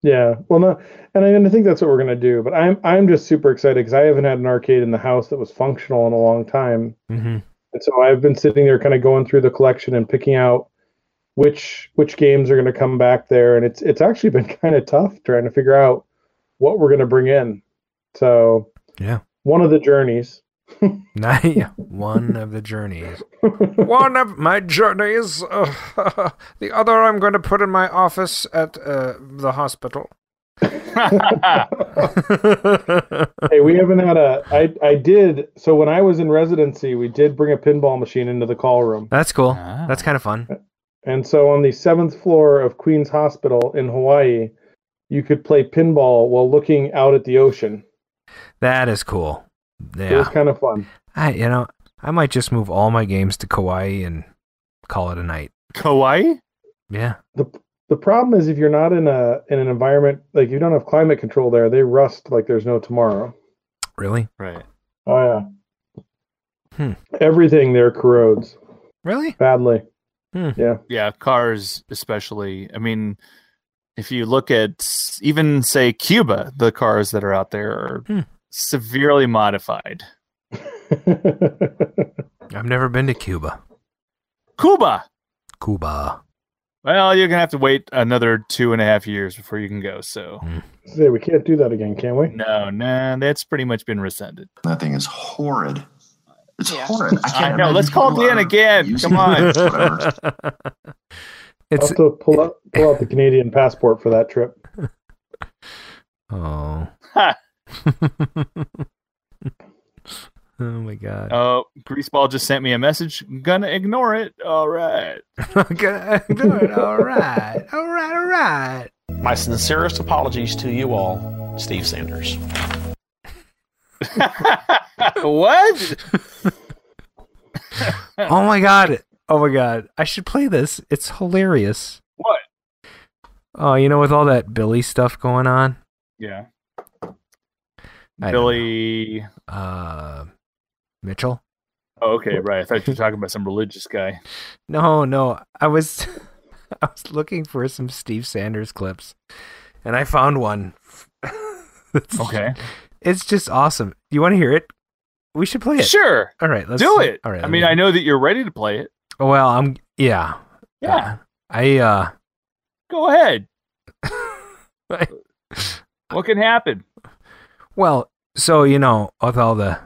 Speaker 4: Yeah, well, no, and I, and I think that's what we're gonna do. But I'm I'm just super excited because I haven't had an arcade in the house that was functional in a long time,
Speaker 3: Mm-hmm.
Speaker 4: and so I've been sitting there kind of going through the collection and picking out which which games are gonna come back there, and it's it's actually been kind of tough trying to figure out what we're gonna bring in. So
Speaker 3: Yeah.
Speaker 4: one of the journeys.
Speaker 3: Nice. One of the journeys. One of my journeys. Uh, the other I'm going to put in my office at uh, the hospital.
Speaker 4: hey, we haven't had a. I I did so when I was in residency, we did bring a pinball machine into the call room.
Speaker 3: That's cool. That's kind of fun.
Speaker 4: And so on the seventh floor of Queens Hospital in Hawaii, you could play pinball while looking out at the ocean.
Speaker 3: That is cool.
Speaker 4: It was
Speaker 3: Yeah.
Speaker 4: kind of fun.
Speaker 3: I, you know, I might just move all my games to Kauai and call it a night.
Speaker 1: Kauai?
Speaker 3: Yeah.
Speaker 4: The problem is if you're not in a in an environment like you don't have climate control there, they rust like there's no tomorrow.
Speaker 3: Really?
Speaker 1: Right.
Speaker 4: Oh yeah.
Speaker 3: Hmm.
Speaker 4: Everything there corrodes.
Speaker 3: Really?
Speaker 4: Badly. Yeah.
Speaker 1: Yeah, cars especially. I mean, if you look at s- even say Cuba, the cars that are out there are severely modified.
Speaker 3: I've never been to Cuba.
Speaker 1: Cuba.
Speaker 3: Cuba.
Speaker 1: Well, you're gonna have to wait another two and a half years before you can go. So
Speaker 4: Yeah, we can't do that again, can we?
Speaker 1: no, no, that's pretty much been rescinded.
Speaker 18: That thing is horrid. It's horrid. I
Speaker 1: I
Speaker 18: can't
Speaker 1: know. Let's call Dan again. Come on.
Speaker 4: I'll have to pull out pull out the Canadian passport for that trip.
Speaker 3: Oh. oh my god.
Speaker 1: Oh, Greaseball just sent me a message. Gonna ignore it. All right.
Speaker 3: Gonna ignore it. All right. All right. All right.
Speaker 19: My sincerest apologies to you all, Steve Sanders.
Speaker 1: what?
Speaker 3: Oh my god. Oh my god. I should play this. It's hilarious.
Speaker 1: What?
Speaker 3: Oh, you know, with all that Billy stuff going on.
Speaker 1: Yeah.
Speaker 3: I don't
Speaker 1: Billy.
Speaker 3: Uh, Mitchell.
Speaker 1: Oh, okay, right. I thought you were talking about some religious guy.
Speaker 3: No, no. I was I was looking for some Steve Sanders clips and I found one. It's-
Speaker 1: Okay.
Speaker 3: It's just awesome. You want to hear it? We should play it.
Speaker 1: Sure.
Speaker 3: All right, let's
Speaker 1: Do it.
Speaker 3: All right.
Speaker 1: I mean, I know that you're ready to play it.
Speaker 3: I Well, I'm yeah.
Speaker 1: Yeah.
Speaker 3: I uh
Speaker 1: Go ahead. what can happen?
Speaker 3: well, so you know, with all the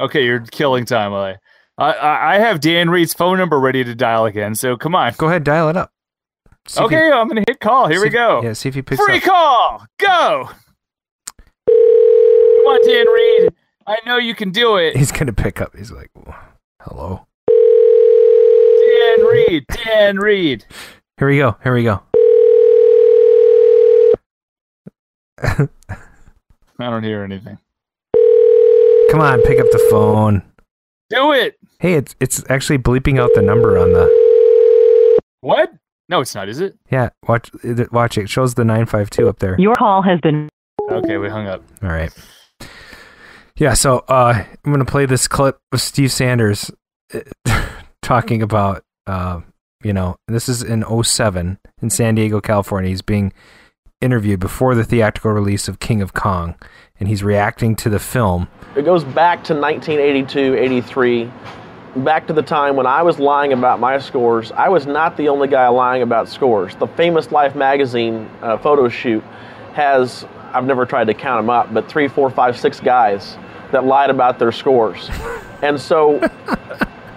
Speaker 1: Okay, you're killing time, LA. I, I I have Dan Reed's phone number ready to dial again. So come on.
Speaker 3: Go ahead, dial it up. See if
Speaker 1: okay,
Speaker 3: he-
Speaker 1: I'm gonna hit call. Here
Speaker 3: see
Speaker 1: we
Speaker 3: if-
Speaker 1: go.
Speaker 3: Yeah, see if he picks
Speaker 1: Free
Speaker 3: up.
Speaker 1: call. Go. Come on, Dan Reed. I know you can do it.
Speaker 3: He's going to pick up. He's like, "Hello."
Speaker 1: Dan Reed. Dan Reed.
Speaker 3: Here we go. Here we go.
Speaker 1: I don't hear anything.
Speaker 3: Come on, pick up the phone.
Speaker 1: Do it.
Speaker 3: Hey, it's it's actually bleeping out the number on the.
Speaker 1: What? No, it's not. Is it?
Speaker 3: Yeah, watch it- watch it. Shows the 952 up there.
Speaker 9: Your call has been.
Speaker 1: Okay, we hung up.
Speaker 3: All right. Yeah, so uh, I'm going to play this clip of Steve Sanders uh, talking about, uh, you know, this is in 07 in San Diego, California. He's being interviewed before the theatrical release of King of Kong, and he's reacting to the film.
Speaker 20: It goes back to 1982, 83, back to the time when I was lying about my scores. I was not the only guy lying about scores. The famous Life magazine uh, photo shoot has, I've never tried to count them up, but three, four, five, six guys that lied about their scores. And so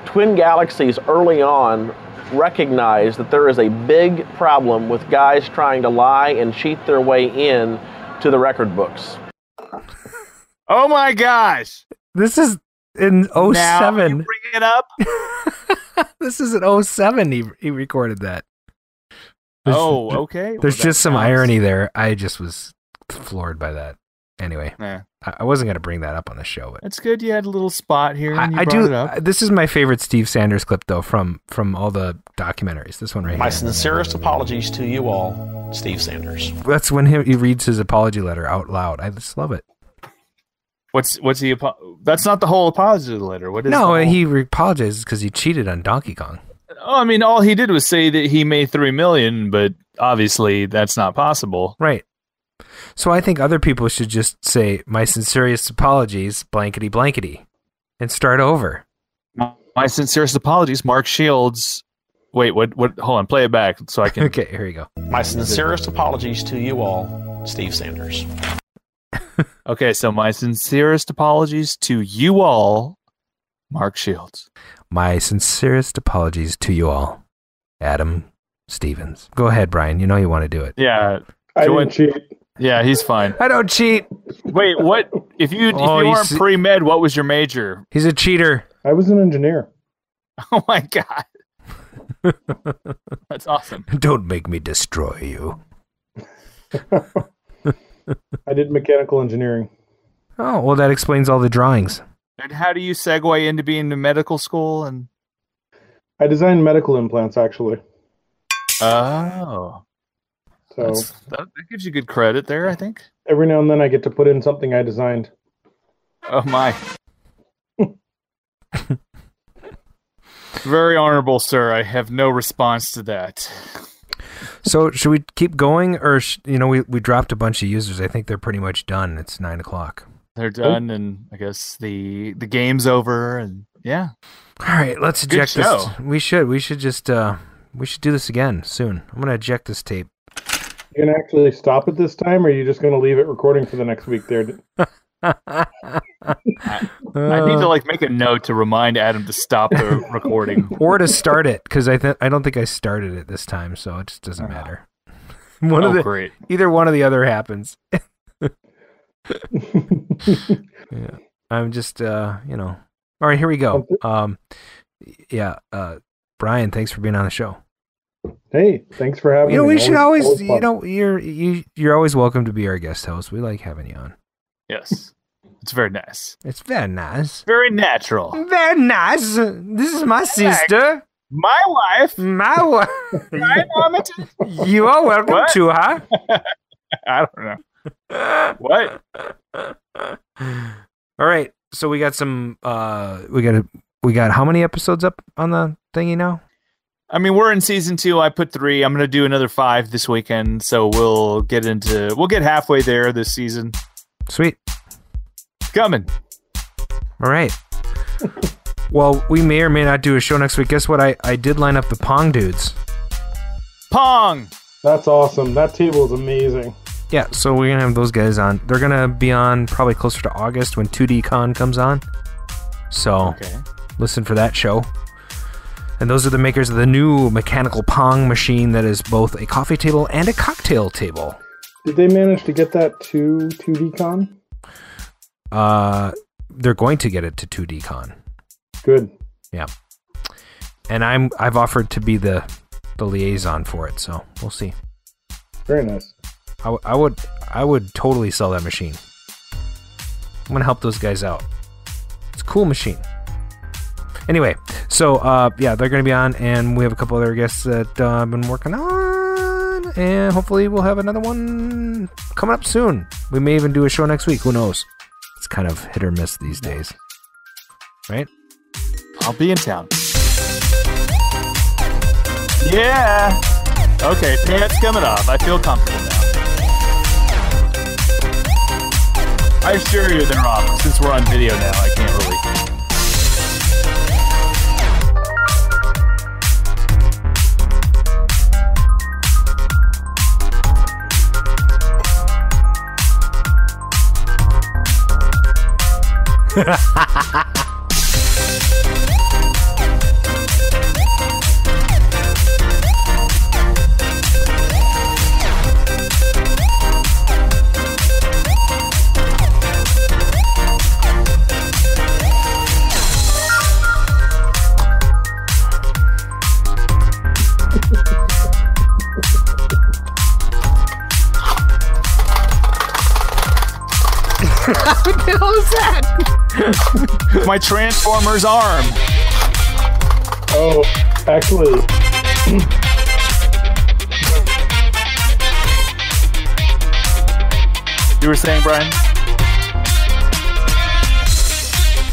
Speaker 20: Twin Galaxies early on recognized that there is a big problem with guys trying to lie and cheat their way in to the record books.
Speaker 1: Oh my gosh!
Speaker 3: This is in 07.
Speaker 1: you bring it up.
Speaker 3: this is in 07 he, he recorded that. There's-
Speaker 1: Oh, okay. Well,
Speaker 3: There's
Speaker 1: that
Speaker 3: just some
Speaker 1: counts.
Speaker 3: irony there. I just was floored by that. Anyway,
Speaker 1: Yeah.
Speaker 3: I, I wasn't going to bring that up on the show, but
Speaker 1: That's good. You had a little spot here. and you
Speaker 3: I, I
Speaker 1: brought
Speaker 3: do.
Speaker 1: It up.
Speaker 3: I- This is my favorite Steve Sanders clip, though, from from all the documentaries. This one right
Speaker 19: My
Speaker 3: here.
Speaker 19: sincerest apologies to you all, Steve Sanders.
Speaker 3: That's when he, he reads his apology letter out loud. I just love it.
Speaker 1: What's what's the apo- that's not the whole apology letter. What is the
Speaker 3: No,
Speaker 1: whole-
Speaker 3: he re- apologizes because he cheated on Donkey Kong.
Speaker 1: Oh, I mean, all he did was say that he made three million, but obviously that's not possible.
Speaker 3: Right. So I think other people should just say my sincerest apologies, blankety blankety, and start over.
Speaker 1: My sincerest apologies, Mark Shields. Wait, what? What? Hold on, play it back so I can.
Speaker 3: okay, here you go.
Speaker 19: My sincerest apologies to you all, Steve Sanders.
Speaker 1: Okay, so my sincerest apologies to you all, Mark Shields.
Speaker 3: My sincerest apologies to you all, Adam Stevens. Go ahead, Brian. You know you want to do it.
Speaker 1: Yeah,
Speaker 4: I
Speaker 1: So
Speaker 4: didn't
Speaker 1: what-
Speaker 4: cheat.
Speaker 1: yeah, he's fine.
Speaker 3: I don't cheat.
Speaker 1: Wait, what? If you if
Speaker 3: Oh,
Speaker 1: you
Speaker 3: you
Speaker 1: weren't
Speaker 3: see-
Speaker 1: pre med, what was your major?
Speaker 3: He's a cheater.
Speaker 4: I was an engineer.
Speaker 1: Oh my god, that's awesome.
Speaker 3: Don't make me destroy you.
Speaker 4: I did mechanical engineering.
Speaker 3: Oh, well, that explains all the drawings.
Speaker 1: And how do you segue into being to medical school? And
Speaker 4: I designed medical implants actually.
Speaker 1: oh,
Speaker 4: So
Speaker 1: that's-
Speaker 3: Oh.
Speaker 1: that, that gives you good credit there, I think.
Speaker 4: every now and then I get to put in something I designed.
Speaker 1: Oh my. Very honorable, sir. I have no response to that.
Speaker 3: So, should we keep going, or sh- you know, we we dropped a bunch of users. I think they're pretty much done. It's nine o'clock.
Speaker 1: They're done, and I guess the the game's over, and yeah.
Speaker 3: All right, let's
Speaker 1: Good
Speaker 3: eject
Speaker 1: show.
Speaker 3: this. We should we should just uh we should do this again soon. I'm gonna eject this tape.
Speaker 4: You gonna actually stop it this time, or are you just gonna leave it recording for the next week? There,
Speaker 1: I
Speaker 3: Uh.
Speaker 1: need to like make a note to remind Adam to stop the recording.
Speaker 3: or to start it because I think I don't think I started it this time, so it just doesn't matter. One
Speaker 1: Ah. Oh,
Speaker 3: of the
Speaker 1: great.
Speaker 3: either one or the other happens. yeah, I'm just uh, you know. All right, here we go. Um, yeah, uh, Brian, thanks for being on the show.
Speaker 4: hey, thanks for having
Speaker 3: You know,
Speaker 4: me.
Speaker 3: we should always, you
Speaker 4: fun.
Speaker 3: know, you're you you're always welcome to be our guest host. We like having you on.
Speaker 1: Yes, it's very nice.
Speaker 3: It's very nice.
Speaker 1: Very natural.
Speaker 3: Very nice. This is my sister.
Speaker 1: My wife.
Speaker 3: My wife. you are welcome
Speaker 1: What?
Speaker 3: to her.
Speaker 1: I don't know. What?
Speaker 3: All right. So we got some. uh We got a. We got how many episodes up on the thingy now?
Speaker 1: I mean, we're in season two. I put three. I'm gonna do another five this weekend, so we'll get into we'll get halfway there this season.
Speaker 3: Sweet.
Speaker 1: It's coming.
Speaker 3: All right. Well, we may or may not do a show next week. Guess what? I I did line up the Pong dudes.
Speaker 1: Pong.
Speaker 4: That's awesome. That table is amazing.
Speaker 3: Yeah, so we're gonna have those guys on. They're gonna be on probably closer to August when 2D Con comes on. So
Speaker 1: Okay.
Speaker 3: listen for that show. And those are the makers of the new mechanical pong machine that is both a coffee table and a cocktail table.
Speaker 4: Did they manage to get that to 2D Con?
Speaker 3: Uh, they're going to get it to 2D Con.
Speaker 4: Good.
Speaker 3: Yeah. And I'm I've offered to be the the liaison for it, so we'll see.
Speaker 4: Very nice.
Speaker 3: I, w- I would I would totally sell that machine. I'm gonna help those guys out. It's a cool machine. Anyway, so uh, yeah, they're going to be on, and we have a couple other guests that uh, I've been working on, and hopefully we'll have another one coming up soon. We may even do a show next week. Who knows? It's kind of hit or miss these days, right?
Speaker 1: I'll be in town. Yeah. Okay, pants coming off. I feel comfortable now. I assure you they're off. Since we're on video now, I can't really.
Speaker 21: what the hell is that?
Speaker 1: My Transformers arm.
Speaker 4: Oh, actually.
Speaker 1: You were saying, Brian?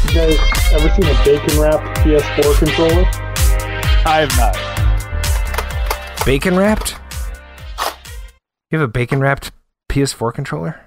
Speaker 4: You guys ever seen a bacon wrap PS4 controller?
Speaker 1: I have not.
Speaker 3: Bacon wrapped? You have a bacon wrapped PS4 controller?